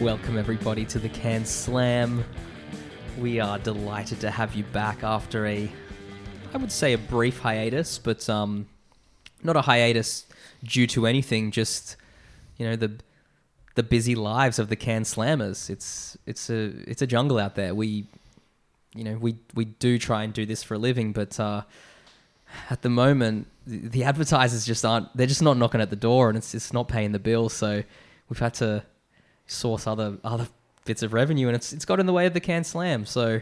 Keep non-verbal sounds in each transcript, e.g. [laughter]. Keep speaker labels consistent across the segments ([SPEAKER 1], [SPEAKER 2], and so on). [SPEAKER 1] Welcome, everybody, to the Can Slam. We are delighted to have you back after a, I would say, a brief hiatus, but um, not a hiatus due to anything. Just you know the the busy lives of the Can Slammers. It's it's a it's a jungle out there. We, you know, we we do try and do this for a living, but uh, at the moment the, the advertisers just aren't. They're just not knocking at the door, and it's it's not paying the bill. So we've had to source other other bits of revenue, and it's it's got in the way of the can slam. So,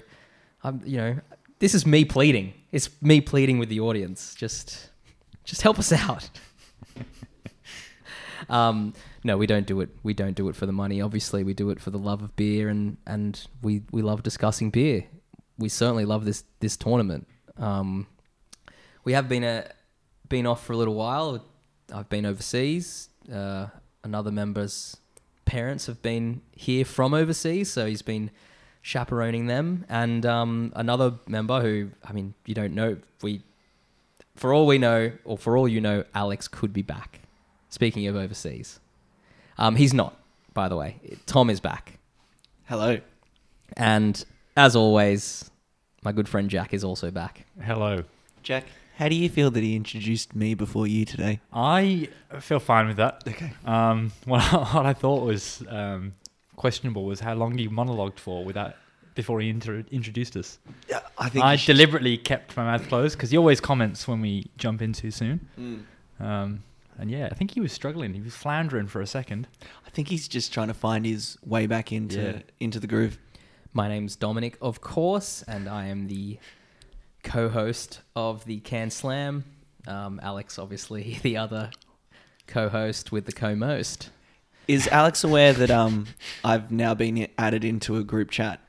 [SPEAKER 1] I'm you know, this is me pleading. It's me pleading with the audience. Just just help us out. [laughs] um, no, we don't do it. We don't do it for the money. Obviously, we do it for the love of beer, and and we we love discussing beer. We certainly love this this tournament. Um, we have been a been off for a little while. I've been overseas. Uh, another member's parents have been here from overseas, so he's been chaperoning them. And um, another member who, I mean, you don't know. We, for all we know, or for all you know, Alex could be back. Speaking of overseas, um, he's not, by the way. Tom is back.
[SPEAKER 2] Hello.
[SPEAKER 1] And as always, my good friend Jack is also back.
[SPEAKER 3] Hello.
[SPEAKER 2] Jack, how do you feel that he introduced me before you today?
[SPEAKER 3] I feel fine with that.
[SPEAKER 2] Okay.
[SPEAKER 3] Um, [laughs] what, what I thought was um, questionable was how long he monologued for without before he inter- introduced us.
[SPEAKER 2] I think
[SPEAKER 3] I
[SPEAKER 2] you should-
[SPEAKER 3] deliberately kept my mouth closed because he always comments when we jump in too soon.
[SPEAKER 2] Mm.
[SPEAKER 3] Um, and yeah, I think he was struggling. He was floundering for a second.
[SPEAKER 2] I think he's just trying to find his way back into
[SPEAKER 3] Yeah.
[SPEAKER 2] into the groove.
[SPEAKER 1] My name's Dominic, of course, and I am the co-host of the Can Slam. Um, Alex, obviously, [laughs] the other co-host with the co-most.
[SPEAKER 2] Is Alex aware that um [laughs] I've now been added into a group chat?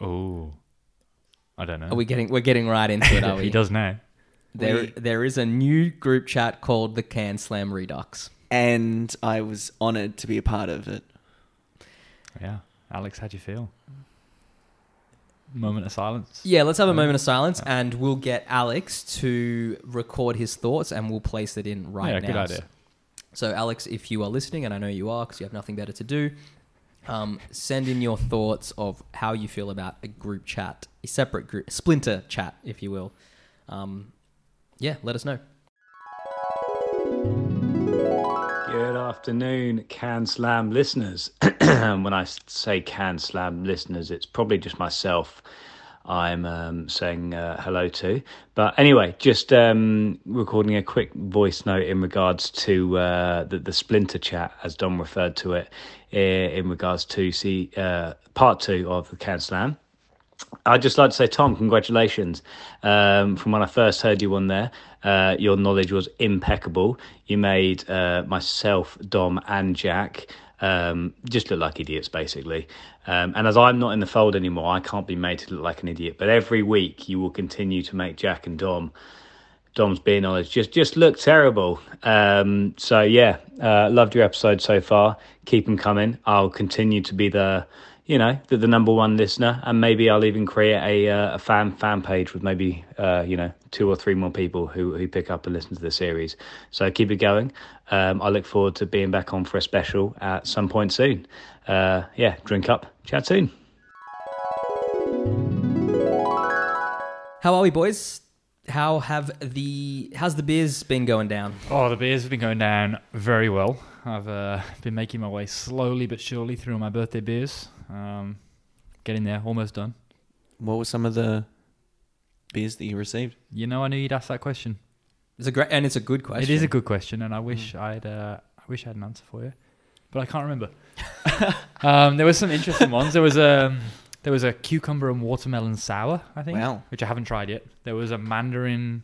[SPEAKER 3] Oh, I don't know.
[SPEAKER 1] Are we getting? We're getting right into
[SPEAKER 3] [laughs]
[SPEAKER 1] it, are we?
[SPEAKER 3] he does now.
[SPEAKER 1] There,
[SPEAKER 2] We-
[SPEAKER 1] there is a new group chat called the Can Slam Redux.
[SPEAKER 2] And I was honoured to be a part of it.
[SPEAKER 3] Yeah. Alex, how do you feel? Moment of silence.
[SPEAKER 1] Yeah, let's have a moment of silence, and we'll get Alex to record his thoughts, and we'll place it in right
[SPEAKER 3] yeah,
[SPEAKER 1] now.
[SPEAKER 3] good idea.
[SPEAKER 1] So, Alex, if you are listening, and I know you are because you have nothing better to do, um, send in your thoughts of how you feel about a group chat, a separate group, splinter chat, if you will. Um, yeah, let us know.
[SPEAKER 4] Good afternoon, Can Slam listeners. [clears throat] when I say Can Slam listeners, it's probably just myself I'm um, saying uh, hello to. But anyway, just um, recording a quick voice note in regards to uh, the, the splinter chat, as Dom referred to it, i- in regards to see uh, part two of the Can Slam. I'd just like to say, Tom, congratulations. Um, from when I first heard you on there, uh, your knowledge was impeccable. You made uh, myself, Dom, and Jack um, just look like idiots, basically. Um, and as I'm not in the fold anymore, I can't be made to look like an idiot. But every week, you will continue to make Jack and Dom. Dom's beer knowledge just just look terrible. Um, so yeah, uh, loved your episode so far. Keep them coming. I'll continue to be the you know the, the number one listener, and maybe I'll even create a uh, a fan fan page with maybe uh, you know two or three more people who who pick up and listen to the series. So keep it going. Um, I look forward to being back on for a special at some point soon. Uh, yeah, drink up, chat soon.
[SPEAKER 1] How are we, boys? How have the how's the beers been going down?
[SPEAKER 3] Oh, the beers have been going down very well. I've uh, [laughs] been making my way slowly but surely through my birthday beers. Um, getting there, almost done.
[SPEAKER 2] What were some of the beers that you received?
[SPEAKER 3] You know, I knew you'd ask that question.
[SPEAKER 1] It's a great and it's a good question.
[SPEAKER 3] It is a good question, and I wish I'd uh, I wish I had an answer for you, but I can't remember. [laughs] um, there were some interesting ones. There was a there was a cucumber and watermelon sour, I think,
[SPEAKER 2] Wow.
[SPEAKER 3] which I haven't tried yet. There was a mandarin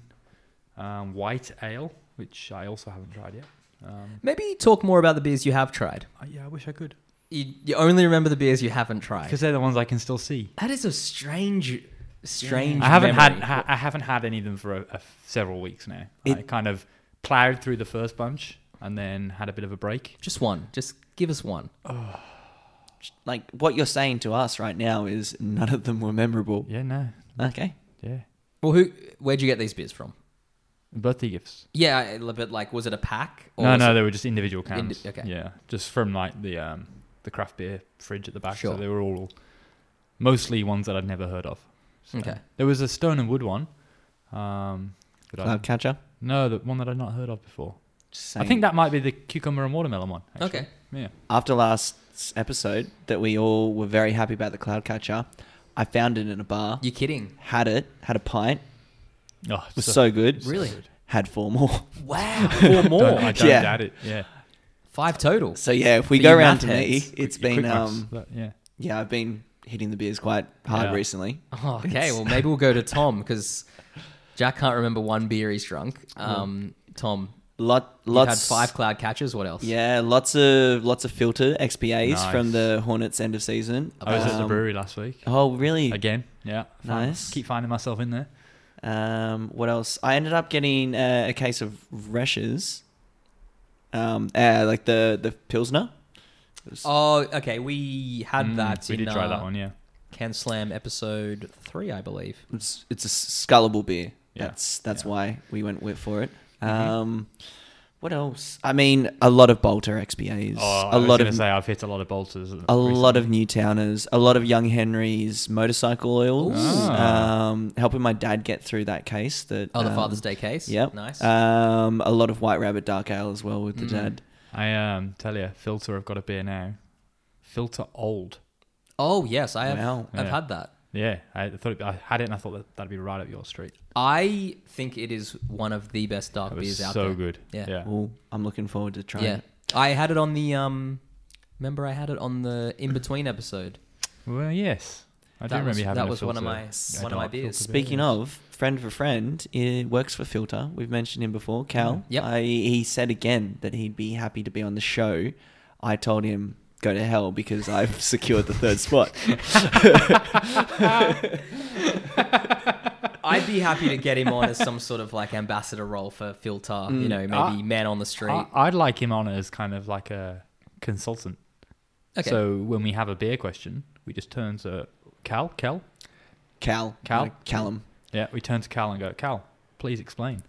[SPEAKER 3] um, white ale, which I also haven't tried yet. Um,
[SPEAKER 1] Maybe talk more about the beers you have tried.
[SPEAKER 3] I- Uh, yeah, I wish I could
[SPEAKER 1] You, you only remember the beers you haven't tried.
[SPEAKER 3] because they're the ones I can still see.
[SPEAKER 1] That is a strange, strange.
[SPEAKER 3] I haven't had
[SPEAKER 1] memory.
[SPEAKER 3] ha- I haven't had any of them for a, a f- several weeks now. I
[SPEAKER 2] It-
[SPEAKER 3] kind of plowed through the first bunch and then had a bit of a break.
[SPEAKER 1] just one. Just give us one.
[SPEAKER 2] Like what you're saying to us right now is none of them were memorable.
[SPEAKER 3] Yeah, no,
[SPEAKER 2] Okay.
[SPEAKER 3] yeah,
[SPEAKER 1] Well, who? Where'd you get these beers from?
[SPEAKER 3] birthday gifts.
[SPEAKER 1] Yeah, a little bit like was it a pack?
[SPEAKER 3] no,
[SPEAKER 1] was
[SPEAKER 3] no,
[SPEAKER 1] it-
[SPEAKER 3] they were just individual cans.
[SPEAKER 1] Indi- okay.
[SPEAKER 3] Yeah, just from like the um, the craft beer fridge at the back.
[SPEAKER 1] Sure.
[SPEAKER 3] So they were all mostly ones that I'd never heard of. So
[SPEAKER 1] Okay.
[SPEAKER 3] There was a Stone and Wood one. Um, that I,
[SPEAKER 2] Cloudcatcher.
[SPEAKER 3] no, the one that I'd not heard of before.
[SPEAKER 2] Same.
[SPEAKER 3] I think that might be the cucumber and watermelon one. actually.
[SPEAKER 1] Okay.
[SPEAKER 3] Yeah.
[SPEAKER 2] after last episode that we all were very happy about the Cloudcatcher, I found it in a bar.
[SPEAKER 1] You're kidding.
[SPEAKER 2] had it. Had a pint.
[SPEAKER 3] Oh,
[SPEAKER 2] Was so good.
[SPEAKER 1] Really?
[SPEAKER 2] Had four more. [laughs]
[SPEAKER 1] Wow.
[SPEAKER 3] Four more.
[SPEAKER 2] Don't-
[SPEAKER 3] I [laughs] don't
[SPEAKER 2] Yeah.
[SPEAKER 3] doubt it. Yeah.
[SPEAKER 1] Five total.
[SPEAKER 2] So yeah, if we
[SPEAKER 1] But
[SPEAKER 2] go
[SPEAKER 1] you
[SPEAKER 2] around to
[SPEAKER 1] math
[SPEAKER 2] me,
[SPEAKER 1] heads.
[SPEAKER 2] it's
[SPEAKER 3] Quick- quick
[SPEAKER 2] been
[SPEAKER 3] maths,
[SPEAKER 2] um
[SPEAKER 3] but yeah.
[SPEAKER 2] yeah, I've been hitting the beers quite hard
[SPEAKER 3] Yeah.
[SPEAKER 2] recently.
[SPEAKER 1] Oh, okay, well maybe we'll go to Tom because Jack can't remember one beer he's drunk. Um, Tom,
[SPEAKER 2] Lot
[SPEAKER 1] you've
[SPEAKER 2] Mm. lots
[SPEAKER 1] had five cloud catchers. What else?
[SPEAKER 2] Yeah, lots of lots of filter XPAs
[SPEAKER 3] Nice.
[SPEAKER 2] from the Hornets end of season.
[SPEAKER 3] I was at the
[SPEAKER 2] Um,
[SPEAKER 3] brewery last week.
[SPEAKER 2] Oh really?
[SPEAKER 3] Again. Yeah. Fin-
[SPEAKER 2] Nice.
[SPEAKER 3] Keep finding myself in there.
[SPEAKER 2] Um, what else? I ended up getting uh, a case of Reshes. Um, uh, like the the Pilsner. It was-
[SPEAKER 1] Oh, okay. We had
[SPEAKER 3] Mm,
[SPEAKER 1] that.
[SPEAKER 3] We
[SPEAKER 1] in,
[SPEAKER 3] did try
[SPEAKER 1] uh,
[SPEAKER 3] that one, yeah.
[SPEAKER 1] Can Slam episode three, I believe.
[SPEAKER 2] it's, it's a scullable beer.
[SPEAKER 3] Yeah.
[SPEAKER 2] That's that's
[SPEAKER 3] Yeah. Mm-hmm.
[SPEAKER 2] why we went with for it. Um, what else? I mean, a lot of Bolter XPAs,
[SPEAKER 3] Oh,
[SPEAKER 2] a lot
[SPEAKER 3] going
[SPEAKER 2] of
[SPEAKER 3] say I've hit a lot of bolters.
[SPEAKER 2] a lot of Newtowners, a lot of Young Henrys, motorcycle oils.
[SPEAKER 1] Ooh.
[SPEAKER 3] Ah.
[SPEAKER 2] Um, helping my dad get through that case. That
[SPEAKER 1] Oh, the
[SPEAKER 2] um,
[SPEAKER 1] Father's Day case.
[SPEAKER 2] Yep.
[SPEAKER 1] Nice. Mm.
[SPEAKER 2] Um, a lot of White Rabbit Dark Ale as well with the dad.
[SPEAKER 3] I um tell you, filter. I've got a beer now. Filter old.
[SPEAKER 1] oh yes, I have.
[SPEAKER 2] Wow.
[SPEAKER 1] I've
[SPEAKER 3] Yeah.
[SPEAKER 1] had that.
[SPEAKER 3] Yeah, I thought it, I had it, and I thought that that'd be right up your street.
[SPEAKER 1] I think it is one of the best dark
[SPEAKER 3] It
[SPEAKER 1] beers
[SPEAKER 3] was
[SPEAKER 1] out
[SPEAKER 3] so
[SPEAKER 1] there.
[SPEAKER 3] good.
[SPEAKER 1] Yeah.
[SPEAKER 3] yeah.
[SPEAKER 2] Well, I'm looking forward to trying.
[SPEAKER 1] Yeah,
[SPEAKER 2] it.
[SPEAKER 1] I had it on the um. Remember, I had it on the in between episode.
[SPEAKER 3] Well, yes, I do
[SPEAKER 1] That
[SPEAKER 3] remember
[SPEAKER 1] was-
[SPEAKER 3] you having
[SPEAKER 1] that
[SPEAKER 3] a
[SPEAKER 1] was one of
[SPEAKER 3] filter,
[SPEAKER 1] my-
[SPEAKER 3] a
[SPEAKER 1] one of my
[SPEAKER 3] dark
[SPEAKER 1] beers.
[SPEAKER 3] filter beer,
[SPEAKER 2] Speaking
[SPEAKER 3] yes.
[SPEAKER 2] of friend for friend, it works for Filter. We've mentioned him before, Cal.
[SPEAKER 1] Yep.
[SPEAKER 2] I, he said again that he'd be happy to be on the show. I told him go to hell because I've [laughs] secured the third spot.
[SPEAKER 1] I'd be happy to get him on as some sort of like ambassador role for Filter. you know, maybe
[SPEAKER 3] I-
[SPEAKER 1] man on the street.
[SPEAKER 3] I, I'd like him on as kind of like a consultant.
[SPEAKER 1] Okay.
[SPEAKER 3] So when we have a beer question, we just turn to Cal. Cal.
[SPEAKER 2] Cal.
[SPEAKER 3] Cal?
[SPEAKER 2] Callum.
[SPEAKER 3] Yeah, we turn to Cal and go, Cal, please explain.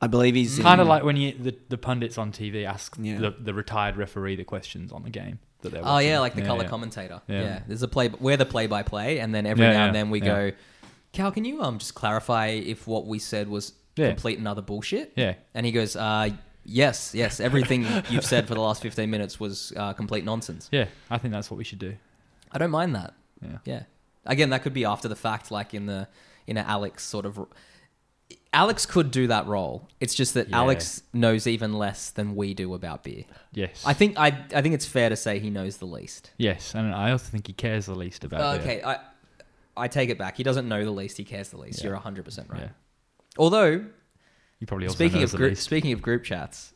[SPEAKER 2] I believe he's in-
[SPEAKER 3] Kind of like when you the, the pundits on TV ask
[SPEAKER 2] Yeah.
[SPEAKER 3] the, the retired referee the questions on the game that they're.
[SPEAKER 1] Oh
[SPEAKER 3] watching.
[SPEAKER 1] yeah, like the color
[SPEAKER 3] yeah.
[SPEAKER 1] commentator. Yeah.
[SPEAKER 3] Yeah.
[SPEAKER 1] there's a play. We're the play-by-play, and then every
[SPEAKER 3] Yeah,
[SPEAKER 1] now and
[SPEAKER 3] yeah,
[SPEAKER 1] then we
[SPEAKER 3] yeah.
[SPEAKER 1] go, Cal, can you um just clarify if what we said was
[SPEAKER 3] Yeah.
[SPEAKER 1] complete and utter bullshit?
[SPEAKER 3] Yeah.
[SPEAKER 1] And he goes, uh, yes, yes, everything you've said for the last 15 minutes was uh, complete nonsense.
[SPEAKER 3] Yeah, I think that's what we should do.
[SPEAKER 1] I don't mind that.
[SPEAKER 3] Yeah.
[SPEAKER 1] Yeah. Again, that could be after the fact, like in the in a Alex sort of. Alex could do that role. It's just that
[SPEAKER 3] Yeah.
[SPEAKER 1] Alex knows even less than we do about beer.
[SPEAKER 3] Yes.
[SPEAKER 1] I think I I think it's fair to say he knows the least.
[SPEAKER 3] Yes, and I also think he cares the least about.
[SPEAKER 1] Uh,
[SPEAKER 3] beer.
[SPEAKER 1] okay, I I take it back. He doesn't know the least. He cares the least.
[SPEAKER 3] Yeah.
[SPEAKER 1] You're 100 percent right.
[SPEAKER 3] Yeah.
[SPEAKER 1] Although
[SPEAKER 3] You probably also
[SPEAKER 1] speaking
[SPEAKER 3] knows
[SPEAKER 1] of
[SPEAKER 3] the
[SPEAKER 1] group
[SPEAKER 3] least.
[SPEAKER 1] speaking of group chats,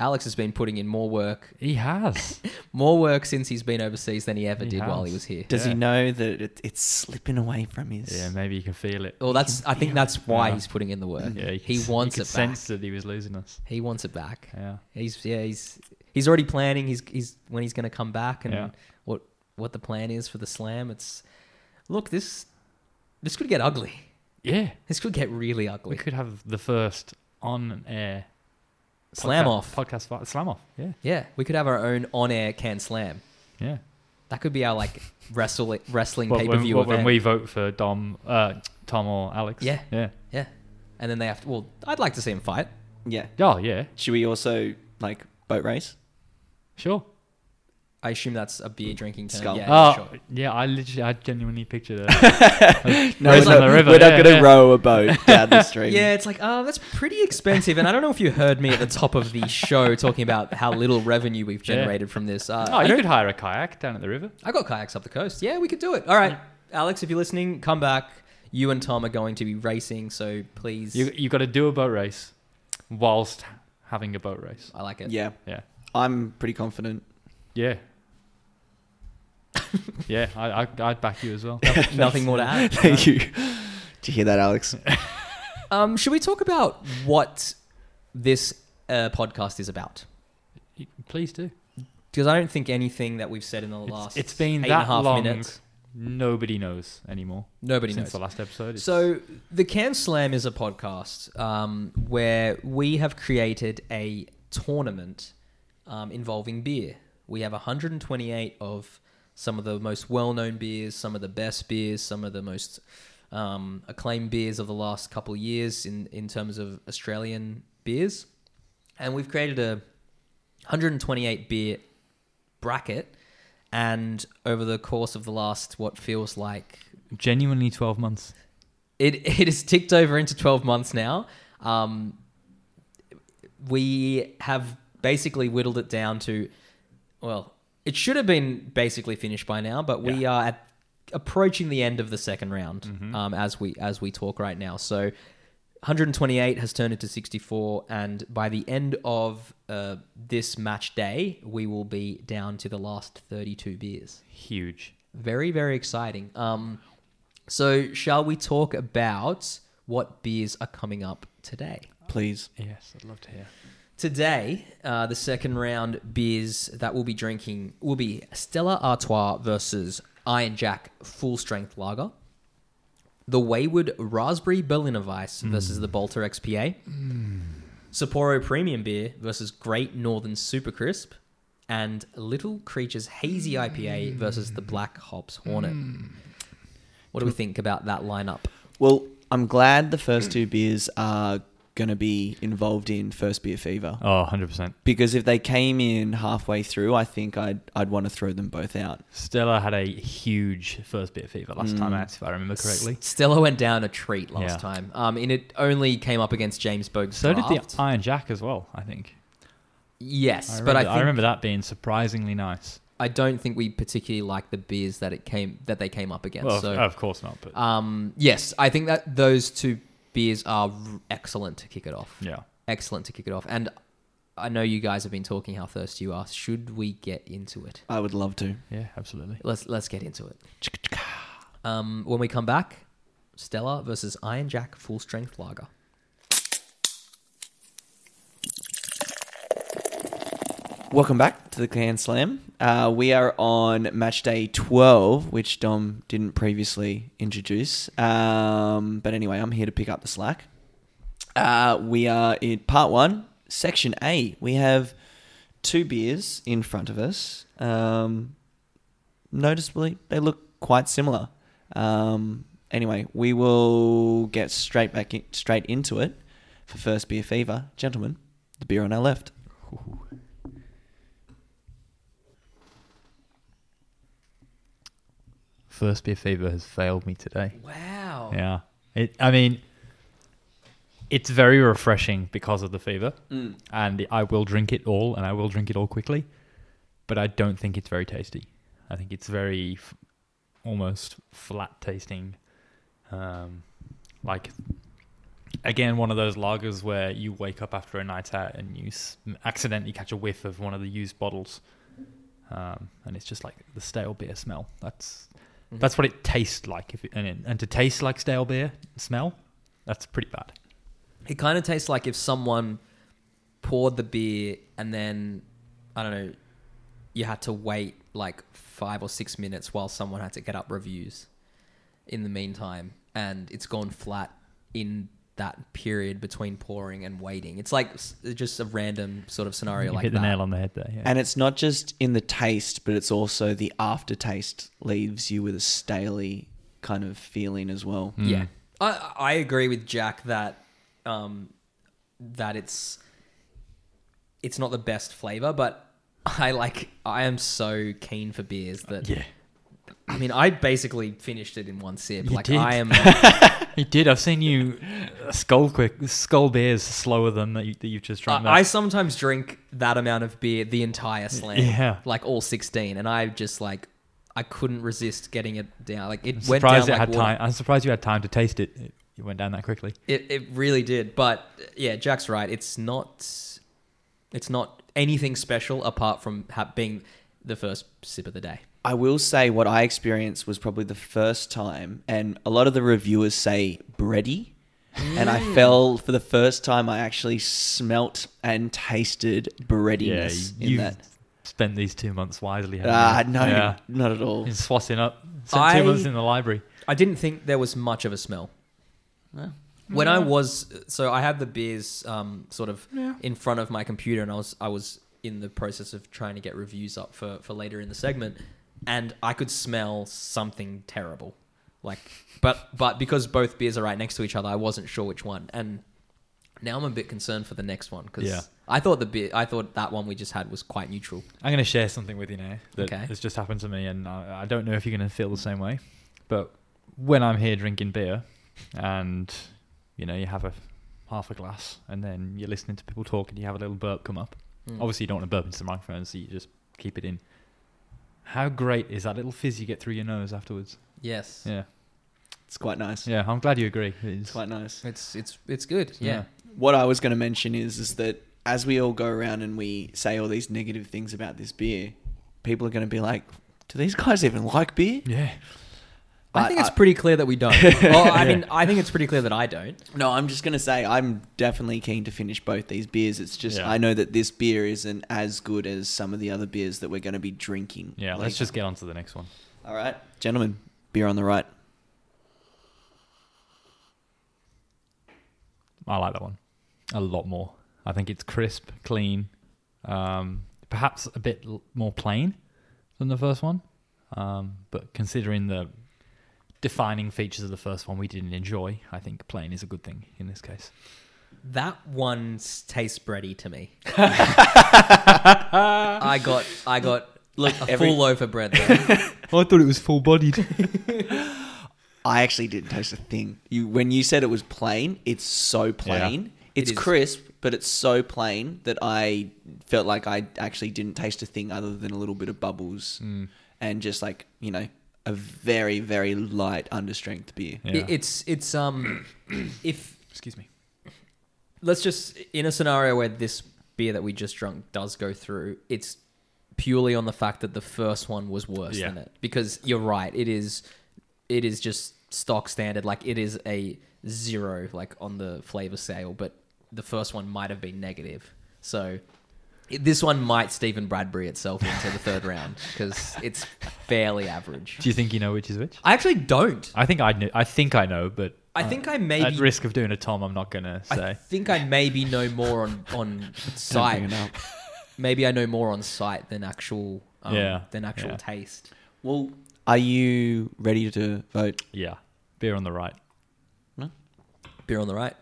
[SPEAKER 1] Alex has been putting in more work, [laughs]
[SPEAKER 3] He has.
[SPEAKER 1] more work since he's been overseas than he ever
[SPEAKER 3] He
[SPEAKER 1] did while
[SPEAKER 3] has.
[SPEAKER 1] he was here.
[SPEAKER 2] Does he
[SPEAKER 3] Yeah.
[SPEAKER 2] know that it, it's slipping away from his?
[SPEAKER 3] yeah, maybe you can feel it.
[SPEAKER 1] Well, that's I think that's why
[SPEAKER 3] Yeah.
[SPEAKER 1] he's putting in the work.
[SPEAKER 3] Yeah, you
[SPEAKER 1] he
[SPEAKER 3] could-
[SPEAKER 1] wants
[SPEAKER 3] you
[SPEAKER 1] it
[SPEAKER 3] could
[SPEAKER 1] back.
[SPEAKER 3] sense that he was losing us.
[SPEAKER 1] He wants it back.
[SPEAKER 3] Yeah.
[SPEAKER 1] He's yeah he's he's already planning. He's he's when he's going to come back and
[SPEAKER 3] Yeah.
[SPEAKER 1] what what the plan is for the slam. It's look this this could get ugly.
[SPEAKER 3] Yeah.
[SPEAKER 1] This could get really
[SPEAKER 3] We
[SPEAKER 1] ugly.
[SPEAKER 3] could have the first on air
[SPEAKER 1] Slam
[SPEAKER 3] podca-
[SPEAKER 1] off.
[SPEAKER 3] podcast. fi- Slam off. Yeah.
[SPEAKER 1] Yeah, we could have our own on-air can slam.
[SPEAKER 3] Yeah.
[SPEAKER 1] That could be our like wrestle wrestling
[SPEAKER 3] What- when,
[SPEAKER 1] pay-per-view
[SPEAKER 3] what-
[SPEAKER 1] event.
[SPEAKER 3] when we vote for Dom, uh, Tom or Alex.
[SPEAKER 1] Yeah.
[SPEAKER 3] Yeah.
[SPEAKER 1] Yeah, and then they have to. Well, I'd like to see him fight.
[SPEAKER 2] Yeah.
[SPEAKER 3] Oh yeah.
[SPEAKER 2] Should we also like boat
[SPEAKER 3] [laughs]
[SPEAKER 2] race?
[SPEAKER 3] Sure.
[SPEAKER 1] I assume that's a beer drinking term.
[SPEAKER 2] Skull.
[SPEAKER 1] Yeah,
[SPEAKER 3] oh
[SPEAKER 1] sure.
[SPEAKER 3] yeah. I literally, I genuinely
[SPEAKER 1] [laughs]
[SPEAKER 3] pictured a [laughs] Racing
[SPEAKER 2] we're
[SPEAKER 3] the
[SPEAKER 2] not,
[SPEAKER 3] river,
[SPEAKER 2] we're not
[SPEAKER 3] yeah,
[SPEAKER 2] gonna
[SPEAKER 3] yeah.
[SPEAKER 2] row a
[SPEAKER 3] [laughs]
[SPEAKER 2] boat down the stream.
[SPEAKER 1] Yeah, it's like, oh, that's pretty expensive. And I don't know if you heard me at the top of the show talking about how little revenue we've
[SPEAKER 3] Yeah.
[SPEAKER 1] generated from this. Uh,
[SPEAKER 3] Oh,
[SPEAKER 1] I,
[SPEAKER 3] you
[SPEAKER 1] don't-
[SPEAKER 3] could hire a kayak down at the river.
[SPEAKER 1] I got kayaks up the coast. Yeah, we could do it. All right, Alex, if you're listening, come back. You and Tom are going to be racing, so please.
[SPEAKER 3] You you got to do a boat race, whilst having a boat race.
[SPEAKER 1] I like it. [laughs]
[SPEAKER 2] Yeah.
[SPEAKER 3] Yeah.
[SPEAKER 2] I'm pretty confident.
[SPEAKER 3] [laughs] Yeah. yeah, I, I, I'd back you
[SPEAKER 1] [laughs]
[SPEAKER 3] as well.
[SPEAKER 1] Nothing more to add.
[SPEAKER 3] [laughs]
[SPEAKER 2] Thank you. [laughs] Did you hear that, Alex?
[SPEAKER 1] Um, should we talk about what this uh, podcast is about?
[SPEAKER 3] Please do.
[SPEAKER 1] Because I don't think anything that we've said in the last
[SPEAKER 3] it's been
[SPEAKER 1] eight and a
[SPEAKER 3] that
[SPEAKER 1] half
[SPEAKER 3] long.
[SPEAKER 1] minutes,
[SPEAKER 3] Nobody knows anymore.
[SPEAKER 1] nobody
[SPEAKER 3] since
[SPEAKER 1] knows.
[SPEAKER 3] the last episode. it's-
[SPEAKER 1] So the Can Slam is a podcast um, where we have created a tournament um, involving beer. We have 128 of some of the most well-known beers, some of the best beers, some of the most um, acclaimed beers of the last couple of years in in terms of Australian beers, and we've created a 128 beer bracket. And over the course of the last what feels like
[SPEAKER 3] Genuinely 12 months.
[SPEAKER 1] it [laughs] it has ticked over into 12 months now. Um, we have basically whittled it down to, well, it should have been basically finished by now, but we are at, approaching the end of the second round um, as we as we talk right now. So. 128 has turned into 64, and by the end of uh, this match day, we will be down to the last 32 beers.
[SPEAKER 3] Huge.
[SPEAKER 1] Very, very exciting. Um, so, shall we talk about what beers are coming up today?
[SPEAKER 2] Please.
[SPEAKER 3] Yes, I'd love to hear.
[SPEAKER 1] Today, uh, the second round beers that we'll be drinking will be Stella Artois versus Iron Jack Full Strength Lager, the Wayward Raspberry Berliner Weiss versus the Bolter XPA, Sapporo Premium Beer versus Great Northern Super Crisp, and Little Creatures Hazy IPA versus the Black Hops Hornet. What do we think about that lineup?
[SPEAKER 2] Well, I'm glad the first two beers are going to be involved in first beer fever
[SPEAKER 3] Oh, 100%.
[SPEAKER 2] because if they came in halfway through, I think I'd I'd want to throw them both out.
[SPEAKER 3] Stella had a huge first bit of fever last
[SPEAKER 1] Mm.
[SPEAKER 3] time out, if I remember correctly.
[SPEAKER 1] S- Stella went down a treat last
[SPEAKER 3] Yeah.
[SPEAKER 1] time. Um, and it only came up against James Bogue's
[SPEAKER 3] So did
[SPEAKER 1] draft.
[SPEAKER 3] the Iron Jack as well, I think.
[SPEAKER 1] yes,
[SPEAKER 3] I remember,
[SPEAKER 1] but I
[SPEAKER 3] I,
[SPEAKER 1] think I,
[SPEAKER 3] remember that being surprisingly nice.
[SPEAKER 1] don't think we particularly like the beers that it came that they came up against.
[SPEAKER 3] well, uh,
[SPEAKER 1] so,
[SPEAKER 3] of course not, but
[SPEAKER 1] um, yes, I think that those two beers are r- excellent to kick it off.
[SPEAKER 3] yeah.
[SPEAKER 1] Excellent to kick it off. And I know you guys have been talking how thirsty you are. Should we get into it?
[SPEAKER 2] I would love to.
[SPEAKER 3] Yeah, absolutely.
[SPEAKER 1] Let's let's get into it. Um, when we come back, Stella versus Iron Jack full strength lager.
[SPEAKER 2] Welcome back to the Can Slam. Uh, we are on match day 12, which Dom didn't previously introduce. Um, but anyway, I'm here to pick up the slack. Uh, we are in part one, section A. We have two beers in front of us. Um, noticeably, they look quite similar. Um, anyway, we will get straight back in, straight into it for first beer fever, gentlemen. The beer on our left.
[SPEAKER 3] First beer fever has failed me today.
[SPEAKER 1] Wow.
[SPEAKER 3] Yeah. It, I mean, it's very refreshing because of the fever, and I will drink it all, and I will drink it all quickly. But I don't think it's very tasty. I think it's very f- almost flat tasting. Um, like again, one of those lagers where you wake up after a night out and you s- accidentally catch a whiff of one of the used bottles, um, and it's just like the stale beer smell. That's
[SPEAKER 1] Mm-hmm.
[SPEAKER 3] that's what it tastes like. If it, and, it- and to taste like stale beer, smell, that's pretty bad.
[SPEAKER 1] It kind of tastes like if someone poured the beer and then I don't know, you had to wait like five or six minutes while someone had to get up reviews in the meantime, and it's gone flat in that period between pouring and waiting. It's like s- just a random sort of scenario
[SPEAKER 3] you
[SPEAKER 1] Oh, like
[SPEAKER 3] hit
[SPEAKER 1] that. Uh,
[SPEAKER 3] the nail on the head there. Yeah.
[SPEAKER 2] And it's not just in the taste, but it's also the aftertaste leaves you with a staley kind of feeling as well.
[SPEAKER 3] Hmm.
[SPEAKER 1] Yeah, I I agree with Jack that um that it's it's not the best flavor, but [laughs] I like I am so keen for beers that
[SPEAKER 3] yeah.
[SPEAKER 1] I mean I basically finished it in one sip.
[SPEAKER 3] You
[SPEAKER 1] like
[SPEAKER 3] did. [laughs]
[SPEAKER 1] I am
[SPEAKER 3] You did. I've seen you uh, skull quick skull beers slower than that, you, that you've just drank.
[SPEAKER 1] I, I
[SPEAKER 3] that.
[SPEAKER 1] sometimes drink that amount of beer the entire slam,
[SPEAKER 3] Yeah.
[SPEAKER 1] like all sixteen, and I just like I couldn't resist getting it down. Like it
[SPEAKER 3] I'm
[SPEAKER 1] went down
[SPEAKER 3] surprised it
[SPEAKER 1] like
[SPEAKER 3] had
[SPEAKER 1] water.
[SPEAKER 3] time. I'm surprised you had time to taste it. It, it went down that quickly.
[SPEAKER 1] It it really did, but uh, yeah, Jack's right. It's not it's not anything special apart from ha- being the first sip of the day.
[SPEAKER 2] I will say what I experienced was probably the first time, and a lot of the reviewers say bready. And I
[SPEAKER 3] Hmm.
[SPEAKER 2] fell for the first time. I actually smelt and tasted breadiness in
[SPEAKER 3] you've
[SPEAKER 2] that.
[SPEAKER 3] spent these two months wisely. haven't
[SPEAKER 2] Ah,
[SPEAKER 3] you?
[SPEAKER 2] no,
[SPEAKER 3] Yeah.
[SPEAKER 2] not at all.
[SPEAKER 3] Been swatting up. Spent
[SPEAKER 1] I-
[SPEAKER 3] two months in the library.
[SPEAKER 1] I didn't think there was much of a smell. When I was so I had the beers um, sort of in front of my computer and I was I was in the process of trying to get reviews up for, for later in the segment, and I could smell something terrible. Like, but but because both beers are right next to each other, I wasn't sure which one. And now I'm a bit concerned for the next one because
[SPEAKER 3] Yeah.
[SPEAKER 1] I thought the beer, I thought that one we just had was quite neutral.
[SPEAKER 3] I'm going to share something with you now that
[SPEAKER 1] Okay.
[SPEAKER 3] has just happened to me, and I, I don't know if you're going to feel the same way. But when I'm here drinking beer, and you know you have a half a glass, and then you're listening to people talk, and you have a little burp come up.
[SPEAKER 1] Mm.
[SPEAKER 3] Obviously, you don't want to burp into the microphone, so you just keep it in. How great is that little fizz you get through your nose afterwards?
[SPEAKER 1] Yes.
[SPEAKER 3] Yeah,
[SPEAKER 2] It's quite nice.
[SPEAKER 3] yeah. I'm glad you agree. It's-
[SPEAKER 2] It's quite nice.
[SPEAKER 1] It's it's it's good. Yeah.
[SPEAKER 3] Yeah.
[SPEAKER 2] What I was going to mention is is that as we all go around and we say all these negative things about this beer, people are going to be like, "Do these guys even like beer?"
[SPEAKER 3] yeah,
[SPEAKER 1] I,
[SPEAKER 2] I-
[SPEAKER 1] think it's
[SPEAKER 2] I-
[SPEAKER 1] pretty clear that we don't. well, I mean, I think it's pretty clear that I don't.
[SPEAKER 2] No, I'm just going to say I'm definitely keen to finish both these beers. It's just
[SPEAKER 3] Yeah.
[SPEAKER 2] I know that this beer isn't as good as some of the other beers that we're going to be drinking.
[SPEAKER 3] yeah. Let's
[SPEAKER 2] later.
[SPEAKER 3] just get on to the next one.
[SPEAKER 2] All right, gentlemen, beer on the right.
[SPEAKER 3] I like that one a lot more. I think it's crisp, clean, um, perhaps a bit l- more plain than the first one. Um, but considering the defining features of the first one we didn't enjoy, I think plain is a good thing in this case.
[SPEAKER 1] That one s- tastes bready to me. I got I got look a
[SPEAKER 2] every-
[SPEAKER 1] full loaf of bread. There.
[SPEAKER 3] I thought it was full [laughs] bodied.
[SPEAKER 2] I actually didn't taste a thing. You when you said it was plain, it's so plain. It's
[SPEAKER 1] It is.
[SPEAKER 2] crisp, but it's so plain that I felt like I actually didn't taste a thing other than a little bit of bubbles and just like, you know, a very, very light understrength beer.
[SPEAKER 3] Yeah.
[SPEAKER 1] It- it's it's
[SPEAKER 3] [clears throat]
[SPEAKER 1] um if
[SPEAKER 3] Excuse me.
[SPEAKER 1] let's just in a scenario where this beer that we just drunk does go through, it's purely on the fact that the first one was worse
[SPEAKER 3] Yeah.
[SPEAKER 1] than it. Because you're right, it is it is just stock standard, like it is a zero like on the flavor scale, but the first one might have been negative. So it- this one might Stephen Bradbury itself into the
[SPEAKER 3] [laughs]
[SPEAKER 1] third round because it's fairly average.
[SPEAKER 3] Do you think you know which is which?
[SPEAKER 1] I actually don't.
[SPEAKER 3] I think I know. I think I know, but
[SPEAKER 1] I
[SPEAKER 3] uh,
[SPEAKER 1] think I maybe
[SPEAKER 3] at risk of doing a Tom, I'm not gonna say.
[SPEAKER 1] I think I maybe know more on on
[SPEAKER 2] Don't bring
[SPEAKER 1] sight.
[SPEAKER 2] it up.
[SPEAKER 1] Maybe I know more on sight than actual um,
[SPEAKER 3] Yeah,
[SPEAKER 1] than actual
[SPEAKER 3] yeah.
[SPEAKER 1] taste.
[SPEAKER 2] Well, are you ready to vote?
[SPEAKER 3] yeah, beer on the right.
[SPEAKER 1] Beer on the right.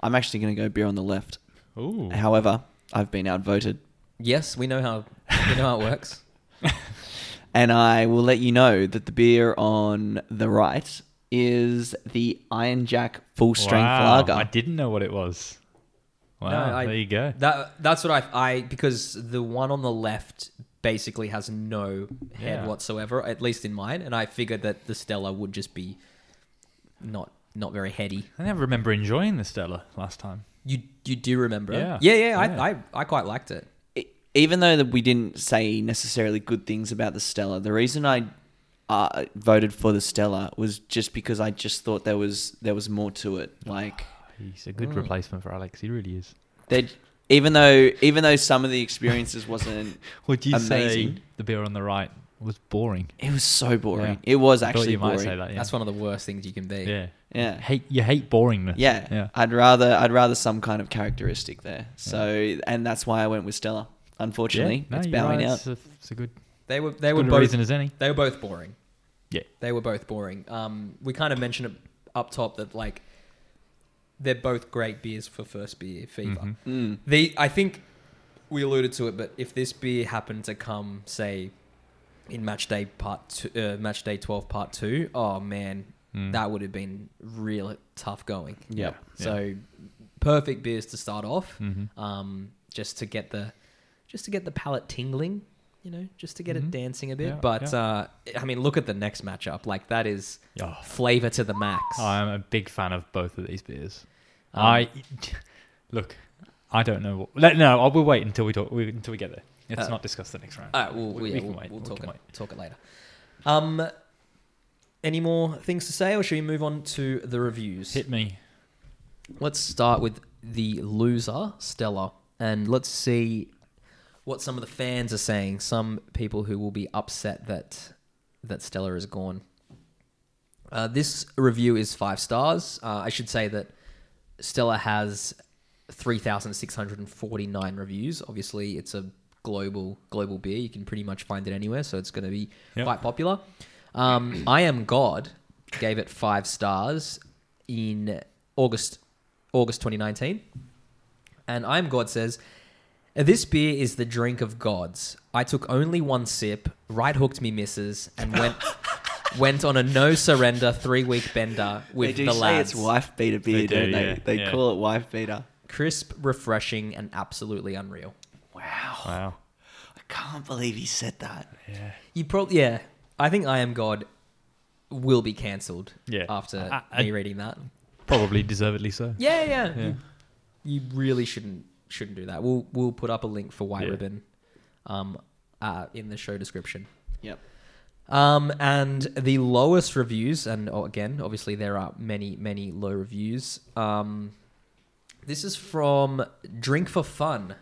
[SPEAKER 2] I'm actually going to go beer on the left.
[SPEAKER 3] Ooh,
[SPEAKER 2] However, I've been outvoted
[SPEAKER 1] Yes, we know how we know how it
[SPEAKER 3] [laughs]
[SPEAKER 1] works.
[SPEAKER 2] And I will let you know that the beer on the right is the Iron Jack full strength
[SPEAKER 3] Wow, I
[SPEAKER 2] lager.
[SPEAKER 3] didn't know what it was. Wow,
[SPEAKER 1] I-
[SPEAKER 3] Ah, there you go.
[SPEAKER 1] That that's what I I because the one on the left basically has no head
[SPEAKER 3] Yeah.
[SPEAKER 1] whatsoever, at least in mine, and I figured that the Stella would just be not not very heady.
[SPEAKER 3] I never remember enjoying the Stella last time.
[SPEAKER 1] You you do remember? it?
[SPEAKER 3] Yeah.
[SPEAKER 1] yeah, yeah. I,
[SPEAKER 3] Yeah.
[SPEAKER 1] I I quite liked it.
[SPEAKER 2] E- Even though that we didn't say necessarily good things about the Stella, the reason I uh, voted for the Stella was just because I just thought there was there was more to it. Like
[SPEAKER 3] He's a good
[SPEAKER 2] Mm.
[SPEAKER 3] replacement for Alex. He really is.
[SPEAKER 2] they even though even though some of the experiences
[SPEAKER 3] [laughs]
[SPEAKER 2] wasn't
[SPEAKER 3] Would you
[SPEAKER 2] Amazing.
[SPEAKER 3] say the beer on the right was boring?
[SPEAKER 2] it was so boring.
[SPEAKER 3] Yeah.
[SPEAKER 2] It was
[SPEAKER 3] I thought
[SPEAKER 2] actually
[SPEAKER 3] you might
[SPEAKER 2] boring.
[SPEAKER 3] say that. Yeah.
[SPEAKER 1] That's one of the worst things you can be.
[SPEAKER 3] Yeah.
[SPEAKER 2] Yeah.
[SPEAKER 3] Hate you hate boringness.
[SPEAKER 2] Yeah,
[SPEAKER 3] Yeah.
[SPEAKER 2] I'd rather I'd rather some kind of characteristic there. So and that's why I went with Stella. Unfortunately,
[SPEAKER 3] no,
[SPEAKER 2] it's
[SPEAKER 3] you're
[SPEAKER 2] bowing
[SPEAKER 3] right,
[SPEAKER 2] out.
[SPEAKER 3] It's a, it's a good,
[SPEAKER 1] They were they were
[SPEAKER 3] good
[SPEAKER 1] both
[SPEAKER 3] reason as any.
[SPEAKER 1] they were both boring.
[SPEAKER 3] Yeah.
[SPEAKER 1] They were both boring. Um, we kind of mentioned it up top that like they're both great beers for first beer fever.
[SPEAKER 3] Mhm.
[SPEAKER 2] Mm.
[SPEAKER 1] The I think we alluded to it, but if this beer happened to come, say, in match day part two, uh, match day twelve part two, oh man,
[SPEAKER 3] Mm.
[SPEAKER 1] that would have been real tough going.
[SPEAKER 2] Yep.
[SPEAKER 1] So perfect beers to start off,
[SPEAKER 3] Mhm.
[SPEAKER 1] um, just to get the just to get the palate tingling, you know, just to get
[SPEAKER 3] Mhm.
[SPEAKER 1] it dancing a bit.
[SPEAKER 3] Yeah,
[SPEAKER 1] but
[SPEAKER 3] yeah.
[SPEAKER 1] uh, I mean, look at the next matchup. Like that is
[SPEAKER 3] Oh,
[SPEAKER 1] flavor to the max.
[SPEAKER 3] I'm a big fan of both of these beers.
[SPEAKER 1] Um,
[SPEAKER 3] I [laughs] look. I don't know. What, let, no, I will wait until we talk. We, until we get there. Let's
[SPEAKER 1] Uh,
[SPEAKER 3] not discuss the next round.
[SPEAKER 1] All right, we'll,
[SPEAKER 3] We-
[SPEAKER 1] we,
[SPEAKER 3] we
[SPEAKER 1] will
[SPEAKER 3] can wait,
[SPEAKER 1] we'll
[SPEAKER 3] we
[SPEAKER 1] talk,
[SPEAKER 3] can
[SPEAKER 1] it,
[SPEAKER 3] wait.
[SPEAKER 1] talk it later. Um, any more things to say, or should we move on to the reviews?
[SPEAKER 3] Hit me.
[SPEAKER 1] Let's start with the loser, Stella, and let's see what some of the fans are saying. Some people who will be upset that that Stella is gone. Uh, this review is five stars. Uh, I should say that Stella has 3,649 reviews. Obviously, it's a global global beer. You can pretty much find it anywhere, so it's going to be
[SPEAKER 3] Yep.
[SPEAKER 1] quite popular. Um, I Am God gave it five stars in August August 2019. And I Am God says, This beer is the drink of gods. I took only one sip, right hooked me misses, and went went on a no surrender three week bender with
[SPEAKER 2] they do
[SPEAKER 1] the
[SPEAKER 2] say
[SPEAKER 1] lads.
[SPEAKER 2] it's wife beater beer,
[SPEAKER 3] They do,
[SPEAKER 2] do, not they?
[SPEAKER 3] yeah,
[SPEAKER 2] They
[SPEAKER 3] yeah.
[SPEAKER 2] call it wife beater.
[SPEAKER 1] Crisp, refreshing, and absolutely unreal.
[SPEAKER 2] Wow.
[SPEAKER 3] Wow.
[SPEAKER 2] I can't believe he said that.
[SPEAKER 3] Yeah.
[SPEAKER 1] You probably yeah. I think I Am God will be cancelled.
[SPEAKER 3] Yeah.
[SPEAKER 1] After
[SPEAKER 3] I- I-
[SPEAKER 1] me reading that.
[SPEAKER 3] Probably deservedly so.
[SPEAKER 1] Yeah, yeah.
[SPEAKER 3] Yeah.
[SPEAKER 1] You, you really shouldn't shouldn't do that. We'll we'll put up a link for White
[SPEAKER 3] Yeah.
[SPEAKER 1] Ribbon, um, uh, in the show description.
[SPEAKER 2] Yep.
[SPEAKER 1] Um, and the lowest reviews, and oh, again, obviously there are many, many low reviews. Um, this is from Drink for Fun.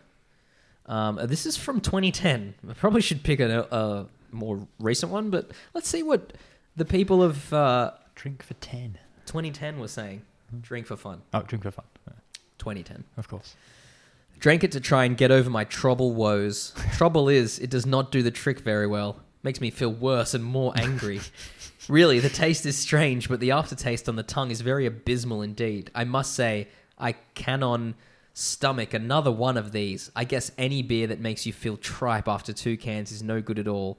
[SPEAKER 1] Um, this is from 2010. I probably should pick a, a more recent one, but let's see what the people of uh,
[SPEAKER 3] Drink for 10.
[SPEAKER 1] 2010 were saying. Drink for Fun,
[SPEAKER 3] Oh, drink for fun. Yeah,
[SPEAKER 1] 2010.
[SPEAKER 3] Of course.
[SPEAKER 1] Drank it to try and get over my trouble woes. trouble is, it does not do the trick very well. Makes me feel worse and more angry. really, the taste is strange, but the aftertaste on the tongue is very abysmal indeed. I must say, I canon stomach another one of these. I guess any beer that makes you feel tripe after two cans is no good at all.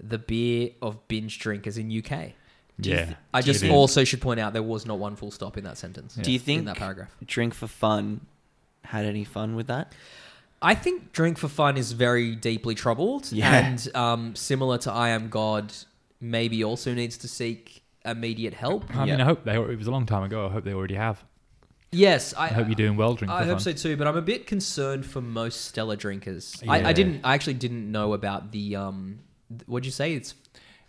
[SPEAKER 1] The beer of binge drinkers in UK.
[SPEAKER 2] Do you
[SPEAKER 3] yeah.
[SPEAKER 2] th-
[SPEAKER 1] I
[SPEAKER 2] Do you
[SPEAKER 1] just
[SPEAKER 2] think-
[SPEAKER 1] also should point out there was not one full stop in that sentence.
[SPEAKER 3] Yeah.
[SPEAKER 2] Do you
[SPEAKER 1] in
[SPEAKER 2] think
[SPEAKER 1] that paragraph?
[SPEAKER 2] Drink for Fun had any fun with that?
[SPEAKER 1] I think Drink for Fun is very deeply troubled,
[SPEAKER 2] Yeah.
[SPEAKER 1] and um, similar to I Am God, maybe also needs to seek immediate help.
[SPEAKER 3] I mean,
[SPEAKER 2] Yep.
[SPEAKER 3] I hope they. It was a long time ago. I hope they already have.
[SPEAKER 1] Yes, I,
[SPEAKER 3] I hope you're doing well. Drink.
[SPEAKER 1] I
[SPEAKER 3] for
[SPEAKER 1] hope
[SPEAKER 3] fun.
[SPEAKER 1] so too, but I'm a bit concerned for most Stella drinkers. I,
[SPEAKER 3] Yeah.
[SPEAKER 1] I didn't. I actually didn't know about the. Um, th- what'd you say? It's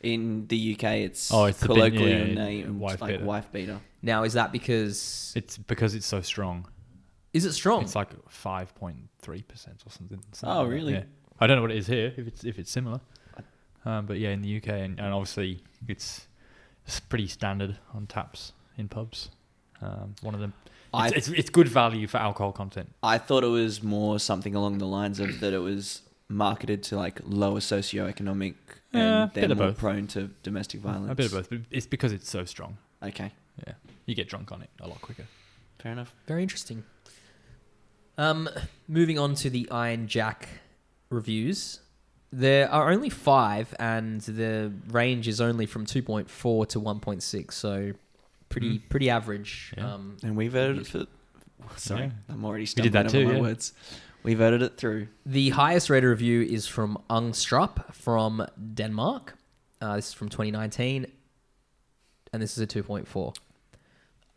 [SPEAKER 2] In the UK, it's,
[SPEAKER 3] Oh, it's the bin-
[SPEAKER 2] colloquially
[SPEAKER 3] yeah,
[SPEAKER 2] named
[SPEAKER 3] wife
[SPEAKER 2] like
[SPEAKER 3] beater.
[SPEAKER 2] wife beater.
[SPEAKER 1] now. Is that because?
[SPEAKER 3] It's because it's so strong.
[SPEAKER 1] Is it strong?
[SPEAKER 3] It's like five point three percent or something. something
[SPEAKER 2] Oh,
[SPEAKER 3] like that,
[SPEAKER 2] really?
[SPEAKER 3] yeah. I don't know what it is here. If it's if it's similar, um, but yeah, in the UK and, and obviously it's it's pretty standard on taps in pubs. Um, one of them.
[SPEAKER 2] I-
[SPEAKER 3] It's, it's it's good value for alcohol content.
[SPEAKER 2] I thought it was more something along the lines of that it was marketed to like lower socioeconomic
[SPEAKER 3] Yeah,
[SPEAKER 2] and they're
[SPEAKER 3] bit of
[SPEAKER 2] more
[SPEAKER 3] both.
[SPEAKER 2] prone to domestic violence.
[SPEAKER 3] A bit of both, but it's because it's so strong.
[SPEAKER 2] Okay,
[SPEAKER 3] Yeah, you get drunk on it a lot quicker.
[SPEAKER 2] fair enough.
[SPEAKER 1] Very interesting. Um, moving on to the Iron Jack reviews. There are only five, and the range is only from 2.4 to 1.6, so pretty pretty average.
[SPEAKER 3] Yeah.
[SPEAKER 1] Um,
[SPEAKER 2] And we voted it for. Sorry,
[SPEAKER 3] Yeah.
[SPEAKER 2] I'm already
[SPEAKER 3] We
[SPEAKER 2] stumbling
[SPEAKER 3] did that
[SPEAKER 2] over
[SPEAKER 3] too,
[SPEAKER 2] my
[SPEAKER 3] yeah.
[SPEAKER 2] words. We voted it through.
[SPEAKER 1] the highest rated review is from Ungstrup from Denmark. Uh, this is from 2019, and this is a 2.4.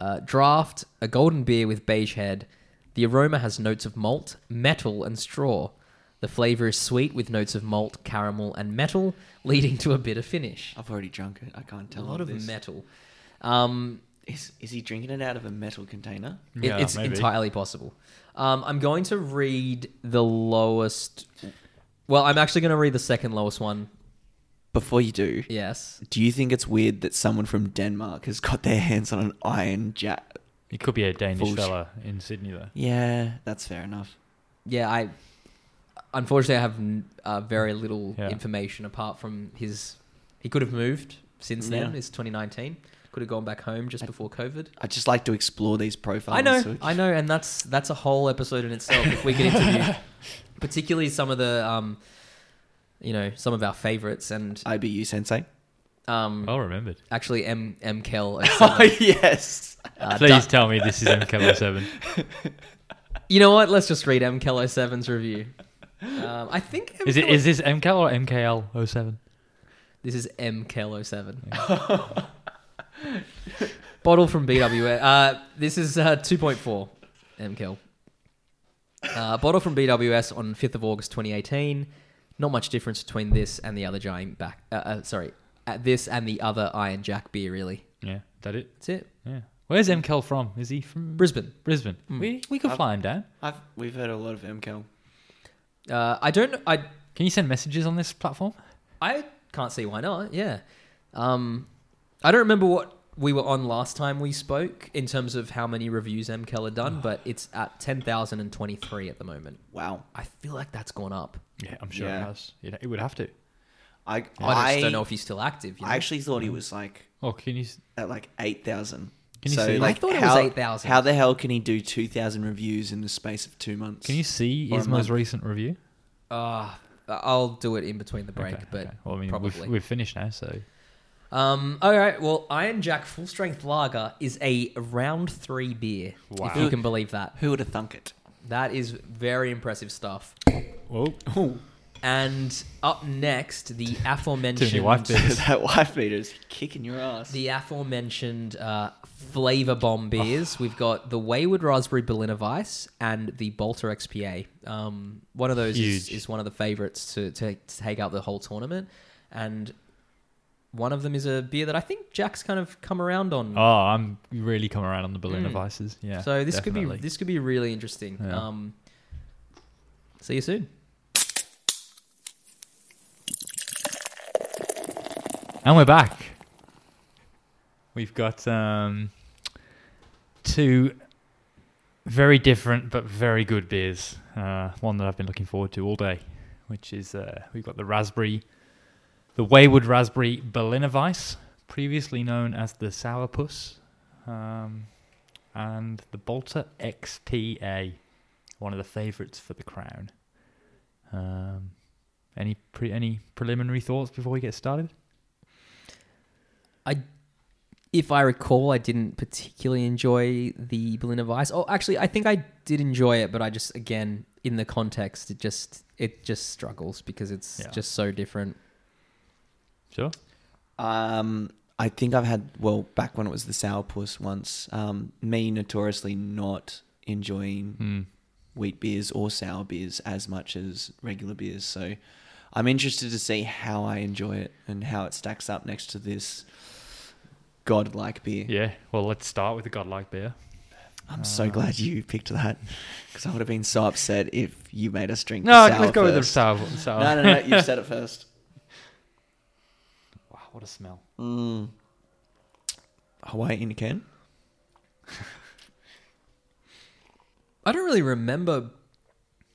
[SPEAKER 1] Uh, draft, a golden beer with beige head. The aroma has notes of malt, metal, and straw. The flavor is sweet with notes of malt, caramel, and metal, leading to a bitter finish.
[SPEAKER 2] I've already drunk it. I can't
[SPEAKER 1] A
[SPEAKER 2] tell.
[SPEAKER 1] lot
[SPEAKER 2] all
[SPEAKER 1] of
[SPEAKER 2] this.
[SPEAKER 1] metal. Um,
[SPEAKER 2] Is is he drinking it out of a metal container?
[SPEAKER 1] it- it's entirely possible. Um, I'm going to read the lowest. Well, I'm actually going to read the second lowest one.
[SPEAKER 2] Before you do,
[SPEAKER 1] Yes.
[SPEAKER 2] do you think it's weird that someone from Denmark has got their hands on an iron jack?
[SPEAKER 3] It could be a Danish
[SPEAKER 2] Bullshit.
[SPEAKER 3] fella in Sydney though.
[SPEAKER 2] Yeah, that's fair enough.
[SPEAKER 1] Yeah, I unfortunately I have n- uh, very little
[SPEAKER 3] Yeah.
[SPEAKER 1] information apart from his. He could have moved since then.
[SPEAKER 2] Yeah.
[SPEAKER 1] It's 2019. Could have gone back home just before COVID.
[SPEAKER 2] I just like to explore these profiles.
[SPEAKER 1] I know,
[SPEAKER 2] so-
[SPEAKER 1] I know, and that's that's a whole episode in itself. If we could
[SPEAKER 3] [laughs]
[SPEAKER 1] interview, particularly some of the, um, you know, some of our favorites, and
[SPEAKER 2] IBU
[SPEAKER 1] [laughs]
[SPEAKER 2] sensei. Mm.
[SPEAKER 1] um,
[SPEAKER 3] Well remembered.
[SPEAKER 1] actually M M
[SPEAKER 3] [laughs]
[SPEAKER 1] Kel. and some-
[SPEAKER 2] oh [laughs] yes.
[SPEAKER 1] Uh,
[SPEAKER 3] Please
[SPEAKER 1] Du-
[SPEAKER 3] tell me this
[SPEAKER 2] [laughs]
[SPEAKER 3] is MK07.
[SPEAKER 1] you know what? Let's just read M Kel 07's
[SPEAKER 3] [laughs]
[SPEAKER 1] review. Um, I think M.
[SPEAKER 3] Is it
[SPEAKER 1] Kel-
[SPEAKER 3] is this MKL or MKL07?
[SPEAKER 1] This is MKL07. Bottle from BWA. Uh, this is uh, 2.4 MKL. Uh, bottle from BWS on 5th of August 2018. Not much difference between this and the other giant back. Uh, uh, sorry, at this and the other Iron Jack beer, really.
[SPEAKER 3] Yeah, is that it.
[SPEAKER 1] That's it.
[SPEAKER 3] Yeah. Where's MKL from? Is he from
[SPEAKER 1] Brisbane.
[SPEAKER 3] Brisbane?
[SPEAKER 1] Hmm.
[SPEAKER 3] We we could
[SPEAKER 2] I've-
[SPEAKER 3] fly him down.
[SPEAKER 2] I've we've heard a lot of MCAL.
[SPEAKER 1] Uh, I don't. I
[SPEAKER 3] Can you send messages on this platform?
[SPEAKER 1] I can't see why not. Yeah. Um, I don't remember what we were on last time we spoke in terms of how many reviews M. Keller done,
[SPEAKER 3] [sighs]
[SPEAKER 1] but it's at 10,023 at the moment.
[SPEAKER 2] Wow.
[SPEAKER 1] I feel like that's gone up.
[SPEAKER 3] Yeah, I'm sure
[SPEAKER 2] Yeah.
[SPEAKER 3] it has. You know, it would have to.
[SPEAKER 2] I
[SPEAKER 1] I,
[SPEAKER 2] I,
[SPEAKER 1] just don't know if he's still active. You know? Mm.
[SPEAKER 2] I actually thought he was like
[SPEAKER 3] Oh, can you? s-
[SPEAKER 2] at like eight thousand.
[SPEAKER 3] Can you see? I
[SPEAKER 1] thought it was 8,000.
[SPEAKER 2] How the hell can he do two thousand reviews in the space of two months?
[SPEAKER 3] Can you see
[SPEAKER 2] Or a
[SPEAKER 3] his
[SPEAKER 2] month.
[SPEAKER 3] most recent review?
[SPEAKER 1] Ah, I'll do it in between the break,
[SPEAKER 3] Okay,
[SPEAKER 1] but
[SPEAKER 3] okay. well, I mean,
[SPEAKER 1] probably.
[SPEAKER 3] we've, we've finished now, so
[SPEAKER 1] Um, all right. Well, Iron Jack Full Strength Lager is a round three beer.
[SPEAKER 3] Wow.
[SPEAKER 1] If you can believe that,
[SPEAKER 2] Who would have thunk it?
[SPEAKER 1] that is very impressive stuff.
[SPEAKER 3] oh,
[SPEAKER 1] And up next,
[SPEAKER 3] [laughs]
[SPEAKER 1] the aforementioned
[SPEAKER 3] wife beers.
[SPEAKER 2] [laughs] that wife beater is kicking your ass.
[SPEAKER 1] the aforementioned uh, flavor bomb beers.
[SPEAKER 3] Oh.
[SPEAKER 1] We've got the Wayward Raspberry Berliner Weiss and the Bolter XPA. Um, one of those is,
[SPEAKER 3] Huge.
[SPEAKER 1] is one of the favorites to, to, to take out the whole tournament, and one of them is a beer that I think Jack's kind of come around on.
[SPEAKER 3] oh, I'm really coming around on the balloon
[SPEAKER 1] Mm.
[SPEAKER 3] devices. Yeah.
[SPEAKER 1] so this could
[SPEAKER 3] definitely.
[SPEAKER 1] be this could be really interesting.
[SPEAKER 3] Yeah.
[SPEAKER 1] Um, see you soon.
[SPEAKER 3] and we're back. We've got um, two very different but very good beers. Uh, one that I've been looking forward to all day, which is uh, we've got the raspberry, the Wayward Raspberry Berliner Weiss, previously known as the Sourpuss, um, and the Bolter XPA, one of the favourites for the crown. Um, any pre- any preliminary thoughts before we get started?
[SPEAKER 1] I, if I recall, I didn't particularly enjoy the Berliner Weiss. Oh, actually, I think I did enjoy it, but I just again in the context, it just it just struggles because it's
[SPEAKER 3] Yeah.
[SPEAKER 1] just so different.
[SPEAKER 3] Sure.
[SPEAKER 2] Um, I think I've had well back when it was the sourpuss once. Um, me notoriously not enjoying
[SPEAKER 3] Mm.
[SPEAKER 2] wheat beers or sour beers as much as regular beers. So I'm interested to see how I enjoy it and how it stacks up next to this godlike beer.
[SPEAKER 3] Yeah. Uh. Well, let's start with the godlike beer.
[SPEAKER 2] I'm so glad you picked that [laughs] because I would have been so upset if you made us drink.
[SPEAKER 3] No,
[SPEAKER 2] the sour
[SPEAKER 3] let's go with the
[SPEAKER 2] first.
[SPEAKER 3] sour. sour.
[SPEAKER 2] No, no, no. You said it first.
[SPEAKER 3] Wow, what a smell! [laughs]
[SPEAKER 2] Mm. Hawaii in a can.
[SPEAKER 1] I don't really remember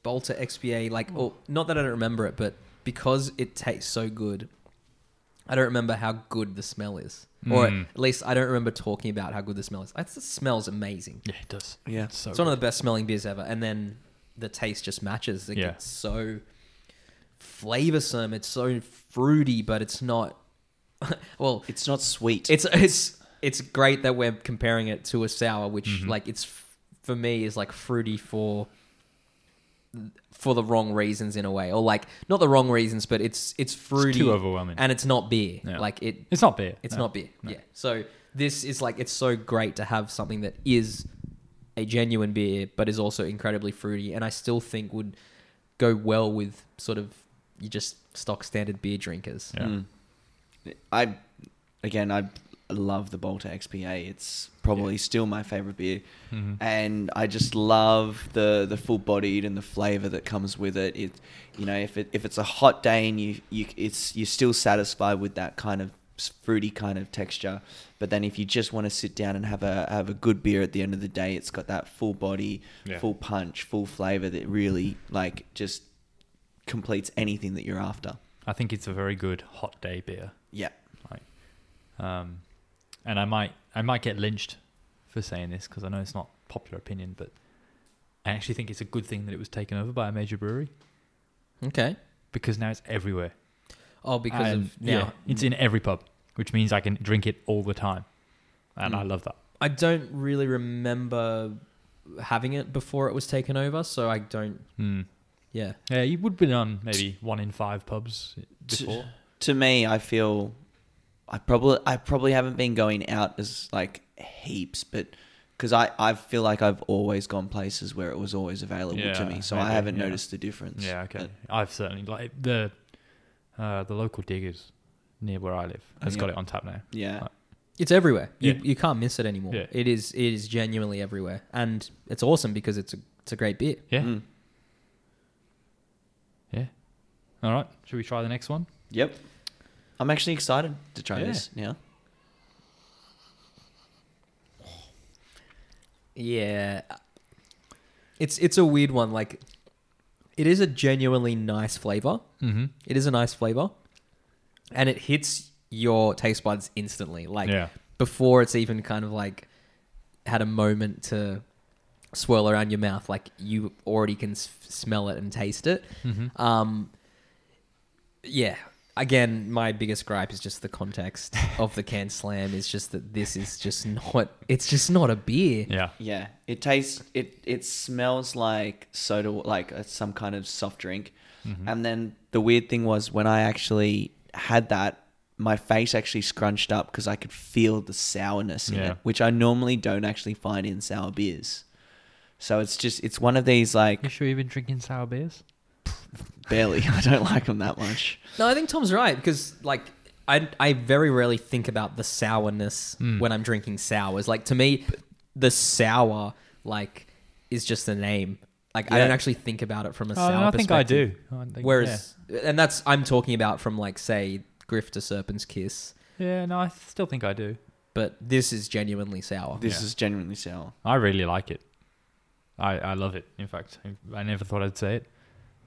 [SPEAKER 1] Bolter XPA like oh, not that I don't remember it, but because it tastes so good, I don't remember how good the smell is, or
[SPEAKER 3] Mm.
[SPEAKER 1] at least I don't remember talking about how good the smell is. It smells amazing.
[SPEAKER 3] Yeah, it does.
[SPEAKER 2] Yeah.
[SPEAKER 3] It's so
[SPEAKER 1] It's one of the best smelling beers ever, and then the taste just matches. It
[SPEAKER 3] Yeah.
[SPEAKER 1] gets so flavorsome. It's so fruity, but it's not. [laughs] well,
[SPEAKER 2] It's not sweet.
[SPEAKER 1] it's it's it's great that we're comparing it to a sour, which
[SPEAKER 3] Mm-hmm.
[SPEAKER 1] like it's for me is like fruity for for the wrong reasons in a way, or like not the wrong reasons, but it's it's fruity,
[SPEAKER 3] overwhelming.
[SPEAKER 1] and it's not beer.
[SPEAKER 3] Yeah.
[SPEAKER 1] Like it,
[SPEAKER 3] It's not beer.
[SPEAKER 1] it's
[SPEAKER 3] no.
[SPEAKER 1] not beer. Yeah. So this is like it's so great to have something that is a genuine beer, but is also incredibly fruity, and I still think would go well with sort of you just stock standard beer drinkers.
[SPEAKER 3] Yeah.
[SPEAKER 2] Mm. I again, I love the Bolter XPA. It's probably still my favorite beer, and I just love the the full bodied and the flavor that comes with it. It, you know, if it if it's a hot day and you you it's you're still satisfied with that kind of s- fruity kind of texture, but then if you just want to sit down and have a have a good beer at the end of the day, it's got that full body,
[SPEAKER 3] Yeah.
[SPEAKER 2] full punch, full flavor that really like just completes anything that you're after.
[SPEAKER 3] I think it's a very good hot day beer.
[SPEAKER 2] Yeah.
[SPEAKER 3] Like, um, and I might I might get lynched for saying this because I know it's not popular opinion, but I actually think it's a good thing that it was taken over by a major brewery
[SPEAKER 1] Okay.
[SPEAKER 3] because now it's everywhere.
[SPEAKER 1] Oh, because
[SPEAKER 3] And,
[SPEAKER 1] of now.
[SPEAKER 3] yeah, it's in every pub, which means I can drink it all the time, and I
[SPEAKER 2] Mm.
[SPEAKER 3] love that.
[SPEAKER 1] I don't really remember having it before it was taken over, so I don't.
[SPEAKER 3] Mm.
[SPEAKER 1] Yeah.
[SPEAKER 3] Yeah, you would have been on maybe one in five pubs
[SPEAKER 2] T-
[SPEAKER 3] before.
[SPEAKER 2] to me, I feel I probably I probably haven't been going out as like heaps, but because I I feel like I've always gone places where it was always available to
[SPEAKER 3] Yeah,
[SPEAKER 2] me, so I
[SPEAKER 3] maybe,
[SPEAKER 2] haven't
[SPEAKER 3] yeah.
[SPEAKER 2] noticed the difference.
[SPEAKER 3] Yeah, okay.
[SPEAKER 1] uh,
[SPEAKER 2] But-
[SPEAKER 3] I've certainly like the uh, the local diggers near where I live
[SPEAKER 1] Oh,
[SPEAKER 3] has
[SPEAKER 2] Yeah.
[SPEAKER 3] got it on tap now.
[SPEAKER 2] yeah,
[SPEAKER 3] Right.
[SPEAKER 1] It's everywhere. You,
[SPEAKER 3] Yeah.
[SPEAKER 1] you can't miss it anymore.
[SPEAKER 3] Yeah.
[SPEAKER 1] It is it is genuinely everywhere, and it's awesome because it's a it's a great beer.
[SPEAKER 3] Yeah,
[SPEAKER 2] Mm.
[SPEAKER 3] yeah. All right, should we try the next one?
[SPEAKER 2] yep. I'm actually excited to try
[SPEAKER 3] Yeah.
[SPEAKER 2] this now.
[SPEAKER 1] Yeah. It's it's a weird one. Like it is a genuinely nice flavor.
[SPEAKER 3] Mm-hmm.
[SPEAKER 1] It is a nice flavor. And it hits your taste buds instantly. Like
[SPEAKER 3] Yeah.
[SPEAKER 1] before it's even kind of like had a moment to swirl around your mouth, like you already can s- smell it and taste it.
[SPEAKER 3] Mm-hmm.
[SPEAKER 1] Um, yeah. Again, my biggest gripe is just the
[SPEAKER 3] [laughs]
[SPEAKER 1] context of the can slam. Is just that this is just not. It's just not a beer.
[SPEAKER 3] Yeah.
[SPEAKER 2] Yeah, it tastes it. It smells like soda, like uh, some kind of soft drink.
[SPEAKER 3] Mm-hmm.
[SPEAKER 2] And then the weird thing was when I actually had that, my face actually scrunched up because I could feel the sourness in
[SPEAKER 3] Yeah.
[SPEAKER 2] it, which I normally don't actually find in sour beers. So it's just it's one of these
[SPEAKER 3] You [laughs]
[SPEAKER 2] like
[SPEAKER 3] sure you've been drinking sour beers?
[SPEAKER 2] barely. [laughs] I don't like them that much.
[SPEAKER 1] No, I think Tom's right because like I I very rarely think about the sourness
[SPEAKER 3] Hmm.
[SPEAKER 1] when I'm drinking sours. Like to me, the sour like is just a name. Like I
[SPEAKER 2] Yeah.
[SPEAKER 1] don't actually think about it from a sour
[SPEAKER 3] Oh, Uh, I think I
[SPEAKER 1] perspective.
[SPEAKER 3] do. I think,
[SPEAKER 1] Whereas, and that's I'm talking about from like say Griff to Serpent's Kiss,
[SPEAKER 3] yeah. yeah, no, I still think I do.
[SPEAKER 1] but this is genuinely sour.
[SPEAKER 2] This
[SPEAKER 3] Yeah.
[SPEAKER 2] is genuinely sour.
[SPEAKER 3] I really like it. I, I love it. In fact, I- I never thought I'd say it,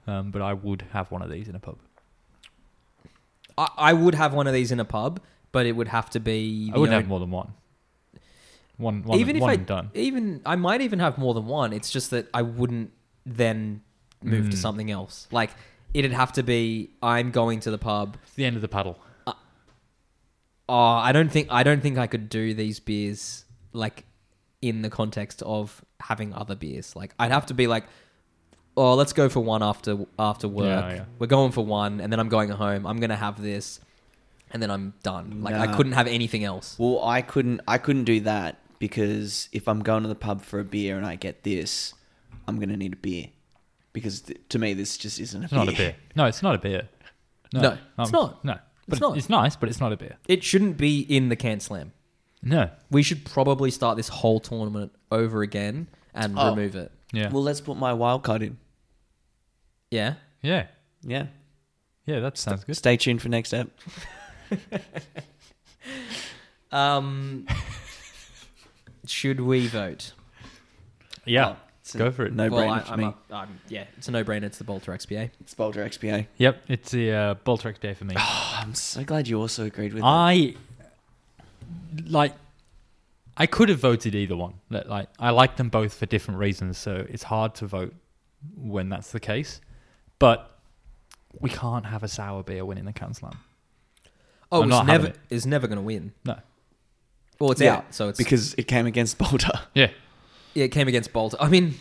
[SPEAKER 3] um, but I would have one of these in a pub.
[SPEAKER 1] I, I would have one of these in a pub, but it would have to be.
[SPEAKER 3] I
[SPEAKER 1] the
[SPEAKER 3] wouldn't
[SPEAKER 1] own-
[SPEAKER 3] have more than one. One, one,
[SPEAKER 1] even if
[SPEAKER 3] one
[SPEAKER 1] I
[SPEAKER 3] and done.
[SPEAKER 1] even I might even have more than one. It's just that I wouldn't then move
[SPEAKER 3] Hmm.
[SPEAKER 1] to something else. Like it'd have to be I'm going to the pub.
[SPEAKER 3] It's the end of the paddle.
[SPEAKER 1] Oh, I don't think I don't think I could do these beers like in the context of having other beers. Like I'd have to be like, oh, let's go for one after after work.
[SPEAKER 3] yeah.
[SPEAKER 1] We're going for one, and then I'm going home. I'm gonna have this, and then I'm done. Like I
[SPEAKER 2] Nah.
[SPEAKER 1] couldn't have anything else.
[SPEAKER 2] Well, I couldn't I couldn't do that because if I'm going to the pub for a beer and I get this, I'm gonna need a beer. Because th- to me, this just isn't a
[SPEAKER 3] It's not a beer. No, it's not a beer. Um,
[SPEAKER 1] No, it's not.
[SPEAKER 3] No, but it's,
[SPEAKER 1] not.
[SPEAKER 3] it's nice, but it's not a beer.
[SPEAKER 1] It shouldn't be in the can slam.
[SPEAKER 3] No.
[SPEAKER 1] We should probably start this whole tournament over again and
[SPEAKER 2] Oh.
[SPEAKER 1] remove it.
[SPEAKER 3] Yeah.
[SPEAKER 2] Well, let's put my wild card in.
[SPEAKER 1] Yeah.
[SPEAKER 3] yeah.
[SPEAKER 2] Yeah.
[SPEAKER 3] Yeah, that sounds good.
[SPEAKER 2] Stay tuned for next ep.
[SPEAKER 1] Um, [laughs] should we vote? Oh,
[SPEAKER 3] Yeah.
[SPEAKER 2] It's a
[SPEAKER 3] Go for it.
[SPEAKER 2] No
[SPEAKER 1] well,
[SPEAKER 2] brainer
[SPEAKER 1] I,
[SPEAKER 2] for
[SPEAKER 1] I'm
[SPEAKER 2] me.
[SPEAKER 1] up- I'm- yeah, it's a no-brainer. It's the Bolter XPA.
[SPEAKER 2] It's Boulder XPA.
[SPEAKER 3] Yep, it's the uh, Boltrex
[SPEAKER 1] [sighs]
[SPEAKER 3] day for me.
[SPEAKER 2] Oh, I'm so glad you also agreed with it.
[SPEAKER 3] I like. I could have voted either one. Like, like, I like them both for different reasons, so it's hard to vote when that's the case. But we can't have a sour beer winning the Can Slam.
[SPEAKER 1] Oh,
[SPEAKER 3] I'm
[SPEAKER 1] it's
[SPEAKER 3] not having
[SPEAKER 1] never
[SPEAKER 3] it.
[SPEAKER 1] it's never going to win.
[SPEAKER 3] No.
[SPEAKER 1] Well, it's
[SPEAKER 2] Yeah,
[SPEAKER 1] out, so it's because
[SPEAKER 2] because it came against Boulder. [laughs]
[SPEAKER 3] Yeah.
[SPEAKER 1] yeah, it came against Bolter. I mean,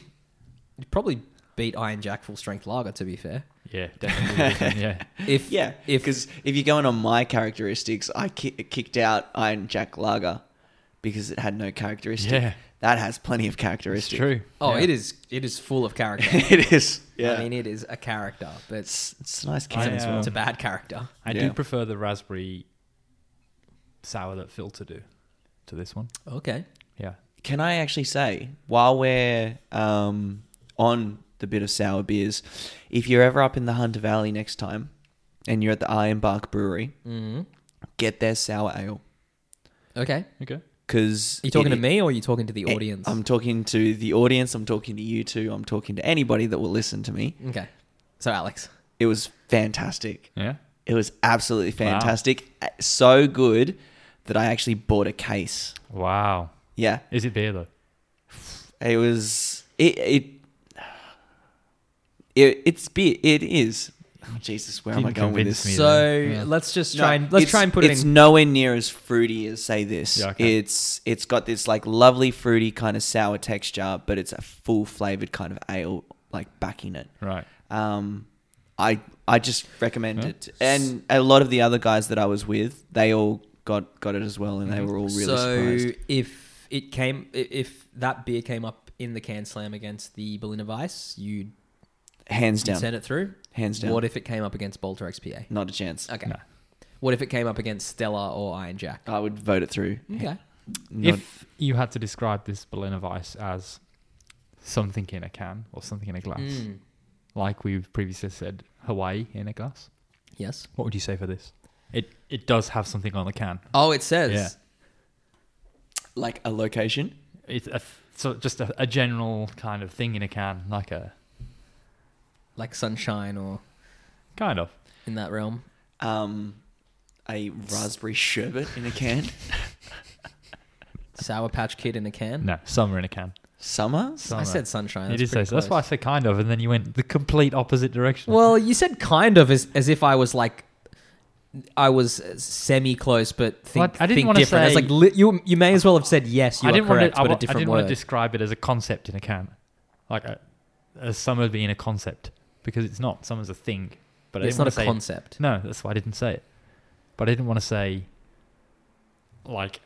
[SPEAKER 1] you probably beat Iron Jack Full Strength Lager. To be fair,
[SPEAKER 3] Yeah.
[SPEAKER 1] [laughs]
[SPEAKER 3] Definitely. yeah.
[SPEAKER 1] if
[SPEAKER 2] Yeah,
[SPEAKER 1] if
[SPEAKER 2] because if you're going on my characteristics, I ki- kicked out Iron Jack Lager because it had no characteristic.
[SPEAKER 3] Yeah.
[SPEAKER 2] That has plenty of
[SPEAKER 3] It's
[SPEAKER 2] characteristic.
[SPEAKER 3] true.
[SPEAKER 1] oh,
[SPEAKER 3] Yeah.
[SPEAKER 1] it is it is full of character.
[SPEAKER 2] [laughs] it is. Yeah.
[SPEAKER 1] I mean, it is a character, but it's,
[SPEAKER 2] it's, it's a nice
[SPEAKER 3] I,
[SPEAKER 2] can as well.
[SPEAKER 1] it's a
[SPEAKER 3] um,
[SPEAKER 1] bad character.
[SPEAKER 3] I
[SPEAKER 2] Yeah.
[SPEAKER 3] do prefer the raspberry sour that Filter do to this one.
[SPEAKER 1] Okay.
[SPEAKER 3] Yeah.
[SPEAKER 2] Can I actually say, while we're um, on the bit of sour beers, if you're ever up in the Hunter Valley next time and you're at the Iron Bark Brewery,
[SPEAKER 1] Mm-hmm.
[SPEAKER 2] get their sour ale.
[SPEAKER 1] Okay. Are
[SPEAKER 3] Okay.
[SPEAKER 2] Because
[SPEAKER 1] you talking to me or are you talking to the audience?
[SPEAKER 2] I'm talking to the audience. I'm talking to you two. I'm talking to anybody that will listen to me.
[SPEAKER 1] Okay. So, Alex.
[SPEAKER 2] It was fantastic.
[SPEAKER 3] Yeah.
[SPEAKER 2] It was absolutely fantastic. So good that I actually bought a case.
[SPEAKER 3] Wow.
[SPEAKER 2] Yeah,
[SPEAKER 3] Is it beer though?
[SPEAKER 2] It was it it it it's beer. It is. Oh, Jesus, where am I
[SPEAKER 3] Didn't
[SPEAKER 2] going with
[SPEAKER 3] convince
[SPEAKER 2] this?
[SPEAKER 3] me.
[SPEAKER 1] So
[SPEAKER 3] Yeah.
[SPEAKER 1] let's just
[SPEAKER 2] No,
[SPEAKER 1] try and let's
[SPEAKER 2] it's-
[SPEAKER 1] try and put it
[SPEAKER 2] It's
[SPEAKER 1] in.
[SPEAKER 2] nowhere near as fruity as say this.
[SPEAKER 3] Yeah, okay.
[SPEAKER 2] It's it's got this like lovely fruity kind of sour texture, but it's a full flavored kind of ale like backing it.
[SPEAKER 3] Right.
[SPEAKER 2] Um, I I just recommend
[SPEAKER 3] Yeah.
[SPEAKER 2] it, and a lot of the other guys that I was with, they all got got it as well, and they were all really
[SPEAKER 1] Mm-hmm. so
[SPEAKER 2] surprised.
[SPEAKER 1] if it came, i- if that beer came up in the can slam against the Berliner Weiss, you'd
[SPEAKER 2] Hands
[SPEAKER 1] you'd
[SPEAKER 2] down,
[SPEAKER 1] send it through.
[SPEAKER 2] hands down,
[SPEAKER 1] What if it came up against Bolter XPA?
[SPEAKER 2] not a chance.
[SPEAKER 1] Okay.
[SPEAKER 3] No.
[SPEAKER 1] What if it came up against Stella or Iron Jack?
[SPEAKER 2] I would vote it through.
[SPEAKER 1] Okay.
[SPEAKER 2] Not-
[SPEAKER 3] If you had to describe this Berliner Weiss as something in a can or something in a glass,
[SPEAKER 1] Mm.
[SPEAKER 3] like we've previously said, Hawaii in a glass,
[SPEAKER 1] Yes.
[SPEAKER 3] what would you say for this? It it does have something on the can.
[SPEAKER 1] Oh, it says.
[SPEAKER 3] Yeah.
[SPEAKER 2] like a location.
[SPEAKER 3] It's a th- so just a, a general kind of thing in a can, like a
[SPEAKER 1] like sunshine or
[SPEAKER 3] kind of.
[SPEAKER 1] in that realm.
[SPEAKER 2] Um, a raspberry sherbet in a [laughs] can.
[SPEAKER 1] Sour Patch Kid in a can.
[SPEAKER 3] No, summer in a can.
[SPEAKER 2] Summer.
[SPEAKER 1] I
[SPEAKER 3] Summer.
[SPEAKER 1] said sunshine.
[SPEAKER 3] You
[SPEAKER 1] That's
[SPEAKER 3] did say
[SPEAKER 1] pretty
[SPEAKER 3] so. That's why I
[SPEAKER 1] close.
[SPEAKER 3] said kind of, and then you went the complete opposite direction.
[SPEAKER 1] Well, you said kind of as, as if I was like I was semi close, but think,
[SPEAKER 3] I didn't
[SPEAKER 1] think
[SPEAKER 3] wanna
[SPEAKER 1] different. It's
[SPEAKER 3] say-
[SPEAKER 1] like li- you you may as well have said yes. You
[SPEAKER 3] I didn't
[SPEAKER 1] are
[SPEAKER 3] want
[SPEAKER 1] correct,
[SPEAKER 3] to. I,
[SPEAKER 1] but
[SPEAKER 3] wa-
[SPEAKER 1] a different
[SPEAKER 3] I didn't
[SPEAKER 1] word.
[SPEAKER 3] want to describe it as a concept in a can, like a, a summer being a concept, because it's not. Summer's a thing, but I
[SPEAKER 1] it's
[SPEAKER 3] didn't
[SPEAKER 1] not a
[SPEAKER 3] wanna say-
[SPEAKER 1] concept.
[SPEAKER 3] No, that's why I didn't say it. But I didn't want to say, like,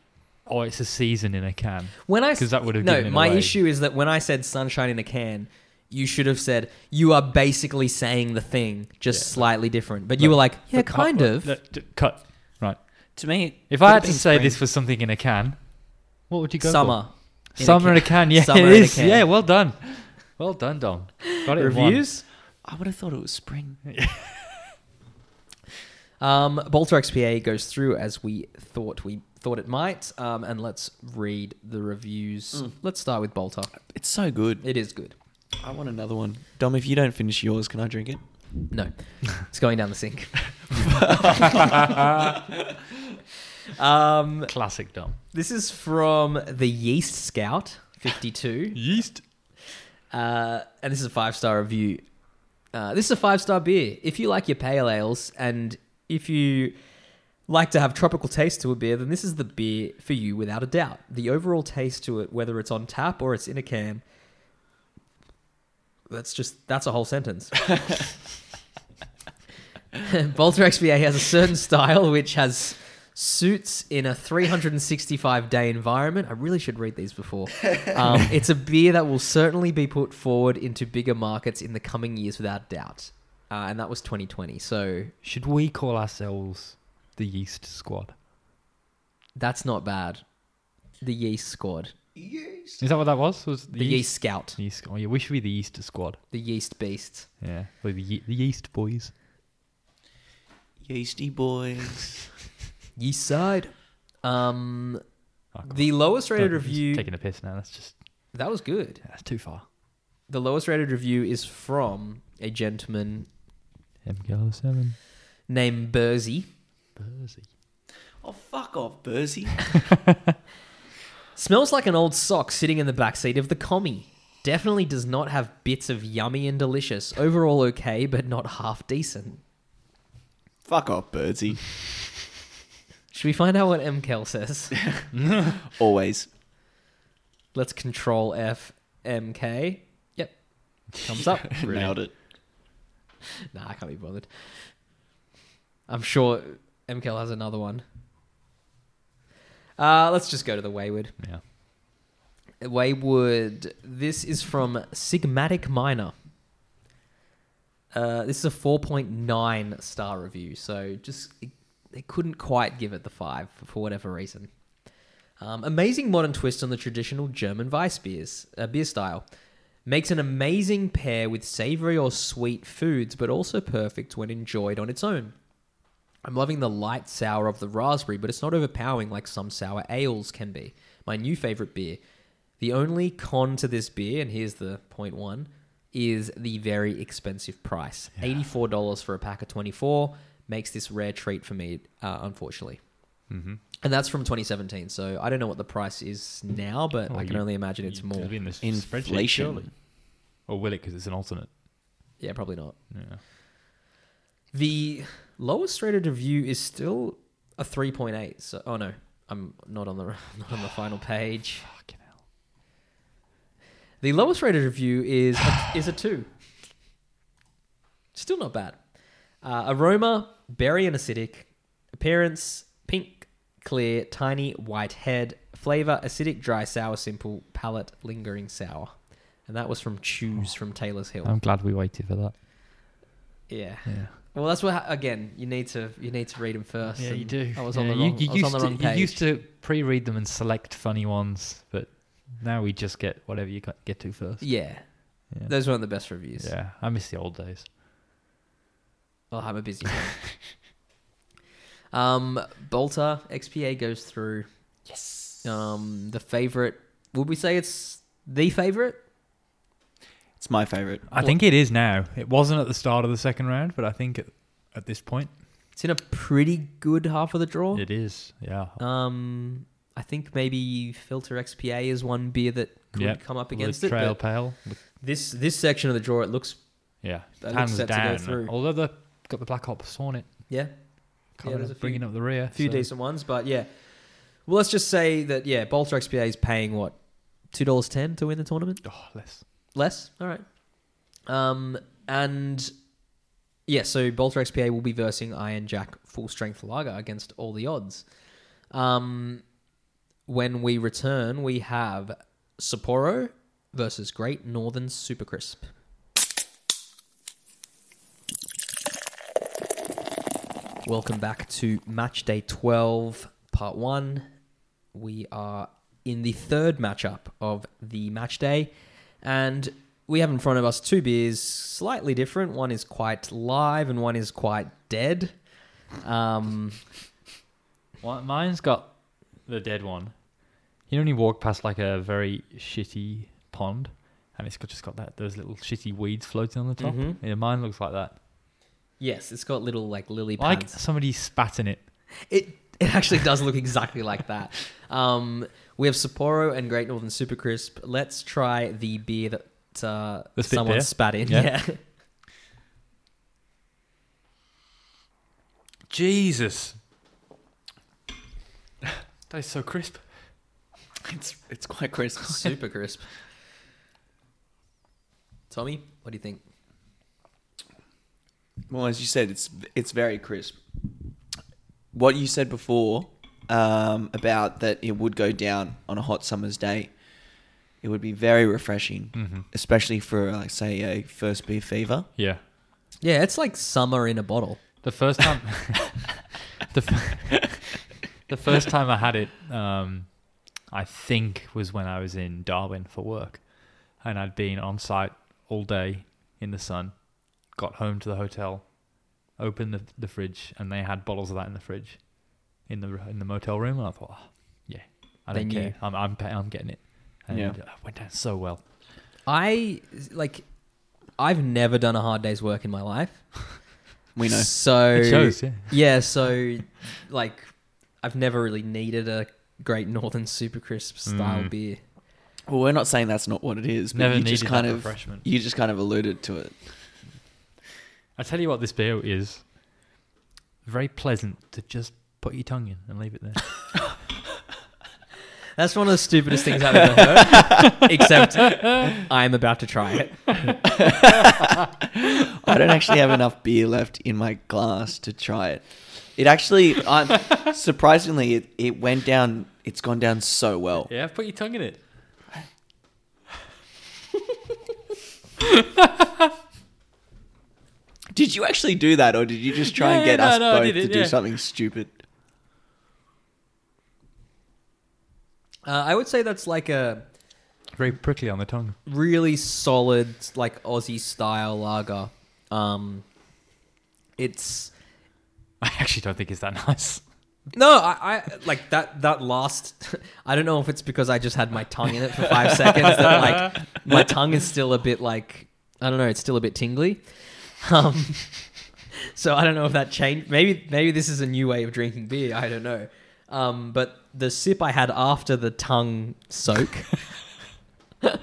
[SPEAKER 3] oh, it's a season in a can.
[SPEAKER 1] When I
[SPEAKER 3] 'Cause that would have
[SPEAKER 1] no,
[SPEAKER 3] given it
[SPEAKER 1] my
[SPEAKER 3] away.
[SPEAKER 1] issue is that when I said sunshine in a can, you should have said you are basically saying the thing, just
[SPEAKER 3] Yeah. uh,
[SPEAKER 1] slightly different. But you were
[SPEAKER 3] But-
[SPEAKER 1] like, yeah,
[SPEAKER 3] but-
[SPEAKER 1] kind
[SPEAKER 3] but-
[SPEAKER 1] of.
[SPEAKER 3] no, d- cut. Right.
[SPEAKER 2] To me, it
[SPEAKER 3] If
[SPEAKER 2] could
[SPEAKER 3] I
[SPEAKER 2] have
[SPEAKER 3] had to
[SPEAKER 2] been
[SPEAKER 3] say
[SPEAKER 2] spring.
[SPEAKER 3] this was something in a can, what would you go for?
[SPEAKER 1] Summer. in a
[SPEAKER 3] Summer in a
[SPEAKER 1] can.
[SPEAKER 3] can. Yeah,
[SPEAKER 1] Summer in
[SPEAKER 3] it
[SPEAKER 1] a
[SPEAKER 3] is.
[SPEAKER 1] can.
[SPEAKER 3] Yeah, well done. Well done, Dom. Got it. in one.
[SPEAKER 1] Reviews.
[SPEAKER 2] I would have thought it was spring.
[SPEAKER 1] Um, Bolter XPA goes through as we thought we thought it might, um, and let's read the reviews. Let's start with Bolter.
[SPEAKER 2] It's so good.
[SPEAKER 1] It is good.
[SPEAKER 2] I want another one. Dom, if you don't finish yours, can I drink it?
[SPEAKER 1] No, it's going down the sink. [laughs] um,
[SPEAKER 3] Classic Dom.
[SPEAKER 1] this is from the Yeast Scout fifty two.
[SPEAKER 3] Yeast.
[SPEAKER 1] Uh, and this is a five star review. Uh, this is a five star beer. If you like your pale ales and if you like to have tropical taste to a beer, then this is the beer for you without a doubt. The overall taste to it, whether it's on tap or it's in a can, that's just that's a whole sentence. [laughs] Bolter XBA has a certain style which has suits in a 365 day environment. I really should read these before. Um, it's a beer that will certainly be put forward into bigger markets in the coming years without doubt. Uh, and that was 2020. So
[SPEAKER 3] Should we call ourselves the Yeast Squad?
[SPEAKER 1] that's not bad. The Yeast Squad,
[SPEAKER 3] Is that what that was? Was
[SPEAKER 1] the Yeast Scout,
[SPEAKER 3] The yeast. Oh, yeah, we should be the Yeast Squad.
[SPEAKER 1] the Yeast Beast.
[SPEAKER 3] Yeah, or the, Ye- the Yeast Boys.
[SPEAKER 2] Yeasty boys.
[SPEAKER 1] Yeast Side. Um,
[SPEAKER 3] Oh, come
[SPEAKER 1] the lowest
[SPEAKER 3] on.
[SPEAKER 1] rated
[SPEAKER 3] Don't- just
[SPEAKER 1] review.
[SPEAKER 3] Taking a piss now. That's just
[SPEAKER 1] That was good.
[SPEAKER 3] that's too far.
[SPEAKER 1] The lowest rated review is from a gentleman
[SPEAKER 3] MGL seven.
[SPEAKER 1] named Bursey.
[SPEAKER 2] [laughs] oh, fuck off, Bursey.
[SPEAKER 1] Smells like an old sock sitting in the backseat of the commie. Definitely does not have bits of yummy and delicious. Overall, okay, but not half decent.
[SPEAKER 2] fuck off, [laughs] Birdsy.
[SPEAKER 1] Should we find out what MKEL says? [laughs]
[SPEAKER 2] Always.
[SPEAKER 1] Let's control F M K. Yep. Comes up.
[SPEAKER 2] Nailed it.
[SPEAKER 1] Nah, I can't be bothered. I'm sure MKL has another one. Uh, let's just go to the Wayward.
[SPEAKER 3] Yeah.
[SPEAKER 1] Wayward. This is from Sigmatic Minor. Uh, this is a 4.9 star review, so just they couldn't quite give it the five for- for whatever reason. Um, amazing modern twist on the traditional German Weiss beers, uh, beer style. Makes an amazing pair with savory or sweet foods, but also perfect when enjoyed on its own. I'm loving the light sour of the raspberry, but it's not overpowering like some sour ales can be. My new favorite beer. The only con to this beer, and here's the point one, is the very expensive price. $84 for a pack of 24 makes this rare treat for me, uh, unfortunately.
[SPEAKER 3] Mm-hmm.
[SPEAKER 1] And that's from 2017, so I don't know what the price is now, but
[SPEAKER 3] Oh,
[SPEAKER 1] I can
[SPEAKER 3] you-
[SPEAKER 1] only imagine it's more.
[SPEAKER 3] In this spreadsheet, surely.
[SPEAKER 2] Inflation.
[SPEAKER 3] Or will it? Because it's an alternate.
[SPEAKER 1] Yeah, probably not.
[SPEAKER 3] Yeah.
[SPEAKER 1] The lowest rated review is still a 3.8. So, oh no, I'm not on the [laughs] I'm not on the final page.
[SPEAKER 3] [sighs] Fucking hell.
[SPEAKER 1] The lowest rated review is a, is a two. Still not bad. Uh, aroma, berry and acidic. Appearance, pink, clear, tiny, white head. Flavor, acidic, dry, sour, simple. Palate, lingering sour. And that was from Choose from Taylor's Hill.
[SPEAKER 3] I'm glad we waited for that.
[SPEAKER 1] yeah.
[SPEAKER 3] Yeah.
[SPEAKER 1] Well, that's what again. You need to you need to read them first. and I was on
[SPEAKER 3] Yeah,
[SPEAKER 1] the
[SPEAKER 3] you-
[SPEAKER 1] wrong,
[SPEAKER 3] you
[SPEAKER 1] I was on
[SPEAKER 3] used
[SPEAKER 1] the
[SPEAKER 3] to-
[SPEAKER 1] wrong
[SPEAKER 3] You
[SPEAKER 1] page.
[SPEAKER 3] used to pre-read them and select funny ones, but now we just get whatever you got- get to first.
[SPEAKER 1] Yeah.
[SPEAKER 3] Yeah.
[SPEAKER 1] Those weren't the best reviews.
[SPEAKER 3] Yeah, I miss the old days.
[SPEAKER 1] Well, I'm a busy man. [laughs] um, Bolter XPA goes through. Yes. Um, the favorite. Would we say it's the favorite?
[SPEAKER 2] It's my favorite.
[SPEAKER 3] I think it is now. It wasn't at the start of the second round, but I think at, at this point
[SPEAKER 1] It's in a pretty good half of the draw.
[SPEAKER 3] it is. Yeah.
[SPEAKER 1] Um, I think maybe Filter XPA is one beer that could
[SPEAKER 3] Yeah.
[SPEAKER 1] come up against
[SPEAKER 3] the
[SPEAKER 1] it.
[SPEAKER 3] trail
[SPEAKER 1] but
[SPEAKER 3] pale. With,
[SPEAKER 1] This this section of the draw, it looks
[SPEAKER 3] yeah,
[SPEAKER 1] That looks
[SPEAKER 3] hands
[SPEAKER 1] set to go
[SPEAKER 3] down.
[SPEAKER 1] through.
[SPEAKER 3] Although they got the Black Ops Hornet
[SPEAKER 1] yeah,
[SPEAKER 3] coming
[SPEAKER 1] there's
[SPEAKER 3] up,
[SPEAKER 1] a few-
[SPEAKER 3] bringing up the rear.
[SPEAKER 1] a few
[SPEAKER 3] so-
[SPEAKER 1] decent ones, but yeah. Well, let's just say that yeah, Bolter XPA is paying what two dollars ten to win the tournament.
[SPEAKER 3] Oh, less.
[SPEAKER 1] Less. All right. Um, and yeah, so Bolter XPA will be versing Iron Jack full strength lager against all the odds. Um, when we return, we have Sapporo versus Great Northern Super Crisp. Welcome back to match day 12, part one. We are in the third matchup of the match day, and we have in front of us two beers slightly different. One is quite live, and one is quite dead. Um,
[SPEAKER 3] Well, mine's got the dead one. You know when you walk past like a very shitty pond, and it's got, just got that those little shitty weeds floating on the top.
[SPEAKER 1] Mhm.
[SPEAKER 3] Yeah, mine looks like that.
[SPEAKER 1] yes, it's got little like lily pads.
[SPEAKER 3] Like somebody spat in it.
[SPEAKER 1] It it actually does look exactly like that. Um, we have Sapporo and Great Northern Super Crisp. Let's try the beer that uh,
[SPEAKER 3] The spit
[SPEAKER 1] someone
[SPEAKER 3] beer?
[SPEAKER 1] spat in.
[SPEAKER 3] Yeah.
[SPEAKER 1] yeah.
[SPEAKER 3] Jesus, [laughs] that is so crisp.
[SPEAKER 2] [laughs] It's it's quite crisp.
[SPEAKER 1] Super crisp. Tommy, what do you think?
[SPEAKER 2] Well, as you said, it's it's very crisp. What you said before um, about that it would go down on a hot summer's day, it would be very refreshing, especially for like say a first beer fever.
[SPEAKER 3] Yeah,
[SPEAKER 1] Yeah, it's like summer in a bottle.
[SPEAKER 3] the first time, [laughs] the, f- the first time I had it, um, I think was when I was in Darwin for work, and I'd been on site all day in the sun. Got home to the hotel, opened the, the fridge, and they had bottles of that in the fridge, in the in the motel room. And I thought, oh, yeah, I
[SPEAKER 1] They
[SPEAKER 3] don't
[SPEAKER 1] knew.
[SPEAKER 3] care. I'm I'm pa- I'm getting it. And
[SPEAKER 2] Yeah.
[SPEAKER 3] it went down so well.
[SPEAKER 1] I like I've never done a hard day's work in my life.
[SPEAKER 2] We know.
[SPEAKER 1] So
[SPEAKER 3] It shows, yeah.
[SPEAKER 1] yeah, so like I've never really needed a great northern super crisp style beer.
[SPEAKER 2] Well, we're not saying that's not what it is, but
[SPEAKER 3] Never
[SPEAKER 2] you just
[SPEAKER 3] needed
[SPEAKER 2] kind
[SPEAKER 3] that
[SPEAKER 2] of
[SPEAKER 3] refreshment.
[SPEAKER 2] you just kind of alluded to it.
[SPEAKER 3] I tell you what, this beer is very pleasant to just put your tongue in and leave it there.
[SPEAKER 1] That's one of the stupidest things I've ever heard. [laughs] except I'm about to try it.
[SPEAKER 2] I don't actually have enough beer left in my glass to try it. It actually, i [laughs] surprisingly, it, it went down. It's gone down so well.
[SPEAKER 3] [laughs] Yeah, put your tongue in it.
[SPEAKER 2] Did you actually do that, or did you just try and
[SPEAKER 3] Yeah,
[SPEAKER 2] get
[SPEAKER 3] no,
[SPEAKER 2] us
[SPEAKER 3] no, I
[SPEAKER 2] both
[SPEAKER 3] did
[SPEAKER 2] to
[SPEAKER 3] it,
[SPEAKER 2] do
[SPEAKER 3] yeah.
[SPEAKER 2] something stupid?
[SPEAKER 1] Uh, I would say that's like a
[SPEAKER 3] Very prickly on the tongue. [laughs]
[SPEAKER 1] really solid like Aussie style lager. Um, it's
[SPEAKER 3] I actually don't think it's that nice.
[SPEAKER 1] no, I, I like that that last. [laughs] I don't know if it's because I just had my tongue in it for five seconds that like my tongue is still a bit like I don't know. It's still a bit tingly. Um, [laughs] so I don't know if that changed. Maybe maybe this is a new way of drinking beer. I don't know. Um, but the sip I had after the tongue soak. [laughs]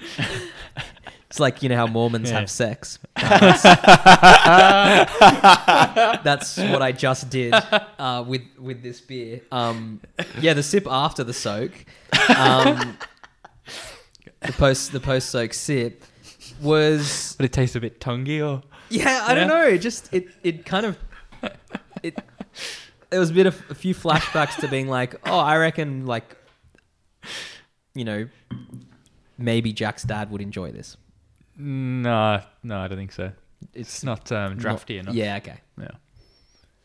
[SPEAKER 1] It's like you know how Mormons
[SPEAKER 3] Yeah.
[SPEAKER 1] have sex. That's, that's what I just did uh, with with this beer. Um, yeah, the sip after the soak, um, the post the post soak sip was
[SPEAKER 3] But it tastes a bit tonguey or
[SPEAKER 1] yeah, I don't
[SPEAKER 3] Yeah.
[SPEAKER 1] know. It just it it kind
[SPEAKER 3] [laughs]
[SPEAKER 1] of it. There was a bit of a few flashbacks to being like, oh, I reckon like, you know, maybe Jack's dad would enjoy this.
[SPEAKER 3] No, no, I don't think so.
[SPEAKER 1] It's
[SPEAKER 3] It's not um, drafty
[SPEAKER 1] Not-
[SPEAKER 3] enough.
[SPEAKER 1] Yeah, okay.
[SPEAKER 3] Yeah.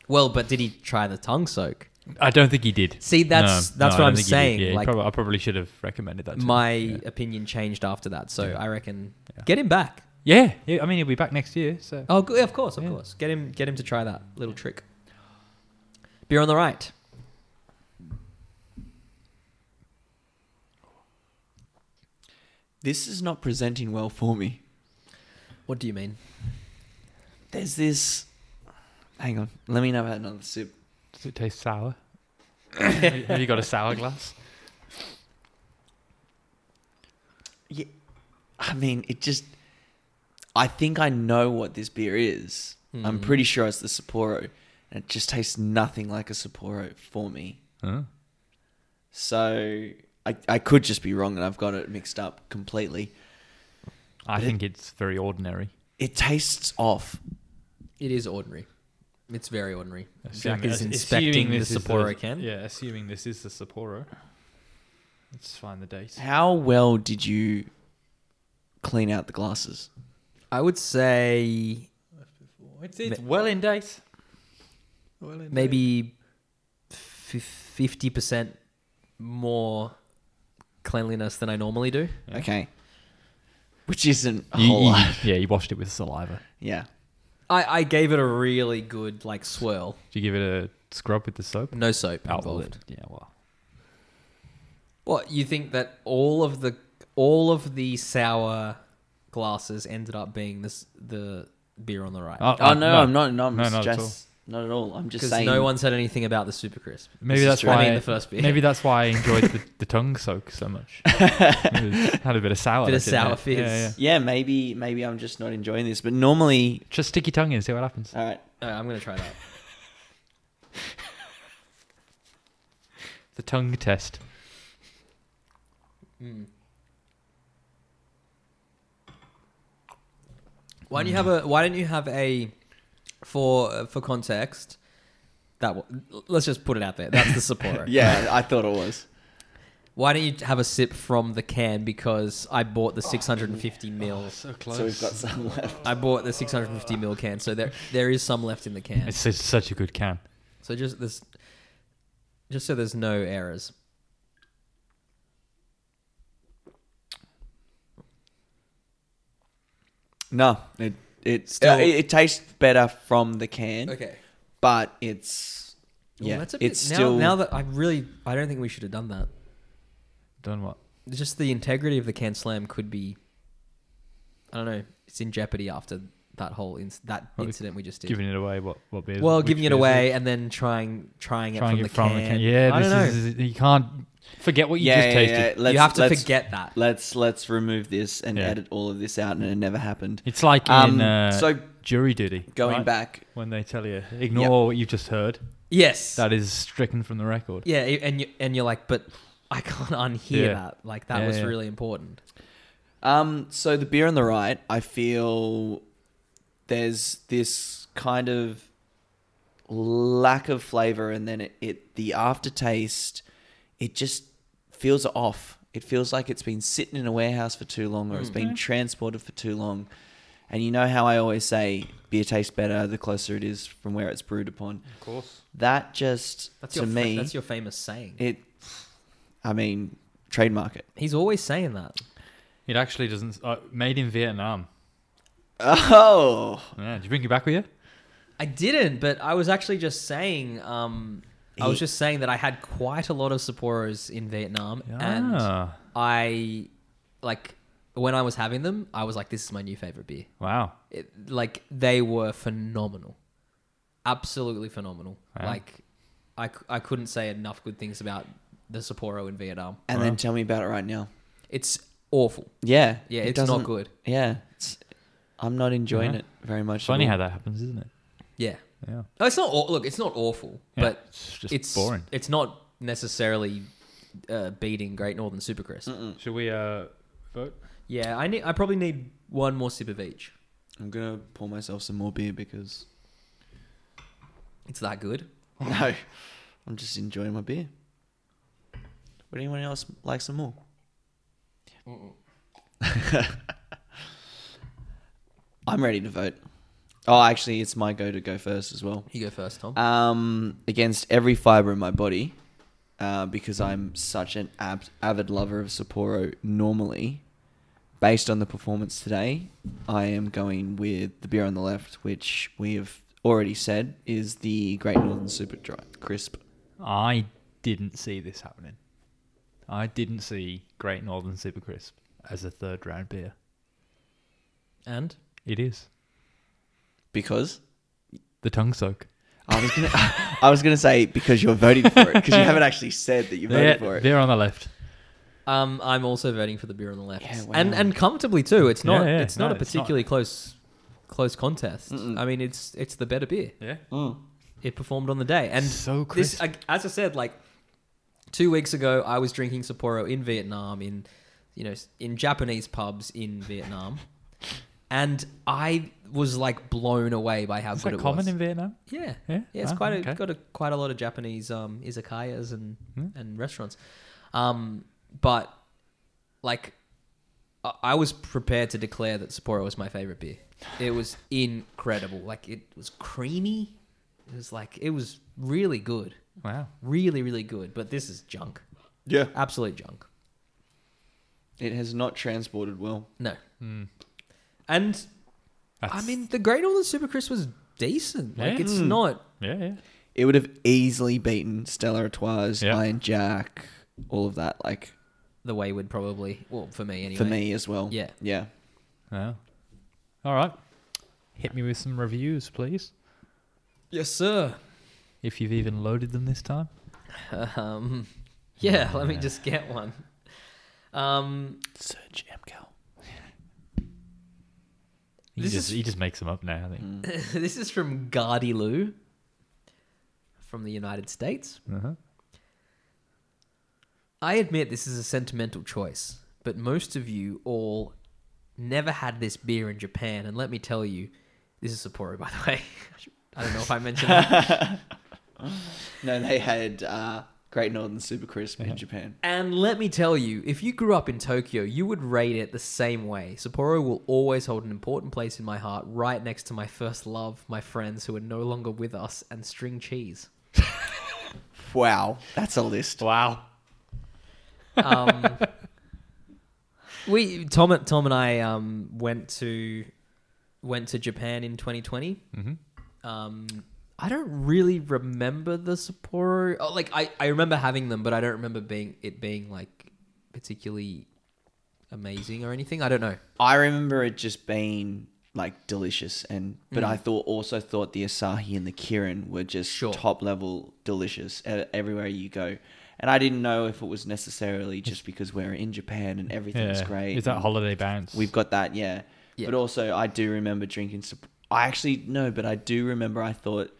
[SPEAKER 1] Well, but did he try the tongue soak?
[SPEAKER 3] I don't think he did.
[SPEAKER 1] See, that's- that's
[SPEAKER 3] I
[SPEAKER 1] what
[SPEAKER 3] don't
[SPEAKER 1] I'm
[SPEAKER 3] think he did.
[SPEAKER 1] saying,
[SPEAKER 3] Yeah, he
[SPEAKER 1] like-
[SPEAKER 3] prob- I probably should have recommended that. To
[SPEAKER 1] My
[SPEAKER 3] him.
[SPEAKER 1] opinion changed after that, so I reckon
[SPEAKER 3] Yeah.
[SPEAKER 1] get him back.
[SPEAKER 3] yeah. yeah, yeah, I mean he'll be back next year. So
[SPEAKER 1] Oh, good, of course, of
[SPEAKER 3] Yeah.
[SPEAKER 1] course. Get him, get him to try that little trick. Beer on the right.
[SPEAKER 2] this is not presenting well for me.
[SPEAKER 1] What do you mean?
[SPEAKER 2] There's this. Hang on, let me know about another sip.
[SPEAKER 3] [coughs] Does it taste sour? [coughs] Have you got a sour glass?
[SPEAKER 2] Yeah, I mean, it just. I think I know what this beer is.
[SPEAKER 3] Hmm.
[SPEAKER 2] I'm pretty sure it's the Sapporo, and it just tastes nothing like a Sapporo for me.
[SPEAKER 3] Huh?
[SPEAKER 2] So I, I could just be wrong, and I've got it mixed up completely.
[SPEAKER 3] I think it's very ordinary.
[SPEAKER 2] It tastes off.
[SPEAKER 1] It is ordinary. It's very ordinary. Jack
[SPEAKER 3] Assuming-
[SPEAKER 1] is
[SPEAKER 3] assuming
[SPEAKER 1] inspecting the
[SPEAKER 3] this is
[SPEAKER 1] Sapporo can.
[SPEAKER 3] Yeah, assuming this is the Sapporo. Let's find the date.
[SPEAKER 2] How well did you clean out the glasses?
[SPEAKER 1] I would say
[SPEAKER 3] It's, it's well in date. Well in
[SPEAKER 1] maybe fifty percent more cleanliness than I normally do.
[SPEAKER 3] Yeah.
[SPEAKER 2] Okay. Which isn't a
[SPEAKER 3] You,
[SPEAKER 2] whole
[SPEAKER 3] you-
[SPEAKER 2] lot.
[SPEAKER 3] yeah, you washed it with saliva.
[SPEAKER 2] Yeah.
[SPEAKER 1] I, I gave it a really good like swirl.
[SPEAKER 3] Did you give it a scrub with the soap?
[SPEAKER 1] No soap
[SPEAKER 3] Oh, well,
[SPEAKER 1] involved.
[SPEAKER 3] it- Yeah, well.
[SPEAKER 1] What you think that all of the all of the sour glasses ended up being this the beer on the right?
[SPEAKER 2] Oh no, I'm not. No, I'm
[SPEAKER 3] No,
[SPEAKER 2] just
[SPEAKER 3] not at all.
[SPEAKER 2] not at all. I'm just
[SPEAKER 1] Because
[SPEAKER 2] saying.
[SPEAKER 1] no one said anything about the super crisp.
[SPEAKER 2] This
[SPEAKER 3] Maybe
[SPEAKER 2] is
[SPEAKER 3] that's
[SPEAKER 2] true. I
[SPEAKER 3] why.
[SPEAKER 1] mean, the first beer.
[SPEAKER 3] Maybe that's why I enjoyed the, the tongue soak so much. It had a bit of sour.
[SPEAKER 1] Bit of sour
[SPEAKER 3] fizz.
[SPEAKER 1] fizz.
[SPEAKER 3] Yeah, yeah.
[SPEAKER 2] Yeah, maybe maybe I'm just not enjoying this. But normally,
[SPEAKER 3] Just stick your tongue in, see what happens.
[SPEAKER 2] all right.
[SPEAKER 1] Alright, Uh, I'm gonna try that.
[SPEAKER 3] The tongue test.
[SPEAKER 1] Why don't you have a? Why don't you have a? For for context, that w- let's just put it out there. That's the Sapporo.
[SPEAKER 2] [laughs] Yeah, I thought it was.
[SPEAKER 1] Why don't you have a sip from the can? Because I bought the 650 mil.
[SPEAKER 3] So close.
[SPEAKER 2] Oh, So we've got some left.
[SPEAKER 1] I bought the 650 mil can, so there there is some left in the can.
[SPEAKER 3] It's, it's such a good can.
[SPEAKER 1] So just this, just so there's no errors.
[SPEAKER 2] No, it it
[SPEAKER 1] Still-
[SPEAKER 2] Uh, it, it tastes better from the can.
[SPEAKER 1] Okay.
[SPEAKER 2] but it's yeah,
[SPEAKER 1] well, that's a bit,
[SPEAKER 2] it's
[SPEAKER 1] now,
[SPEAKER 2] still
[SPEAKER 1] now that I really I don't think we should have done that.
[SPEAKER 3] Done what?
[SPEAKER 1] Just the integrity of the can slam could be. I don't know. It's in jeopardy after that whole inc- that
[SPEAKER 3] Well,
[SPEAKER 1] incident we just did.
[SPEAKER 3] Giving it away. What? What beer?
[SPEAKER 1] Well,
[SPEAKER 3] which
[SPEAKER 1] giving it
[SPEAKER 3] beer is
[SPEAKER 1] away and then trying trying it
[SPEAKER 3] Trying
[SPEAKER 1] from,
[SPEAKER 3] it
[SPEAKER 1] the,
[SPEAKER 3] from
[SPEAKER 1] can.
[SPEAKER 3] the can. Yeah,
[SPEAKER 1] I
[SPEAKER 3] this
[SPEAKER 1] don't know.
[SPEAKER 3] Is, you can't forget what you
[SPEAKER 2] yeah,
[SPEAKER 3] just
[SPEAKER 2] yeah,
[SPEAKER 3] tasted.
[SPEAKER 2] yeah, let's-
[SPEAKER 1] you have to
[SPEAKER 2] let's-
[SPEAKER 1] forget that.
[SPEAKER 2] Let's let's remove this and
[SPEAKER 3] Yeah.
[SPEAKER 2] edit all of this out, and it never happened.
[SPEAKER 3] It's like
[SPEAKER 2] Um,
[SPEAKER 3] in uh,
[SPEAKER 2] so
[SPEAKER 3] jury duty.
[SPEAKER 2] going
[SPEAKER 3] right?
[SPEAKER 2] back,
[SPEAKER 3] when they tell you ignore what you've just heard,
[SPEAKER 1] Yes.
[SPEAKER 3] that is stricken from the record.
[SPEAKER 1] yeah, e, and you and you're like, but I can't [laughs] unhear
[SPEAKER 3] Yeah.
[SPEAKER 1] that. Like that
[SPEAKER 3] Yeah,
[SPEAKER 1] was
[SPEAKER 3] yeah.
[SPEAKER 1] really important.
[SPEAKER 2] Um, so the beer on the right, I feel there's this kind of lack of flavor, and then it, it the aftertaste, it just feels off. It feels like it's been sitting in a warehouse for too long, or it's
[SPEAKER 1] Mm-hmm.
[SPEAKER 2] been transported for too long. And you know how I always say beer tastes better the closer it is from where it's brewed upon.
[SPEAKER 3] Of course.
[SPEAKER 2] That just
[SPEAKER 1] That's
[SPEAKER 2] to
[SPEAKER 1] your fa-
[SPEAKER 2] me,
[SPEAKER 1] that's your famous saying.
[SPEAKER 2] it. I mean, trademark it. [laughs]
[SPEAKER 1] He's always saying that.
[SPEAKER 3] It actually doesn't. Uh, made in Vietnam.
[SPEAKER 2] Oh,
[SPEAKER 3] Yeah, did you bring it back with you?
[SPEAKER 1] I didn't, but I was actually just saying. Um, I was
[SPEAKER 2] He-
[SPEAKER 1] just saying that I had quite a lot of Sapporos in Vietnam, and
[SPEAKER 3] Ah,
[SPEAKER 1] I like when I was having them, I was like, "This is my new favorite beer."
[SPEAKER 3] wow.
[SPEAKER 1] it, like they were phenomenal absolutely phenomenal
[SPEAKER 3] Wow.
[SPEAKER 1] like I, c- I couldn't say enough good things about the sapporo in vietnam
[SPEAKER 2] and then tell me about it right now.
[SPEAKER 1] it's awful
[SPEAKER 2] Yeah.
[SPEAKER 1] yeah
[SPEAKER 2] it
[SPEAKER 1] it's not
[SPEAKER 2] doesn't-
[SPEAKER 1] good Uh-huh.
[SPEAKER 2] Yeah. It's, I'm not enjoying
[SPEAKER 3] Yeah.
[SPEAKER 2] it very much. at
[SPEAKER 3] Funny
[SPEAKER 2] all.
[SPEAKER 3] how that happens, isn't it?
[SPEAKER 1] yeah
[SPEAKER 3] Yeah.
[SPEAKER 1] oh, it's not aw- look it's not awful
[SPEAKER 3] Yeah,
[SPEAKER 1] but
[SPEAKER 3] it's
[SPEAKER 1] it's
[SPEAKER 3] just
[SPEAKER 1] it's,
[SPEAKER 3] boring.
[SPEAKER 1] not necessarily uh, beating great northern super crisp
[SPEAKER 3] Should we uh, vote?
[SPEAKER 1] yeah i need i probably need one more sip of each
[SPEAKER 2] I'm gonna pour myself some more beer because
[SPEAKER 1] it's that good
[SPEAKER 2] [laughs] no, I'm just enjoying my beer. Would anyone else like some more? [laughs] I'm ready to vote. Oh, actually, it's my go to go first as well.
[SPEAKER 1] you go first tom
[SPEAKER 2] Um, against every fiber in my body, uh, because I'm such an ab- avid lover of Sapporo. Normally, based on the performance today, I am going with the beer on the left, which we have already said is the Great Northern Super Dry Crisp.
[SPEAKER 3] I didn't see this happening. I didn't see Great Northern Super Crisp. as a third round beer.
[SPEAKER 1] And
[SPEAKER 3] It is
[SPEAKER 2] Because
[SPEAKER 3] the tongue soak.
[SPEAKER 2] I was gonna, [laughs] I was gonna say because you're voting for it because you haven't actually said that you
[SPEAKER 3] They're,
[SPEAKER 2] voted for it.
[SPEAKER 3] they're on the left.
[SPEAKER 1] um, I'm also voting for the beer on the left,
[SPEAKER 2] Yeah, wow.
[SPEAKER 1] and and comfortably too. It's not
[SPEAKER 3] Yeah, yeah.
[SPEAKER 1] it's not
[SPEAKER 3] No,
[SPEAKER 1] a
[SPEAKER 3] it's not.
[SPEAKER 1] particularly close close contest. I mean, it's it's the better beer.
[SPEAKER 3] Yeah.
[SPEAKER 1] It performed on the day, and
[SPEAKER 3] So
[SPEAKER 1] this,
[SPEAKER 3] crisp.
[SPEAKER 1] I, as I said, like two weeks ago, I was drinking Sapporo in Vietnam, in you know, in Japanese pubs in Vietnam, and I was like blown away by how
[SPEAKER 3] Is
[SPEAKER 1] good
[SPEAKER 3] that
[SPEAKER 1] it
[SPEAKER 3] common
[SPEAKER 1] was.
[SPEAKER 3] in Vietnam?
[SPEAKER 1] Yeah, yeah,
[SPEAKER 3] Yeah?
[SPEAKER 1] it's
[SPEAKER 3] Ah,
[SPEAKER 1] quite a,
[SPEAKER 3] okay.
[SPEAKER 1] got a, quite a lot of Japanese um, izakayas and and restaurants, um, but like I, I was prepared to declare that Sapporo was my favorite beer. It was
[SPEAKER 3] [sighs]
[SPEAKER 1] incredible. Like it was creamy. It was like it was really good,
[SPEAKER 3] Wow.
[SPEAKER 1] really really good. But this is junk,
[SPEAKER 2] Yeah,
[SPEAKER 1] absolute junk.
[SPEAKER 2] it has not transported well.
[SPEAKER 1] No, and I
[SPEAKER 3] Mm. That's-
[SPEAKER 1] mean the Great Northern Super Crisp was decent. Like
[SPEAKER 3] Yeah.
[SPEAKER 1] it's
[SPEAKER 2] Mm.
[SPEAKER 1] not
[SPEAKER 3] Yeah, yeah.
[SPEAKER 2] It would have easily beaten Stella Artois,
[SPEAKER 3] Yeah.
[SPEAKER 2] Iron Jack, all of that. Like
[SPEAKER 1] the wayward probably. Well, for me anyway.
[SPEAKER 2] for me as well.
[SPEAKER 1] Yeah.
[SPEAKER 2] yeah.
[SPEAKER 3] Wow. All right. Hit me with some reviews, please.
[SPEAKER 1] Yes, sir.
[SPEAKER 3] If you've even loaded them this time.
[SPEAKER 1] Um, [laughs] yeah, let me just get one. Um, [laughs]
[SPEAKER 2] Search MCAL.
[SPEAKER 3] He
[SPEAKER 1] This
[SPEAKER 3] just
[SPEAKER 1] is-
[SPEAKER 3] he just makes them up now, I think.
[SPEAKER 1] this is from Gardy Lou from the United States.
[SPEAKER 3] Uh-huh.
[SPEAKER 1] I admit this is a sentimental choice, but most of you all never had this beer in Japan, and let me tell you, this is Sapporo, by the way. [laughs] I don't know if I mentioned that.
[SPEAKER 2] No, they had uh, Great Northern Super Crisp in Japan.
[SPEAKER 1] And let me tell you, if you grew up in Tokyo, you would rate it the same way. Sapporo will always hold an important place in my heart, right next to my first love, my friends who are no longer with us, and string cheese.
[SPEAKER 2] Wow, that's a list.
[SPEAKER 3] Wow.
[SPEAKER 1] um, we Tom and- Tom and I um, went to went to Japan in 2020.
[SPEAKER 2] Mm-hmm.
[SPEAKER 1] Um, I don't really remember the Sapporo. Oh, like I, I remember having them, but I don't remember being it being like particularly amazing or anything. I don't know.
[SPEAKER 2] I remember it just being like delicious, and but
[SPEAKER 1] Mm.
[SPEAKER 2] I thought also thought the Asahi and the Kirin were just
[SPEAKER 1] Sure.
[SPEAKER 2] top level delicious e- everywhere you go. And I didn't know if it was necessarily just because we're in Japan and everything's
[SPEAKER 3] Yeah.
[SPEAKER 2] great.
[SPEAKER 3] Is that
[SPEAKER 2] and-
[SPEAKER 3] holiday bounce?
[SPEAKER 2] We've got that, yeah.
[SPEAKER 1] Yeah.
[SPEAKER 2] But also, I do remember drinking. Sap- I actually no, but I do remember. I thought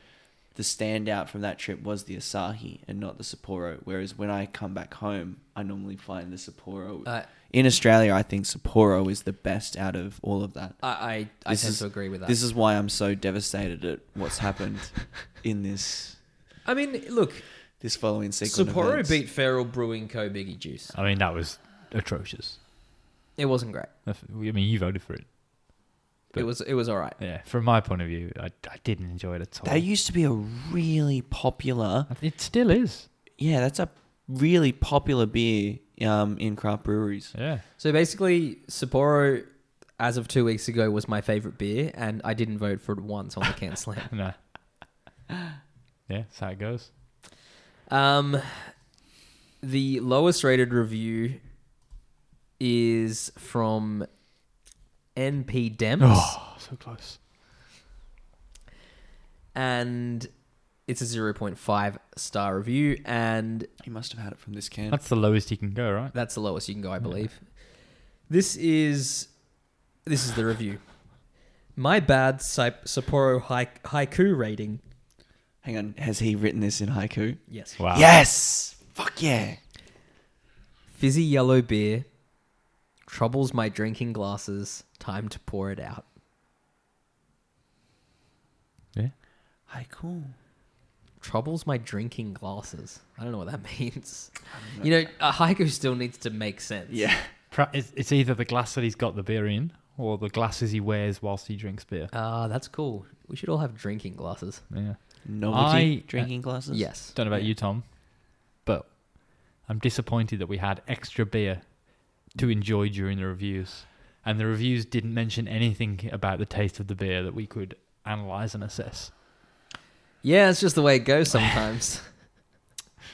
[SPEAKER 2] the standout from that trip was the Asahi and not the Sapporo. Whereas when I come back home, I normally find the Sapporo.
[SPEAKER 1] Uh,
[SPEAKER 2] In Australia, I think Sapporo is the best out of all of that.
[SPEAKER 1] Uh, I I, I
[SPEAKER 2] This
[SPEAKER 1] tend
[SPEAKER 2] is-
[SPEAKER 1] to agree with that.
[SPEAKER 2] This is why I'm so devastated at what's
[SPEAKER 1] [laughs]
[SPEAKER 2] happened in this
[SPEAKER 1] I mean, look,
[SPEAKER 2] this following sequence.
[SPEAKER 1] Sapporo beat Feral Brewing Co. Biggie Juice.
[SPEAKER 3] I mean that was atrocious.
[SPEAKER 1] It wasn't great.
[SPEAKER 3] That's- I mean you voted for it.
[SPEAKER 1] it
[SPEAKER 3] But-
[SPEAKER 1] was it was all right.
[SPEAKER 3] Yeah. From my point of view, I, I didn't enjoy it at all.
[SPEAKER 2] That used to be a really popular
[SPEAKER 3] it still is.
[SPEAKER 2] Yeah, that's a really popular beer um, in craft breweries.
[SPEAKER 3] Yeah.
[SPEAKER 1] So basically, Sapporo, as of two weeks ago, was my favorite beer, and I didn't vote for it once [laughs] on the can slam.
[SPEAKER 3] No. Yeah, that's how it goes.
[SPEAKER 1] Um, the lowest rated review is from NP Demps,
[SPEAKER 3] Oh, so close.
[SPEAKER 1] and it's a 0.5 star review, and
[SPEAKER 2] He must have had it from this can.
[SPEAKER 3] That's the lowest you can go, right?
[SPEAKER 1] That's the lowest you can go, I believe. This is this is the review. My bad Sa- Sapporo haik- haiku rating.
[SPEAKER 2] Hang on, has he written this in haiku?
[SPEAKER 1] Yes.
[SPEAKER 3] Wow.
[SPEAKER 2] Ah. Yes! Fuck yeah!
[SPEAKER 1] Fizzy yellow beer troubles my drinking glasses. Time to pour it out.
[SPEAKER 3] Yeah.
[SPEAKER 2] Haiku.
[SPEAKER 1] Troubles my drinking glasses. I don't know what that [laughs] means. You know, a haiku still needs to make sense.
[SPEAKER 2] Yeah.
[SPEAKER 3] Pra- It's, it's either the glass that he's got the beer in or the glasses he wears whilst he drinks beer.
[SPEAKER 1] Ah, that's cool. We should all have drinking glasses.
[SPEAKER 3] Yeah.
[SPEAKER 2] Novelty
[SPEAKER 3] I-
[SPEAKER 2] drinking glasses?
[SPEAKER 1] Yes.
[SPEAKER 3] Don't know about you, Tom, but I'm disappointed that we had extra beer to enjoy during the reviews. And the reviews didn't mention anything about the taste of the beer that we could analyze and assess.
[SPEAKER 1] Yeah, it's just the way it goes [laughs] sometimes.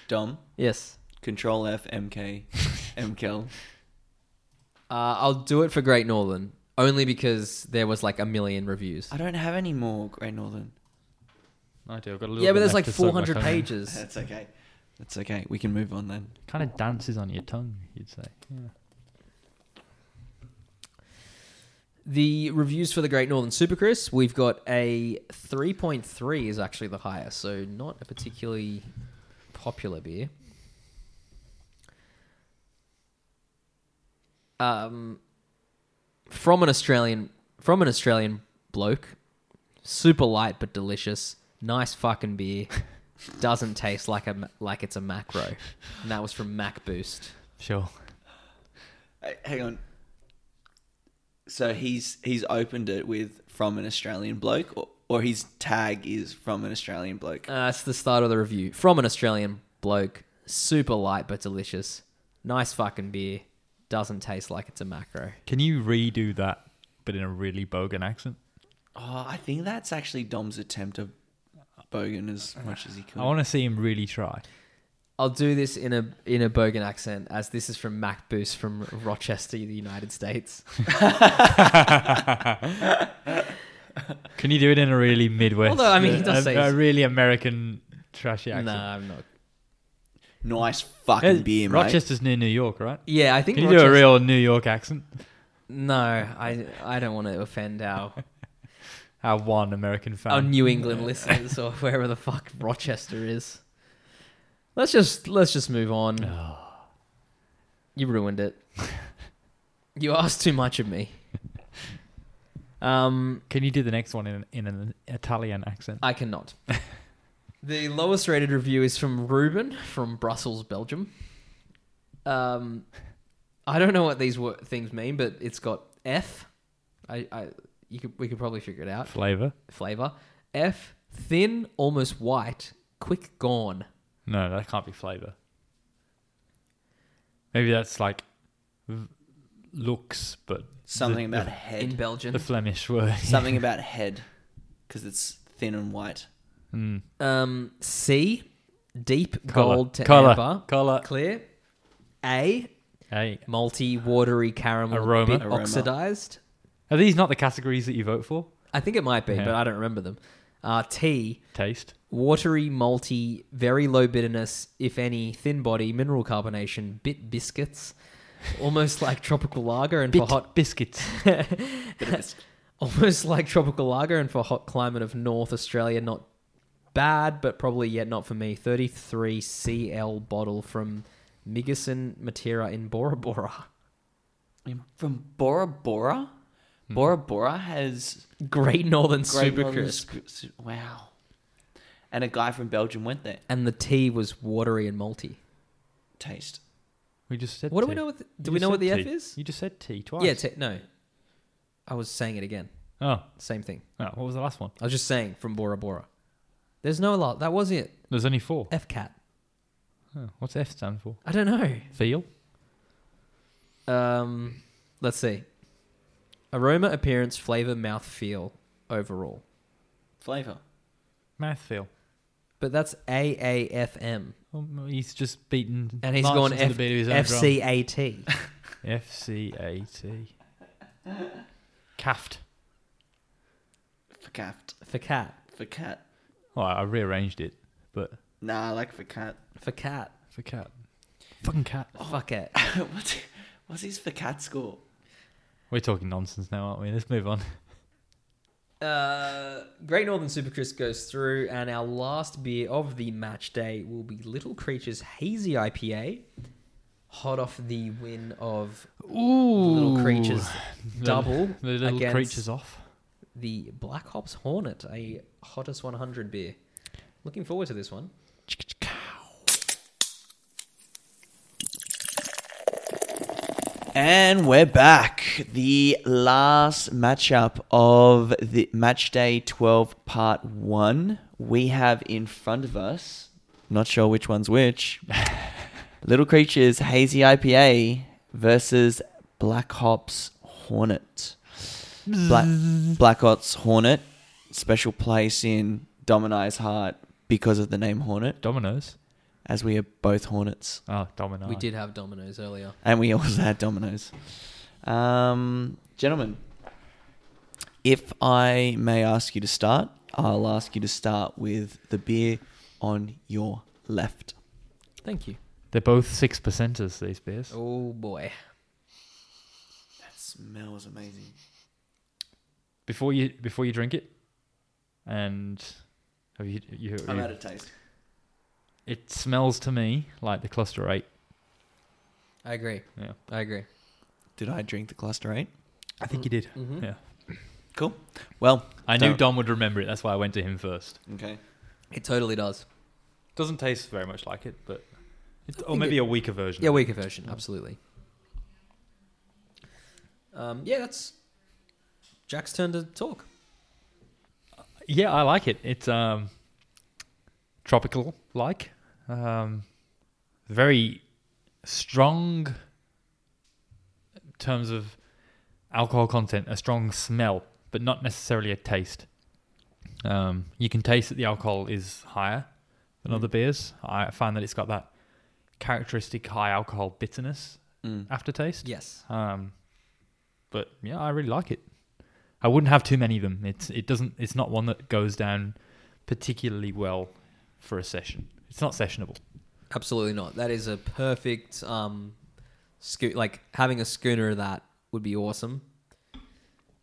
[SPEAKER 2] Dom,
[SPEAKER 1] yes.
[SPEAKER 2] [laughs] Control F, MK, MKL.
[SPEAKER 1] Uh, I'll do it for Great Northern only because there was like a million reviews.
[SPEAKER 2] I don't have any more Great Northern.
[SPEAKER 3] I do. I've got a little
[SPEAKER 1] Yeah,
[SPEAKER 3] bit
[SPEAKER 1] but there's like
[SPEAKER 3] left to soak my
[SPEAKER 1] 400
[SPEAKER 3] tongue
[SPEAKER 2] [laughs]
[SPEAKER 3] in.
[SPEAKER 1] pages.
[SPEAKER 2] That's okay. That's okay. We can move on then.
[SPEAKER 3] Kind of dances on your tongue, you'd say. Yeah.
[SPEAKER 1] The reviews for the Great Northern Supercruise, we've got a 3.3 is actually the highest, so not a particularly popular beer. Um, from an Australian, from an Australian bloke, super light but delicious, nice fucking beer. [laughs] Doesn't taste like a ma- like it's a macro, and that was from Mac Boost.
[SPEAKER 3] Sure.
[SPEAKER 2] Hey, hang on. So he's he's opened it with from an Australian bloke, or, or his tag is from an Australian bloke.
[SPEAKER 1] Uh, that's the start of the review from an Australian bloke. Super light but delicious. Nice fucking beer. Doesn't taste like it's a macro.
[SPEAKER 3] Can you redo that, but in a really bogan accent?
[SPEAKER 2] Oh, I think that's actually Dom's attempt of bogan as much as he could.
[SPEAKER 3] I want to see him really try.
[SPEAKER 1] I'll do this in a in a Bogan accent as this is from Mac Boost from Rochester, the United States.
[SPEAKER 3] Can you do it in a really Midwest?
[SPEAKER 1] Although, I mean, he
[SPEAKER 3] a-
[SPEAKER 1] does
[SPEAKER 3] a,
[SPEAKER 1] say
[SPEAKER 3] a
[SPEAKER 1] it's-
[SPEAKER 3] really American trashy accent.
[SPEAKER 1] Nah, I'm not.
[SPEAKER 2] nice
[SPEAKER 3] Yeah,
[SPEAKER 2] fucking beer, mate.
[SPEAKER 3] Rochester's near New York, right?
[SPEAKER 1] Yeah, I think
[SPEAKER 3] Can you do
[SPEAKER 1] Rochester-
[SPEAKER 3] a real New York accent?
[SPEAKER 1] No, I I don't want to offend our
[SPEAKER 3] Our one American fan.
[SPEAKER 1] our Oh, New England listeners or wherever the fuck Rochester is. Let's just let's just move on. You ruined it. you asked too much of me. Um,
[SPEAKER 3] Can you do the next one in, in an Italian accent?
[SPEAKER 1] I cannot. the lowest rated review is from Ruben from Brussels, Belgium. Um, I don't know what these wo- things mean, but it's got F. I, I you could we could probably figure it out.
[SPEAKER 3] Flavor?
[SPEAKER 1] Flavor F thin, almost white, quick gone.
[SPEAKER 3] No, that can't be flavor. Maybe that's like v- looks, but
[SPEAKER 2] Something
[SPEAKER 3] the,
[SPEAKER 2] about
[SPEAKER 1] In
[SPEAKER 2] head.
[SPEAKER 1] Belgian,
[SPEAKER 3] the Flemish word.
[SPEAKER 2] Something about head, because it's thin and white.
[SPEAKER 3] Mm.
[SPEAKER 1] Um, C, deep
[SPEAKER 3] Colour.
[SPEAKER 1] gold to
[SPEAKER 3] Colour.
[SPEAKER 1] amber,
[SPEAKER 3] Colour.
[SPEAKER 1] clear. A,
[SPEAKER 3] Hey,
[SPEAKER 1] malty, watery caramel,
[SPEAKER 3] Aroma.
[SPEAKER 1] bit
[SPEAKER 2] Aroma.
[SPEAKER 1] oxidized.
[SPEAKER 3] are these not the categories that you vote for?
[SPEAKER 1] I think it might be,
[SPEAKER 3] Yeah.
[SPEAKER 1] but I don't remember them. Uh, T,
[SPEAKER 3] Taste.
[SPEAKER 1] watery, malty, very low bitterness, if any, thin body, mineral carbonation, bit
[SPEAKER 3] [laughs]
[SPEAKER 1] biscuits, almost like tropical lager, and for
[SPEAKER 3] Bit
[SPEAKER 1] hot, [laughs]
[SPEAKER 3] biscuits.
[SPEAKER 1] almost [laughs] like tropical lager, and for hot climate of North Australia, not bad, but probably yet not for me. Thirty-three cl bottle from Migason Matera in Bora Bora. [laughs]
[SPEAKER 2] From Bora Bora, Bora Bora has
[SPEAKER 1] Great Northern
[SPEAKER 2] Great
[SPEAKER 1] Super
[SPEAKER 2] Northern
[SPEAKER 1] Crisp.
[SPEAKER 2] Sc- Su- Wow. And a guy from Belgium went there.
[SPEAKER 1] And the tea was watery and malty.
[SPEAKER 2] Taste.
[SPEAKER 3] We just said
[SPEAKER 1] What do we
[SPEAKER 3] tea.
[SPEAKER 1] know? What the, do
[SPEAKER 3] You
[SPEAKER 1] we
[SPEAKER 3] just
[SPEAKER 1] know what the
[SPEAKER 3] said
[SPEAKER 1] F
[SPEAKER 3] tea.
[SPEAKER 1] is?
[SPEAKER 3] You just said T twice.
[SPEAKER 1] Yeah, t- no. I was saying it again.
[SPEAKER 3] oh,
[SPEAKER 1] Same thing.
[SPEAKER 3] oh, what was the last one?
[SPEAKER 1] I was just saying from Bora Bora. There's no lot. That was it.
[SPEAKER 3] There's only four.
[SPEAKER 1] F cat.
[SPEAKER 3] Oh, what's F stand for?
[SPEAKER 1] I don't know.
[SPEAKER 3] Feel.
[SPEAKER 1] Um, let's see. Aroma, appearance, flavor, mouth feel overall.
[SPEAKER 2] Flavor.
[SPEAKER 3] Math feel.
[SPEAKER 1] But that's A A F M,
[SPEAKER 3] Um, he's just beaten.
[SPEAKER 1] and he's
[SPEAKER 3] Lance
[SPEAKER 1] gone
[SPEAKER 3] into the
[SPEAKER 1] F
[SPEAKER 3] beat of his own
[SPEAKER 1] F
[SPEAKER 3] drum.
[SPEAKER 1] C A T.
[SPEAKER 3] F C A T. Caft.
[SPEAKER 2] For cat.
[SPEAKER 1] for cat.
[SPEAKER 2] For cat.
[SPEAKER 3] Well, I rearranged it, but
[SPEAKER 2] Nah, I like for cat.
[SPEAKER 1] For cat.
[SPEAKER 3] for cat. Fucking cat.
[SPEAKER 1] Fuck it.
[SPEAKER 2] what's, what's his for cat score?
[SPEAKER 3] We're talking nonsense now, aren't we? Let's move on.
[SPEAKER 1] Uh, Great Northern Super Crisp goes through, and our last beer of the match day will be Little Creatures Hazy IPA, hot off the win of
[SPEAKER 3] Ooh.
[SPEAKER 1] Little Creatures Double
[SPEAKER 3] The little
[SPEAKER 1] against
[SPEAKER 3] creatures off.
[SPEAKER 1] the Black Hops Hornet, a hottest 100 beer. Looking forward to this one.
[SPEAKER 2] And we're back. The last matchup of the match day 12 part 1. We have in front of us, not sure which one's which, [laughs] Little Creatures Hazy IPA versus Black Hops Hornet. Black, Black Hops Hornet, special place in Domini's heart because of the name Hornet,
[SPEAKER 3] Dominoes.
[SPEAKER 2] as we are both Hornets.
[SPEAKER 3] Oh, domino.
[SPEAKER 1] We did have Dominoes earlier.
[SPEAKER 2] And we also had Dominoes. Um, gentlemen, if I may ask you to start, I'll ask you to start with the beer on your left.
[SPEAKER 1] Thank you.
[SPEAKER 3] They're both six percenters. These beers.
[SPEAKER 1] Oh boy.
[SPEAKER 2] That smells amazing.
[SPEAKER 3] Before you before you drink it, and have you you? you
[SPEAKER 2] I'm out of taste.
[SPEAKER 3] it smells to me like the cluster eight.
[SPEAKER 1] I agree.
[SPEAKER 3] Yeah.
[SPEAKER 1] I agree.
[SPEAKER 2] Did I drink the cluster eight?
[SPEAKER 3] I think you did.
[SPEAKER 1] Mhm.
[SPEAKER 3] Yeah.
[SPEAKER 2] Cool. Well,
[SPEAKER 3] I knew
[SPEAKER 2] Don't-
[SPEAKER 3] Dom would remember it. That's why I went to him first.
[SPEAKER 2] okay.
[SPEAKER 1] It totally does.
[SPEAKER 3] Doesn't taste very much like it, but it's, or
[SPEAKER 1] think
[SPEAKER 3] maybe
[SPEAKER 1] it-
[SPEAKER 3] a weaker version.
[SPEAKER 1] Yeah,
[SPEAKER 3] of it.
[SPEAKER 1] weaker version, absolutely. Um, yeah, that's Jack's turn to talk.
[SPEAKER 3] Yeah, I like it. It's um, tropical like, um, very strong in terms of alcohol content, a strong smell, but not necessarily a taste. Um, you can taste that the alcohol is higher than other beers. I find that it's got that characteristic high alcohol bitterness
[SPEAKER 2] Mm.
[SPEAKER 3] aftertaste.
[SPEAKER 1] Yes.
[SPEAKER 3] Um, but yeah, I really like it. I wouldn't have too many of them. It's it doesn't. It's not one that goes down particularly well for a session. It's not sessionable.
[SPEAKER 1] Absolutely not. That is a perfect um, sco- like having a schooner of that would be awesome.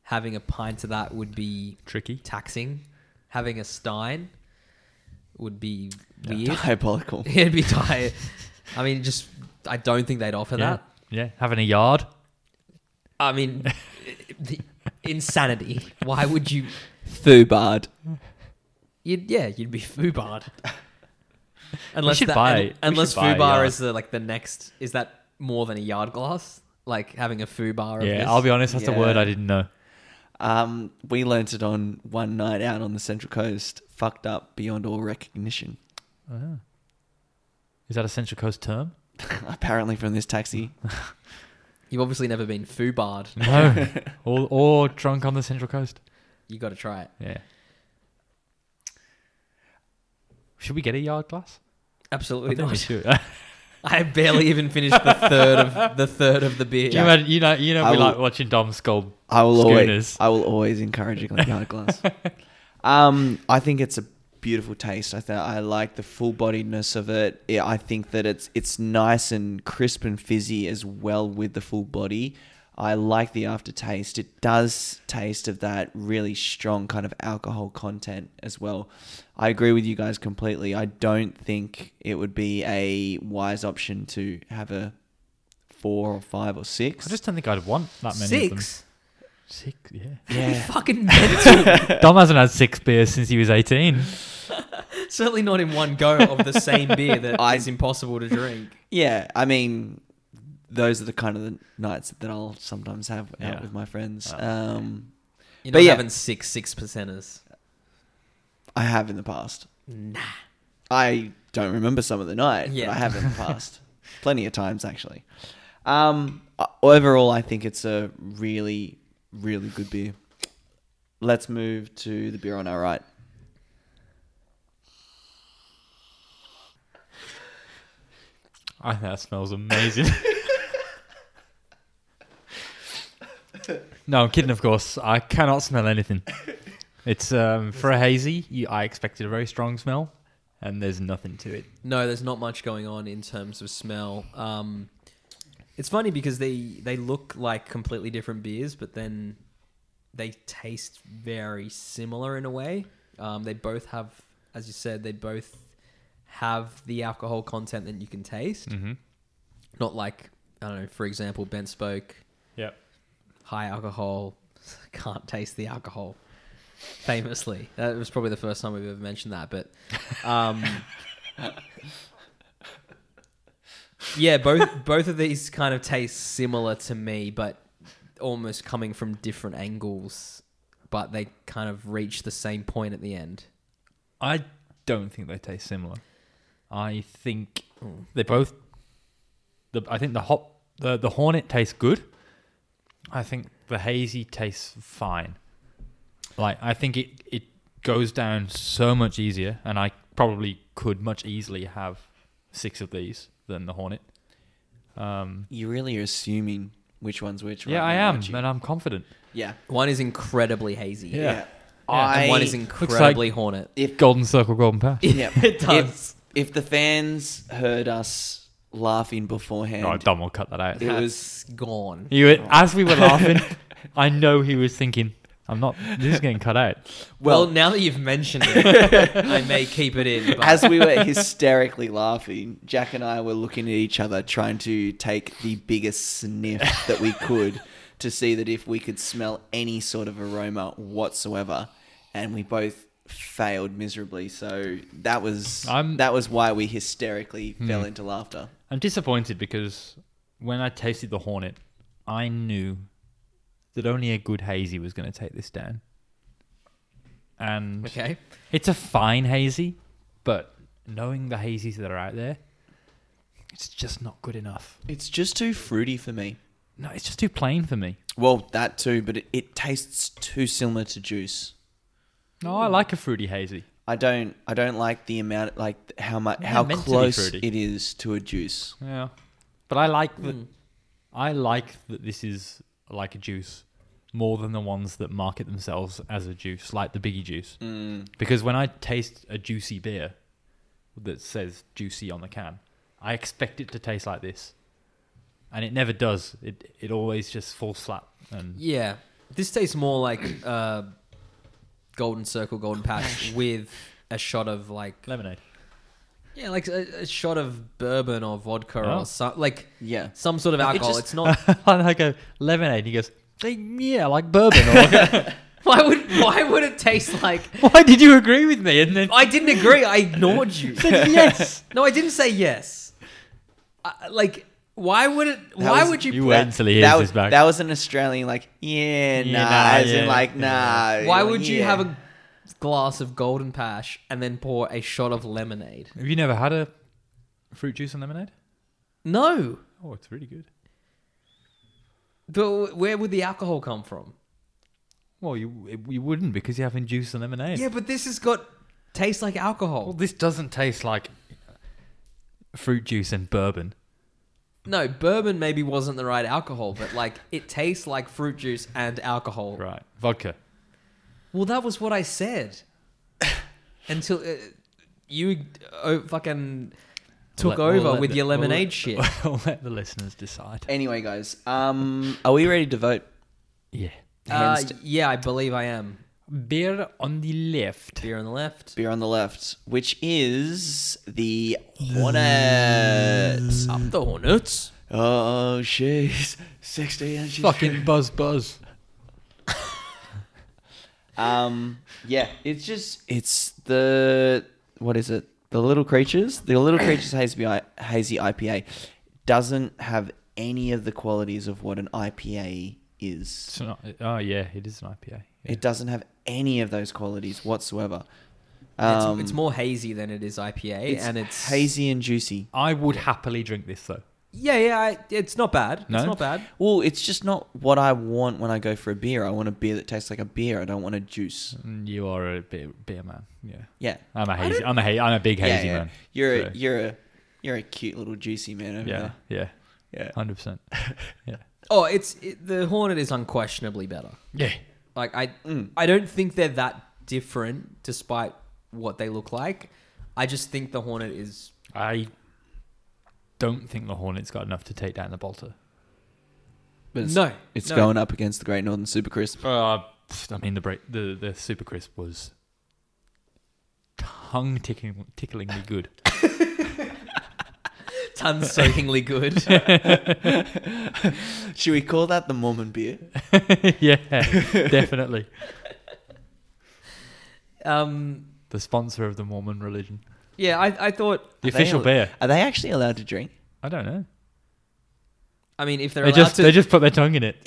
[SPEAKER 1] Having a pint of that would be
[SPEAKER 3] Tricky.
[SPEAKER 1] taxing. Having a stein would be weird. [laughs]
[SPEAKER 2] [laughs] Diabolical.
[SPEAKER 1] It'd be tired. I mean, just I don't think they'd offer
[SPEAKER 3] yeah.
[SPEAKER 1] that.
[SPEAKER 3] Yeah. Having a yard.
[SPEAKER 1] I mean, the insanity. Why would you?
[SPEAKER 2] Fubard.
[SPEAKER 1] You'd yeah, you'd be fubard.
[SPEAKER 3] should buy-
[SPEAKER 1] un-
[SPEAKER 3] we should
[SPEAKER 1] unless
[SPEAKER 3] buy a
[SPEAKER 1] foobar
[SPEAKER 3] yard.
[SPEAKER 1] is the like the next. Is that more than a yard glass? Like having a foobar. Of
[SPEAKER 3] Yeah.
[SPEAKER 1] this?
[SPEAKER 3] I'll be honest. That's a word
[SPEAKER 2] Yeah.
[SPEAKER 3] I didn't know.
[SPEAKER 2] Um, we learnt it on one night out on the Central Coast. Fucked up beyond all recognition. [laughs]
[SPEAKER 3] Is that a Central Coast [laughs] term?
[SPEAKER 2] Apparently from this taxi.
[SPEAKER 1] You've obviously never been foobarred.
[SPEAKER 3] [laughs] No. or or drunk on the Central Coast.
[SPEAKER 1] You got to try it.
[SPEAKER 3] Yeah. Should we get a yard glass?
[SPEAKER 1] Absolutely
[SPEAKER 3] I think we
[SPEAKER 1] not.
[SPEAKER 2] [laughs]
[SPEAKER 3] should.
[SPEAKER 1] [laughs]
[SPEAKER 3] [laughs]
[SPEAKER 1] I barely even finished the third of the third of the beer.
[SPEAKER 3] you, imagine- you know, you know,
[SPEAKER 2] I
[SPEAKER 3] we
[SPEAKER 2] will-
[SPEAKER 3] like watching Dom Skull.
[SPEAKER 2] I will always,
[SPEAKER 3] Schooners.
[SPEAKER 2] I will always encourage a gla- yard glass. um, I think it's a beautiful taste. I th- I like the full bodiedness of it. Yeah, I think that it's it's nice and crisp and fizzy as well with the full body. I like the aftertaste. It does taste of that really strong kind of alcohol content as well. I agree with you guys completely. I don't think it would be a wise option to have a four or five or six.
[SPEAKER 3] I just don't think I'd want that many of them.
[SPEAKER 1] Six.
[SPEAKER 3] Six, yeah. [laughs]
[SPEAKER 1] You
[SPEAKER 2] yeah.
[SPEAKER 1] Fucking mental.
[SPEAKER 3] Dom hasn't had six beers since he was 18.
[SPEAKER 1] [laughs] Certainly not in one go of the same beer that
[SPEAKER 2] [laughs] I-
[SPEAKER 1] is impossible to drink.
[SPEAKER 2] Yeah, I mean, those are the kind of the nights that I'll sometimes have out
[SPEAKER 3] Yeah.
[SPEAKER 2] with my friends.
[SPEAKER 3] Oh.
[SPEAKER 2] Um,
[SPEAKER 1] You're
[SPEAKER 2] But
[SPEAKER 1] not
[SPEAKER 2] yeah.
[SPEAKER 1] having six six percenters.
[SPEAKER 2] I have in the past.
[SPEAKER 1] Nah.
[SPEAKER 2] I don't remember some of the night,
[SPEAKER 1] Yeah.
[SPEAKER 2] but I have
[SPEAKER 1] [laughs]
[SPEAKER 2] in the past. Plenty of times, actually. Um, o- overall, I think it's a really, really good beer. Let's move to the beer on our right.
[SPEAKER 3] I think that smells amazing. no, I'm kidding, of course. I cannot smell anything. It's um, for a hazy. You, I expected a very strong smell, and there's nothing to it.
[SPEAKER 1] No, there's not much going on in terms of smell. Um, it's funny because they they look like completely different beers, but then they taste very similar in a way. Um, they both have, as you said, they both have the alcohol content that you can taste.
[SPEAKER 3] Mm-hmm.
[SPEAKER 1] Not like I don't know, for example, Ben spoke
[SPEAKER 3] Yep.
[SPEAKER 1] high alcohol, [laughs] can't taste the alcohol. Famously, that was probably the first time we've ever mentioned that. But um, [laughs] yeah, both both of these kind of taste similar to me, but almost coming from different angles. But they kind of reach the same point at the end.
[SPEAKER 3] I don't think they taste similar. I think
[SPEAKER 2] Hmm.
[SPEAKER 3] they both. The, I think the hop, the, the hornet tastes good. I think the hazy tastes fine. Like I think it it goes down so much easier, and I probably could much easily have six of these than the hornet. Um,
[SPEAKER 2] You really are assuming which one's which.
[SPEAKER 3] Yeah,
[SPEAKER 2] right
[SPEAKER 3] I
[SPEAKER 2] now,
[SPEAKER 3] am,
[SPEAKER 2] aren't you?
[SPEAKER 3] and I'm confident.
[SPEAKER 2] Yeah.
[SPEAKER 1] One is incredibly hazy.
[SPEAKER 3] Yeah.
[SPEAKER 2] I,
[SPEAKER 1] And one is
[SPEAKER 3] like-
[SPEAKER 1] incredibly hornet. [laughs]
[SPEAKER 2] if
[SPEAKER 3] Golden Circle, Golden Path.
[SPEAKER 2] yeah,
[SPEAKER 1] It does.
[SPEAKER 2] If, if the fans heard us laughing beforehand,
[SPEAKER 3] Oh, Dom will cut that out.
[SPEAKER 2] it
[SPEAKER 1] That's
[SPEAKER 2] was-
[SPEAKER 1] gone.
[SPEAKER 3] You, as we were [laughs] laughing, I know he was thinking, "I'm not. This is getting cut out."
[SPEAKER 1] Well,
[SPEAKER 2] well,
[SPEAKER 1] now that you've mentioned
[SPEAKER 2] [laughs]
[SPEAKER 1] it, I may keep it in. But
[SPEAKER 2] as we were hysterically laughing, Jack and I were looking at each other, trying to take the biggest sniff that we could to see that if we could smell any sort of aroma whatsoever, and we both failed miserably. So that was
[SPEAKER 3] I'm-
[SPEAKER 2] that was why we hysterically
[SPEAKER 1] Hmm.
[SPEAKER 2] fell into laughter.
[SPEAKER 3] I'm disappointed because when I tasted the Hornet, I knew that only a good hazy was going to take this down. And
[SPEAKER 1] okay,
[SPEAKER 3] it's a fine hazy, but knowing the hazies that are out there, it's just not good enough.
[SPEAKER 2] It's just too fruity for me.
[SPEAKER 3] No, it's just too plain for me.
[SPEAKER 2] Well, that too, but it, it tastes too similar to juice.
[SPEAKER 3] No, I like a fruity hazy.
[SPEAKER 2] I don't I don't like the amount like how much
[SPEAKER 3] Yeah,
[SPEAKER 2] how
[SPEAKER 3] meant to be
[SPEAKER 2] close
[SPEAKER 3] fruity.
[SPEAKER 2] it is to a juice.
[SPEAKER 3] Yeah, but I like that.
[SPEAKER 1] Hmm.
[SPEAKER 3] I like that this is like a juice more than the ones that market themselves as a juice, like the Biggie juice.
[SPEAKER 1] Hmm.
[SPEAKER 3] Mm. Because when I taste a juicy beer that says juicy on the can, I expect it to taste like this, and it never does. It it always just falls flat. And
[SPEAKER 1] yeah, this tastes more like uh, golden circle, golden patch with a shot of like
[SPEAKER 3] lemonade. [laughs]
[SPEAKER 1] yeah, like a, a shot of bourbon or vodka
[SPEAKER 3] Oh.
[SPEAKER 1] or some like
[SPEAKER 2] Yeah.
[SPEAKER 1] some sort of
[SPEAKER 2] It
[SPEAKER 1] alcohol.
[SPEAKER 2] just-
[SPEAKER 1] it's
[SPEAKER 2] [laughs]
[SPEAKER 1] not.
[SPEAKER 3] and I go lemonade. And he goes, "Eh, yeah, like bourbon. Or,
[SPEAKER 1] [laughs] why would why would it taste like?
[SPEAKER 3] Why did you agree with me? And then
[SPEAKER 1] I didn't agree. I ignored you.
[SPEAKER 3] said yes.
[SPEAKER 1] [laughs] No, I didn't say yes. I, like, why would it?
[SPEAKER 2] That
[SPEAKER 1] why
[SPEAKER 2] was-
[SPEAKER 1] would you?
[SPEAKER 3] You wait until he hears
[SPEAKER 2] that,
[SPEAKER 3] this
[SPEAKER 2] was,
[SPEAKER 3] back.
[SPEAKER 2] that was an Australian like yeah,
[SPEAKER 3] Yeah,
[SPEAKER 2] nah,
[SPEAKER 3] nah,
[SPEAKER 2] as
[SPEAKER 3] yeah,
[SPEAKER 2] in like
[SPEAKER 3] yeah.
[SPEAKER 2] nah.
[SPEAKER 1] Why would you
[SPEAKER 2] yeah.
[SPEAKER 1] have a glass of golden pash and then pour a shot of lemonade?
[SPEAKER 3] Have you never had a fruit juice and lemonade?
[SPEAKER 1] No.
[SPEAKER 3] Oh, it's really good.
[SPEAKER 1] But where would the alcohol come from?
[SPEAKER 3] Well, you you wouldn't because you're having juice and lemonade.
[SPEAKER 1] Yeah, but this has got taste like
[SPEAKER 3] Well,
[SPEAKER 1] alcohol.
[SPEAKER 3] this doesn't taste like fruit juice and bourbon.
[SPEAKER 1] No, bourbon maybe wasn't the right alcohol, but like it tastes like fruit juice and alcohol.
[SPEAKER 3] Right. Vodka.
[SPEAKER 1] Well, that was what I said. Until uh, you uh, fucking took
[SPEAKER 3] We'll
[SPEAKER 1] over
[SPEAKER 3] let- we'll let
[SPEAKER 1] with
[SPEAKER 3] the-
[SPEAKER 1] your
[SPEAKER 3] we'll let- [laughs]
[SPEAKER 1] lemonade shit.
[SPEAKER 3] We'll let the listeners decide.
[SPEAKER 2] Anyway, guys, um, are we ready to vote?
[SPEAKER 3] Yeah.
[SPEAKER 1] Uh,
[SPEAKER 2] Hands to-
[SPEAKER 1] yeah, I believe I am.
[SPEAKER 3] Beer on the left.
[SPEAKER 1] Beer on the left.
[SPEAKER 2] beer on the left, which is the Hornet.
[SPEAKER 1] Up the Hornets.
[SPEAKER 2] Oh, [laughs] she's sixty and she's
[SPEAKER 3] Fucking buzz buzz.
[SPEAKER 2] Um, yeah, it's just it's the what is it? The little creatures, the little creatures hazy I- hazy IPA doesn't have any of the qualities of what an IPA is.
[SPEAKER 3] It's not, oh yeah, it is an IPA. Yeah.
[SPEAKER 2] It doesn't have any of those qualities whatsoever.
[SPEAKER 1] It's,
[SPEAKER 2] Um,
[SPEAKER 1] it's more hazy than it is IPA, and it's
[SPEAKER 2] hazy and juicy.
[SPEAKER 3] I would happily drink this though.
[SPEAKER 1] Yeah, yeah, I, it's not bad.
[SPEAKER 3] No?
[SPEAKER 1] It's not bad.
[SPEAKER 2] Well, it's just not what I want when I go for a beer. I want a beer that tastes like a beer. I don't want a juice.
[SPEAKER 3] Mm, You are a beer, beer man. Yeah.
[SPEAKER 2] Yeah.
[SPEAKER 3] I'm a hazy. I'm a ha- I'm a big
[SPEAKER 2] yeah,
[SPEAKER 3] hazy
[SPEAKER 2] yeah.
[SPEAKER 3] man.
[SPEAKER 2] You're
[SPEAKER 3] So,
[SPEAKER 2] a, you're a you're a cute little juicy man over
[SPEAKER 3] yeah, yeah,
[SPEAKER 2] there. Yeah.
[SPEAKER 3] hundred [laughs] percent. Yeah.
[SPEAKER 1] Oh, it's it, the Hornet is unquestionably better.
[SPEAKER 3] Yeah.
[SPEAKER 1] Like I, I don't think they're that different, despite what they look like. I just think the Hornet is.
[SPEAKER 3] I don't think the Hornet's got enough to take down the Bolter.
[SPEAKER 2] But it's,
[SPEAKER 1] No,
[SPEAKER 2] it's
[SPEAKER 1] no.
[SPEAKER 2] going up against the Great Northern Super Crisp.
[SPEAKER 3] Uh, pfft, I mean, the break, the the Super Crisp was tongue ticking, ticklingly good.
[SPEAKER 1] Ton soakingly good.
[SPEAKER 2] Should we call that the Mormon beer?
[SPEAKER 3] [laughs] yeah, definitely.
[SPEAKER 1] um,
[SPEAKER 3] The sponsor of the Mormon religion,
[SPEAKER 1] yeah, I, I thought.
[SPEAKER 3] the
[SPEAKER 2] Are they
[SPEAKER 3] official
[SPEAKER 2] al-
[SPEAKER 3] beer.
[SPEAKER 2] Are they actually allowed to drink?
[SPEAKER 3] I don't know.
[SPEAKER 1] I mean, if they're
[SPEAKER 3] They
[SPEAKER 1] allowed
[SPEAKER 3] just
[SPEAKER 1] to,
[SPEAKER 3] they just put their tongue in it.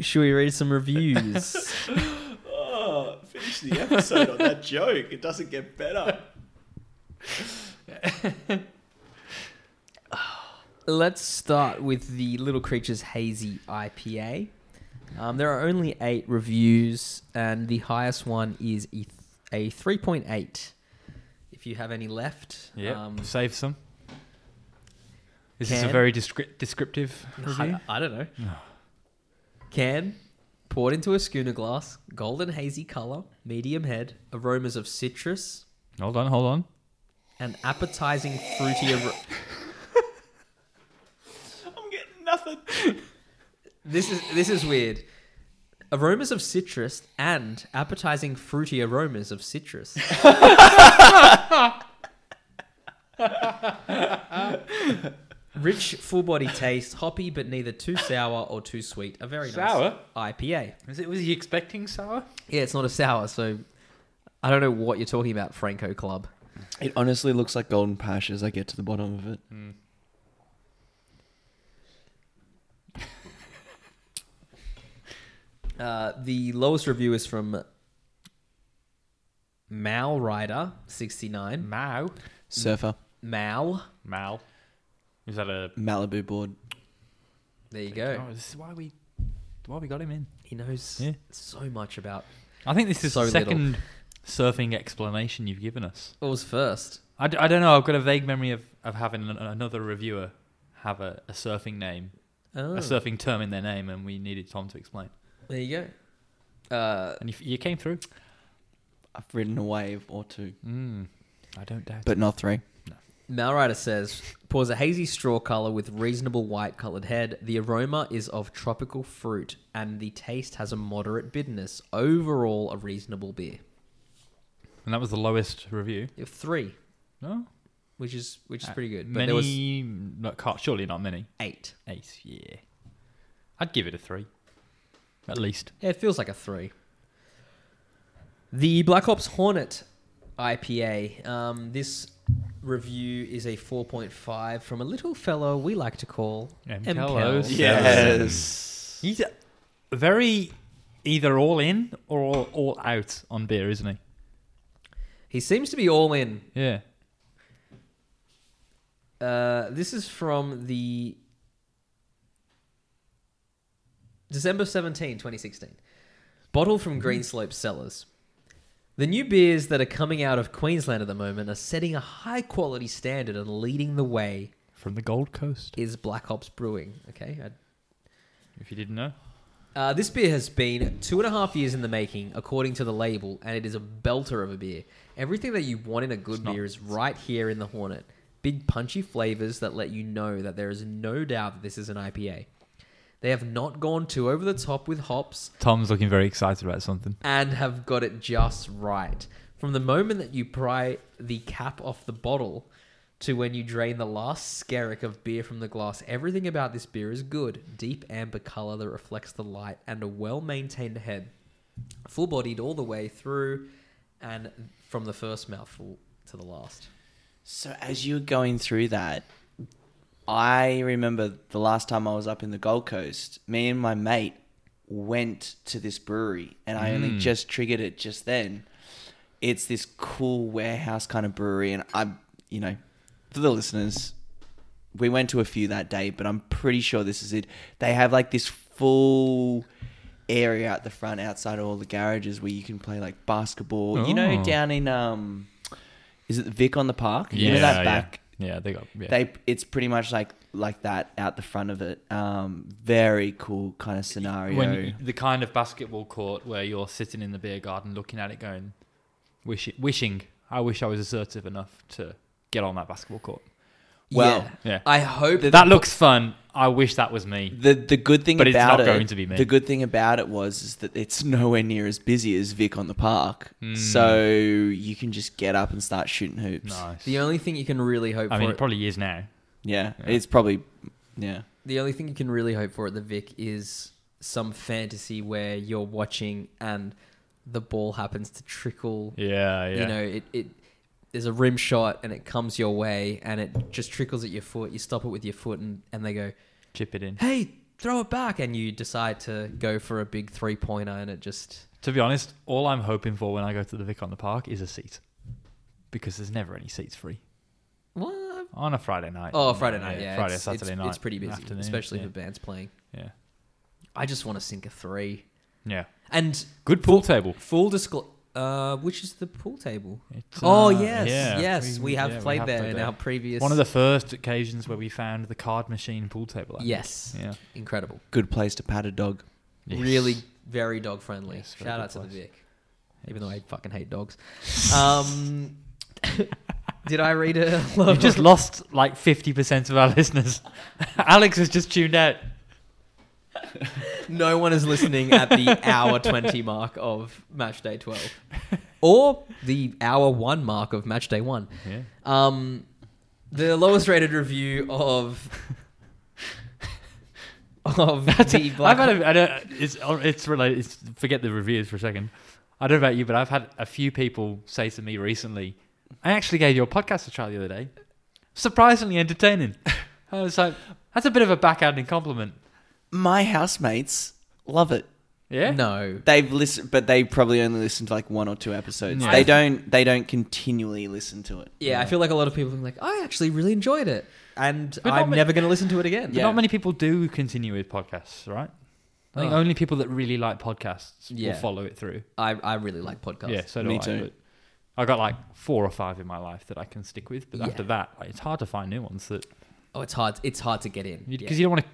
[SPEAKER 1] should we read some reviews?
[SPEAKER 2] Oh, finish the episode on that joke. It doesn't get better.
[SPEAKER 1] Let's start with the Little Creatures Hazy IPA. Um, there are only eight reviews, and the highest one is e- a 3.8. If you have any left,
[SPEAKER 3] Yeah,
[SPEAKER 1] um,
[SPEAKER 3] save some. Is this
[SPEAKER 1] Can?
[SPEAKER 3] a very descri- descriptive review?
[SPEAKER 1] I, I don't know. Can poured into a schooner glass, golden hazy color, medium head, aromas of citrus,
[SPEAKER 3] Hold on, hold on.
[SPEAKER 1] an appetizing fruity. Ar-
[SPEAKER 3] I'm getting nothing.
[SPEAKER 1] this is this is weird. Aromas of citrus and appetizing fruity aromas of citrus. Rich, full body taste, hoppy but neither too sour or too sweet. A very
[SPEAKER 3] Sour?
[SPEAKER 1] nice IPA.
[SPEAKER 3] Was, it, was he expecting sour?
[SPEAKER 1] Yeah, it's not a sour, so I don't know what you're talking about, Franco Club.
[SPEAKER 2] It honestly looks like golden pash as I get to the bottom of it.
[SPEAKER 1] Uh, the lowest review is from Mal Rider sixty nine.
[SPEAKER 3] Mao.
[SPEAKER 2] Surfer
[SPEAKER 1] Mal,
[SPEAKER 3] Mal. Is that a?
[SPEAKER 2] Malibu board.
[SPEAKER 1] there you go.
[SPEAKER 3] Oh, this is why we, why we got him in.
[SPEAKER 1] He knows
[SPEAKER 3] Yeah.
[SPEAKER 1] so much about.
[SPEAKER 3] I think this is
[SPEAKER 1] So
[SPEAKER 3] the
[SPEAKER 1] little.
[SPEAKER 3] second surfing explanation you've given us.
[SPEAKER 1] What was first?
[SPEAKER 3] I, d- I don't know. I've got a vague memory of, of having an, another reviewer have a, a surfing name,
[SPEAKER 1] Oh,
[SPEAKER 3] a surfing term in their name, and we needed Tom to explain.
[SPEAKER 1] there you go. Uh,
[SPEAKER 3] And you, f- you came through.
[SPEAKER 2] I've ridden a wave or two,
[SPEAKER 3] Mm, I don't doubt.
[SPEAKER 2] but not three.
[SPEAKER 1] Mal Rider says pours a hazy straw color with reasonable white colored head. The aroma is of tropical fruit, and the taste has a moderate bitterness. Overall, a reasonable beer.
[SPEAKER 3] and that was the lowest review.
[SPEAKER 1] You have three,
[SPEAKER 3] No,
[SPEAKER 1] which is which is pretty good. But
[SPEAKER 3] Uh, many,
[SPEAKER 1] there was
[SPEAKER 3] not, can't- surely not many.
[SPEAKER 1] eight.
[SPEAKER 3] Ace, yeah. I'd give it a three, at least.
[SPEAKER 1] Yeah, it feels like a three. The Black Ops Hornet IPA. Um, this review is a 4.5 from a little fellow we like to call
[SPEAKER 3] MKellos.
[SPEAKER 1] MKells.
[SPEAKER 2] Yes.
[SPEAKER 3] He's a- very either all in or all, all out on beer, isn't he?
[SPEAKER 1] He seems to be all in.
[SPEAKER 3] Yeah.
[SPEAKER 1] Uh, this is from the December 17, 2016. Bottle from Greenslope Cellars. The new beers that are coming out of Queensland at the moment are setting a high quality standard and leading the way
[SPEAKER 3] From the Gold Coast,
[SPEAKER 1] is Black Ops Brewing. Okay. I-
[SPEAKER 3] if you didn't know.
[SPEAKER 1] Uh, this beer has been two and a half years in the making, according to the label, and it is a belter of a beer. Everything that you want in a good beer is right here in the Hornet. Big punchy flavors that let you know that there is no doubt that this is an IPA. They have not gone too over the top with hops
[SPEAKER 3] Tom's looking very excited about something.
[SPEAKER 1] and have got it just right. From the moment that you pry the cap off the bottle to when you drain the last skerrick of beer from the glass, everything about this beer is good. Deep amber color that reflects the light and a well maintained head. Full bodied all the way through and from the first mouthful to the last.
[SPEAKER 2] So as you were going through that, I remember the last time I was up in the Gold Coast, me and my mate went to this brewery and I only just triggered it just then. It's this cool warehouse kind of brewery and I'm you know, for the listeners, we went to a few that day, but I'm pretty sure this is it. They have like this full area at the front outside all the garages where you can play like basketball. You know,
[SPEAKER 3] Oh.
[SPEAKER 2] down in um is it the Vic on the park? you know that back.
[SPEAKER 3] Yeah, they got. Yeah.
[SPEAKER 2] They it's pretty much like like that out the front of it. Um, very cool kind of scenario.
[SPEAKER 3] when you, the kind of basketball court where you're sitting in the beer garden looking at it going wish wishing i wish i was assertive enough to get on that basketball court
[SPEAKER 2] Well,
[SPEAKER 3] yeah
[SPEAKER 1] I hope
[SPEAKER 3] that looks fun i wish that was me
[SPEAKER 2] the the good thing
[SPEAKER 3] But it's
[SPEAKER 2] about
[SPEAKER 3] not
[SPEAKER 2] it,
[SPEAKER 3] going to be me.
[SPEAKER 2] the good thing about it was is that it's [laughs] nowhere near as busy as Vic on the park,
[SPEAKER 3] Hmm.
[SPEAKER 2] so you can just get up and start shooting hoops.
[SPEAKER 3] nice
[SPEAKER 1] the only thing you can really hope
[SPEAKER 3] i
[SPEAKER 1] for
[SPEAKER 3] mean
[SPEAKER 1] it-
[SPEAKER 3] it probably is now
[SPEAKER 2] Yeah, it's probably yeah.
[SPEAKER 1] the only thing you can really hope for at the Vic is some fantasy where you're watching and the ball happens to trickle.
[SPEAKER 3] yeah yeah
[SPEAKER 1] You know, it, it there's a rim shot and it comes your way and it just trickles at your foot. You stop it with your foot and, and they go,
[SPEAKER 3] chip it in
[SPEAKER 1] hey, throw it back. And you decide to go for a big three pointer and it just.
[SPEAKER 3] to be honest all i'm hoping for when i go to the vic on the park is a seat because there's never any seats free
[SPEAKER 1] What?
[SPEAKER 3] on a friday night
[SPEAKER 1] Oh, Friday night. Yeah.
[SPEAKER 3] friday
[SPEAKER 1] it's,
[SPEAKER 3] saturday
[SPEAKER 1] it's,
[SPEAKER 3] night
[SPEAKER 1] It's pretty busy,
[SPEAKER 3] afternoon,
[SPEAKER 1] especially
[SPEAKER 3] yeah,
[SPEAKER 1] for bands playing.
[SPEAKER 3] yeah
[SPEAKER 1] I just want to sink a three.
[SPEAKER 3] Yeah.
[SPEAKER 1] And
[SPEAKER 3] Good pool table.
[SPEAKER 1] full disclosure, uh, which is the pool table. oh
[SPEAKER 3] uh,
[SPEAKER 1] yes,
[SPEAKER 3] yeah.
[SPEAKER 1] yes, we,
[SPEAKER 3] We-
[SPEAKER 1] have
[SPEAKER 3] yeah, we
[SPEAKER 1] played
[SPEAKER 3] have
[SPEAKER 1] there
[SPEAKER 3] played
[SPEAKER 1] in
[SPEAKER 3] there.
[SPEAKER 1] our previous.
[SPEAKER 3] One of the first occasions where we found the card machine pool table. I think.
[SPEAKER 1] yes,
[SPEAKER 3] Yeah.
[SPEAKER 1] incredible,
[SPEAKER 2] Good place to pat a dog.
[SPEAKER 3] Yes.
[SPEAKER 1] really very dog friendly.
[SPEAKER 3] Yes, very
[SPEAKER 1] Shout
[SPEAKER 3] good
[SPEAKER 1] out to the
[SPEAKER 3] place.
[SPEAKER 1] Vic, even though I fucking hate
[SPEAKER 3] [laughs]
[SPEAKER 1] dogs. Um, [laughs] did I read a [laughs]
[SPEAKER 3] You've just lost like 50% of our [laughs] listeners. Alex has just tuned out.
[SPEAKER 1] No one is listening at the hour
[SPEAKER 3] [laughs]
[SPEAKER 1] 20 mark of match day 12 or the hour 1 mark of match day 1.
[SPEAKER 3] Yeah.
[SPEAKER 1] Um, the lowest rated review
[SPEAKER 3] [laughs]
[SPEAKER 1] of [laughs] of the Black
[SPEAKER 3] I've had a, I don't, it's, oh, it's related. It's, forget the reviews for a second. I don't know about you, but I've had a few people say to me recently, I actually gave your podcast a try the other day.
[SPEAKER 1] [laughs]
[SPEAKER 3] Surprisingly entertaining. I was like, that's a bit of a backhanded compliment.
[SPEAKER 2] My housemates love it.
[SPEAKER 3] Yeah?
[SPEAKER 1] No.
[SPEAKER 2] They've listened, but they probably only listened to like one or two episodes.
[SPEAKER 3] Yeah.
[SPEAKER 2] They don't. They don't continually listen to it.
[SPEAKER 1] Yeah, I feel like a lot of people are like, I actually really enjoyed it. And
[SPEAKER 3] But not
[SPEAKER 1] I'm
[SPEAKER 3] ma-
[SPEAKER 1] never going to listen to it again.
[SPEAKER 3] But not many people do continue with podcasts, right? I think
[SPEAKER 1] Oh.
[SPEAKER 3] only people that really like podcasts
[SPEAKER 1] Yeah.
[SPEAKER 3] will follow it through.
[SPEAKER 1] I, I really like podcasts.
[SPEAKER 3] Yeah, so do
[SPEAKER 2] Me
[SPEAKER 3] I.
[SPEAKER 2] too.
[SPEAKER 3] but I got like four or five in my life that I can stick with, but
[SPEAKER 1] Yeah.
[SPEAKER 3] after that, like, it's hard to find new ones that
[SPEAKER 1] Oh, it's hard. It's hard to get in.
[SPEAKER 3] because
[SPEAKER 1] Yeah.
[SPEAKER 3] you don't want to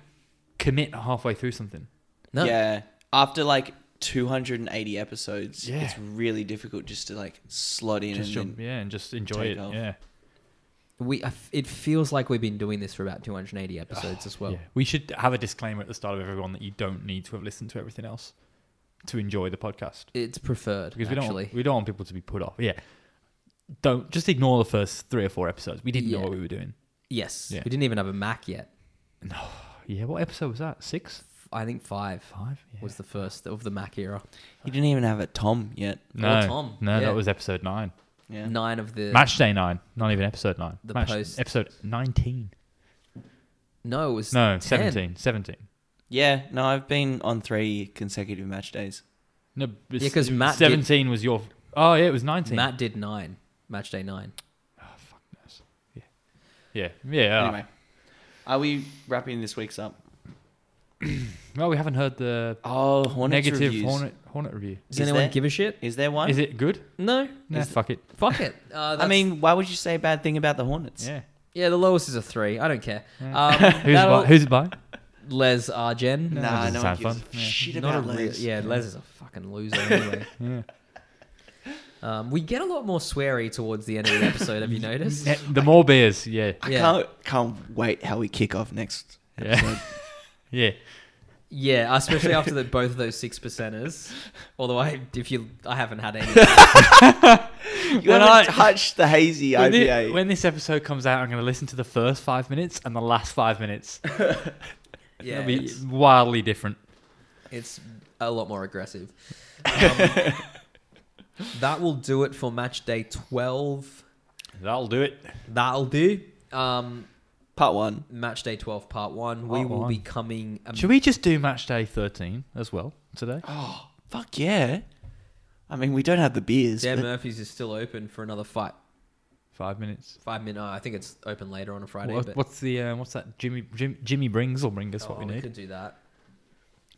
[SPEAKER 3] commit halfway through something.
[SPEAKER 1] no.
[SPEAKER 2] Yeah. After like 280 episodes,
[SPEAKER 3] Yeah.
[SPEAKER 2] it's really difficult just to like slot in
[SPEAKER 3] Just
[SPEAKER 2] and
[SPEAKER 3] jump,
[SPEAKER 2] then-
[SPEAKER 3] yeah, and just enjoy
[SPEAKER 2] take
[SPEAKER 3] it.
[SPEAKER 2] off.
[SPEAKER 3] Yeah.
[SPEAKER 1] We, I f- it feels like we've been doing this for about 280 episodes as well.
[SPEAKER 3] [sighs] yeah, we should have a disclaimer at the start of everyone that you don't need to have listened to everything else to enjoy the podcast
[SPEAKER 1] It's preferred,
[SPEAKER 3] because we
[SPEAKER 1] actually.
[SPEAKER 3] don't we don't want people to be put off. Yeah, don't just ignore the first three or four episodes. We didn't
[SPEAKER 1] Yeah.
[SPEAKER 3] know what we were doing.
[SPEAKER 1] Yes.
[SPEAKER 3] Yeah.
[SPEAKER 1] We didn't even have a Mac yet.
[SPEAKER 3] Yeah, what episode was that? Six,
[SPEAKER 1] I think five
[SPEAKER 3] five? Yeah.
[SPEAKER 1] was the first of the Mac era.
[SPEAKER 2] You didn't even have a Tom yet.
[SPEAKER 3] no,
[SPEAKER 1] Tom,
[SPEAKER 3] no,
[SPEAKER 1] yeah.
[SPEAKER 3] that was episode nine.
[SPEAKER 2] Yeah.
[SPEAKER 1] Nine of the
[SPEAKER 3] Match day nine, not even episode nine.
[SPEAKER 1] The
[SPEAKER 3] Match-
[SPEAKER 1] post-
[SPEAKER 3] episode nineteen.
[SPEAKER 1] no, it was
[SPEAKER 3] No,
[SPEAKER 1] 10.
[SPEAKER 3] 17. 17.
[SPEAKER 2] Yeah. No, I've been on three consecutive match days.
[SPEAKER 3] No, it's-
[SPEAKER 1] Yeah, 'cause Matt did-
[SPEAKER 3] seventeen was your. Oh yeah, it was nineteen.
[SPEAKER 1] Matt did nine. Match day nine.
[SPEAKER 3] Oh, fuck knows. Yeah, yeah, yeah.
[SPEAKER 2] Anyway, are we wrapping this week's up?
[SPEAKER 3] Well, we haven't heard the
[SPEAKER 2] Oh, Hornets
[SPEAKER 3] negative
[SPEAKER 2] reviews.
[SPEAKER 3] Hornet Hornet review.
[SPEAKER 1] Does
[SPEAKER 2] Is
[SPEAKER 1] anyone
[SPEAKER 2] there-
[SPEAKER 1] give a shit?
[SPEAKER 2] Is there one?
[SPEAKER 3] Is it good?
[SPEAKER 1] No.
[SPEAKER 3] Nah, fuck it.
[SPEAKER 1] Fuck it. [laughs] Uh,
[SPEAKER 2] I
[SPEAKER 1] that's-
[SPEAKER 2] mean, why would you say a bad thing about the Hornets?
[SPEAKER 3] Yeah.
[SPEAKER 1] yeah, the lowest is a three. I don't care.
[SPEAKER 3] Yeah.
[SPEAKER 1] Um,
[SPEAKER 3] [laughs] Who's
[SPEAKER 1] that'll-
[SPEAKER 3] by, who's by?
[SPEAKER 1] Les Argen.
[SPEAKER 3] No,
[SPEAKER 2] Nah,
[SPEAKER 3] that doesn't
[SPEAKER 2] no one
[SPEAKER 3] sound
[SPEAKER 2] gives
[SPEAKER 3] fun.
[SPEAKER 2] a
[SPEAKER 3] Yeah.
[SPEAKER 2] shit
[SPEAKER 1] Not a
[SPEAKER 2] about
[SPEAKER 1] real-
[SPEAKER 2] Les.
[SPEAKER 1] yeah, Les is a fucking loser anyway.
[SPEAKER 3] [laughs] Yeah.
[SPEAKER 1] um, we get a lot more sweary towards the end of the episode.
[SPEAKER 3] [laughs]
[SPEAKER 1] Have you noticed?
[SPEAKER 3] Yeah, The more beers. [laughs] Yeah.
[SPEAKER 2] I
[SPEAKER 1] Yeah.
[SPEAKER 2] can't can't wait how we kick off next.
[SPEAKER 3] Yeah. [laughs] yeah.
[SPEAKER 1] Yeah, especially after the, both of those six percenters. Although I, if you, I haven't had
[SPEAKER 3] [laughs]
[SPEAKER 1] any.
[SPEAKER 2] You
[SPEAKER 3] When
[SPEAKER 2] haven't
[SPEAKER 3] I-
[SPEAKER 2] touched the hazy
[SPEAKER 3] When, thi-
[SPEAKER 2] IPA.
[SPEAKER 3] when this episode comes out, I'm going to listen to the first five minutes and the last five [laughs] minutes.
[SPEAKER 1] Yeah,
[SPEAKER 3] It'll be
[SPEAKER 1] it's,
[SPEAKER 3] wildly different.
[SPEAKER 1] it's a lot more
[SPEAKER 3] [laughs]
[SPEAKER 1] aggressive. Um, that will do it for match day twelve.
[SPEAKER 3] That'll do it.
[SPEAKER 1] That'll do. Um,
[SPEAKER 2] Part one.
[SPEAKER 1] match day twelve, part one. we
[SPEAKER 3] Part
[SPEAKER 1] will
[SPEAKER 3] one.
[SPEAKER 1] be coming. Um,
[SPEAKER 3] Should we just do match day 13 as well today?
[SPEAKER 2] Oh, fuck yeah. I mean, we don't have the beers.
[SPEAKER 1] Dan
[SPEAKER 2] but-
[SPEAKER 1] Murphy's is still open for another fight.
[SPEAKER 3] Five minutes.
[SPEAKER 1] Five minutes. I think it's open later on a Friday.
[SPEAKER 3] What,
[SPEAKER 1] but
[SPEAKER 3] what's the uh, what's that? Jimmy Jim, Jimmy brings will bring us what
[SPEAKER 1] Oh,
[SPEAKER 3] we need.
[SPEAKER 1] could do that.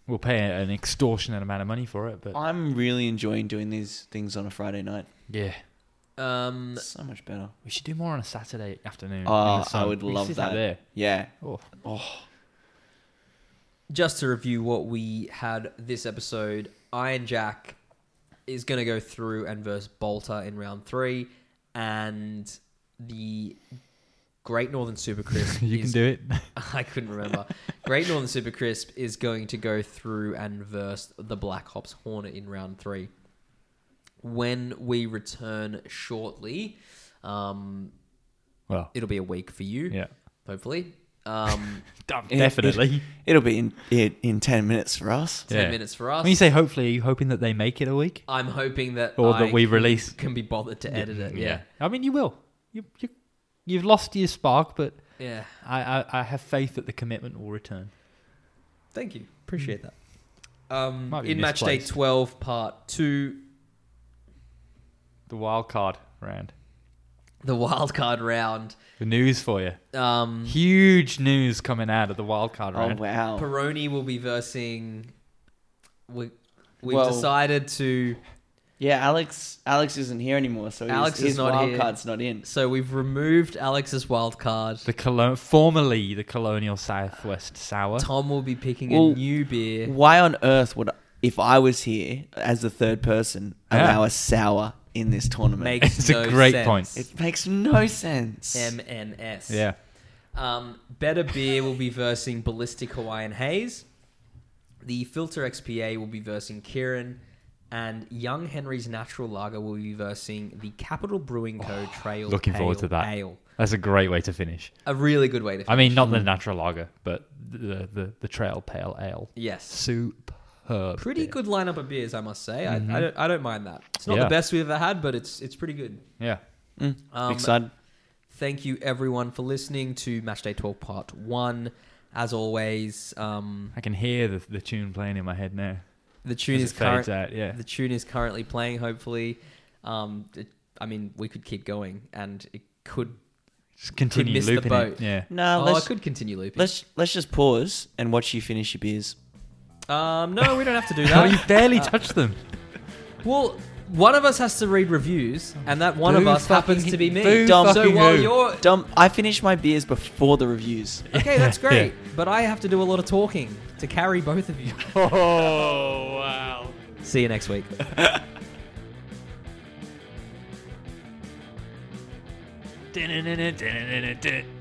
[SPEAKER 3] We'll pay an extortionate amount of money for it, but
[SPEAKER 2] I'm really enjoying doing these things on a Friday night.
[SPEAKER 3] yeah,
[SPEAKER 1] Um,
[SPEAKER 2] So much better.
[SPEAKER 3] we should do more on a Saturday afternoon. in the
[SPEAKER 2] Oh, I
[SPEAKER 3] sun.
[SPEAKER 2] would
[SPEAKER 3] We could
[SPEAKER 2] love
[SPEAKER 3] sit out
[SPEAKER 2] that.
[SPEAKER 3] There.
[SPEAKER 2] Yeah.
[SPEAKER 3] Oh,
[SPEAKER 1] just to review what we had this episode, Iron Jack is going to go through and verse Bolter in round three, and the Great Northern
[SPEAKER 3] [laughs]
[SPEAKER 1] Super Crisp.
[SPEAKER 3] [laughs] you
[SPEAKER 1] is-
[SPEAKER 3] can do it.
[SPEAKER 1] [laughs] I couldn't remember. Great Northern Super Crisp is going to go through and verse the Black Hops Hornet in round three. When we return shortly, um,
[SPEAKER 3] [laughs] [laughs] Well,
[SPEAKER 1] it'll be a week for you,
[SPEAKER 3] yeah,
[SPEAKER 1] hopefully. Um, [laughs]
[SPEAKER 3] Dumb,
[SPEAKER 2] It-
[SPEAKER 3] definitely.
[SPEAKER 2] It'll be in, in, in 10 minutes for us.
[SPEAKER 1] ten
[SPEAKER 3] Yeah.
[SPEAKER 1] minutes for us.
[SPEAKER 3] When you say hopefully, are you hoping that they make it a week
[SPEAKER 1] I'm hoping that
[SPEAKER 3] or
[SPEAKER 1] I
[SPEAKER 3] that we release?
[SPEAKER 1] can be bothered to edit it. Yeah,
[SPEAKER 3] I mean, you will. You, you you've lost your spark, but
[SPEAKER 1] yeah.
[SPEAKER 3] I, I I have faith that the commitment will return.
[SPEAKER 1] Thank you, appreciate that. Um,
[SPEAKER 3] Mm. Might be
[SPEAKER 1] in match day
[SPEAKER 3] misplaced.
[SPEAKER 1] twelve, part two.
[SPEAKER 3] The wild card round.
[SPEAKER 1] the wild card round.
[SPEAKER 3] The news for you. [laughs]
[SPEAKER 1] Um,
[SPEAKER 3] Huge news coming out of the wildcard
[SPEAKER 2] Oh
[SPEAKER 3] round.
[SPEAKER 2] wow.
[SPEAKER 1] Peroni will be versing. We, we've
[SPEAKER 2] Well-
[SPEAKER 1] decided to.
[SPEAKER 2] Yeah, Alex. Alex isn't here anymore, so
[SPEAKER 1] Alex
[SPEAKER 2] his,
[SPEAKER 1] is
[SPEAKER 2] his
[SPEAKER 1] not
[SPEAKER 2] wild
[SPEAKER 1] here.
[SPEAKER 2] card's not in.
[SPEAKER 1] So we've removed Alex's wild card.
[SPEAKER 3] The colo- formerly the Colonial Southwest Sour.
[SPEAKER 1] Tom will be picking
[SPEAKER 2] Well-
[SPEAKER 1] a new
[SPEAKER 3] [laughs]
[SPEAKER 1] beer.
[SPEAKER 2] Why on earth would if I was here as the third person
[SPEAKER 3] Yeah.
[SPEAKER 2] allow a sour in this tournament?
[SPEAKER 1] Makes
[SPEAKER 3] It's a
[SPEAKER 1] no
[SPEAKER 3] great
[SPEAKER 1] sense.
[SPEAKER 3] point.
[SPEAKER 2] it makes no sense.
[SPEAKER 1] MNS.
[SPEAKER 3] Yeah.
[SPEAKER 1] Um, Better Beer will be versing Ballistic Hawaiian Haze. The Filter XPA will be versing Kieran. And Young Henry's Natural Lager will be versing the Capital Brewing Co. Trail
[SPEAKER 3] Oh, looking
[SPEAKER 1] Pale
[SPEAKER 3] forward to that.
[SPEAKER 1] Ale.
[SPEAKER 3] That's a great way to finish.
[SPEAKER 1] A really good way to
[SPEAKER 3] I mean, not the natural lager, but the the, the trail pale ale.
[SPEAKER 1] Yes.
[SPEAKER 3] Superb.
[SPEAKER 1] Pretty
[SPEAKER 3] beer.
[SPEAKER 1] good lineup of beers, I must say. I, I, don't, I don't mind that. It's not
[SPEAKER 3] Mm-hmm. Yeah.
[SPEAKER 1] the best we've ever had, but it's it's pretty good.
[SPEAKER 3] Yeah.
[SPEAKER 1] Um,
[SPEAKER 2] Excited.
[SPEAKER 1] Thank you, everyone, for listening to Matchday 12 Part 1. As always, um,
[SPEAKER 3] I can hear the, the tune playing in my head now.
[SPEAKER 1] the tune
[SPEAKER 3] As it
[SPEAKER 1] is current.
[SPEAKER 3] fades out, yeah.
[SPEAKER 1] The tune is currently playing. Hopefully, um, it- I mean, we could keep going, and it could.
[SPEAKER 3] Just continue
[SPEAKER 1] miss the
[SPEAKER 3] looping
[SPEAKER 1] boat.
[SPEAKER 3] it. Yeah.
[SPEAKER 2] No,
[SPEAKER 1] oh, I
[SPEAKER 2] Uh, let's
[SPEAKER 1] could continue looping.
[SPEAKER 2] let's let's just pause and watch you finish your beers.
[SPEAKER 1] Um, no, we don't have [laughs] to
[SPEAKER 3] [laughs]
[SPEAKER 1] do
[SPEAKER 3] No, Oh, you
[SPEAKER 1] that. Uh,
[SPEAKER 3] barely
[SPEAKER 1] [laughs]
[SPEAKER 3] touched them.
[SPEAKER 1] well, one of us has to read reviews, and that one of
[SPEAKER 3] Boo
[SPEAKER 1] us happens
[SPEAKER 3] fucking-
[SPEAKER 1] to be me.
[SPEAKER 3] boo
[SPEAKER 2] Dom,
[SPEAKER 1] so
[SPEAKER 3] fucking
[SPEAKER 1] while
[SPEAKER 3] who?
[SPEAKER 1] you're
[SPEAKER 2] Dom, I finished my beers before the reviews.
[SPEAKER 1] okay, that's great.
[SPEAKER 3] [laughs] Yeah.
[SPEAKER 1] But I have to do a lot of talking to carry both of you.
[SPEAKER 3] Oh wow.
[SPEAKER 1] See you next week. [laughs]
[SPEAKER 3] Dun-dun-dun-dun, dun-dun-dun-dun.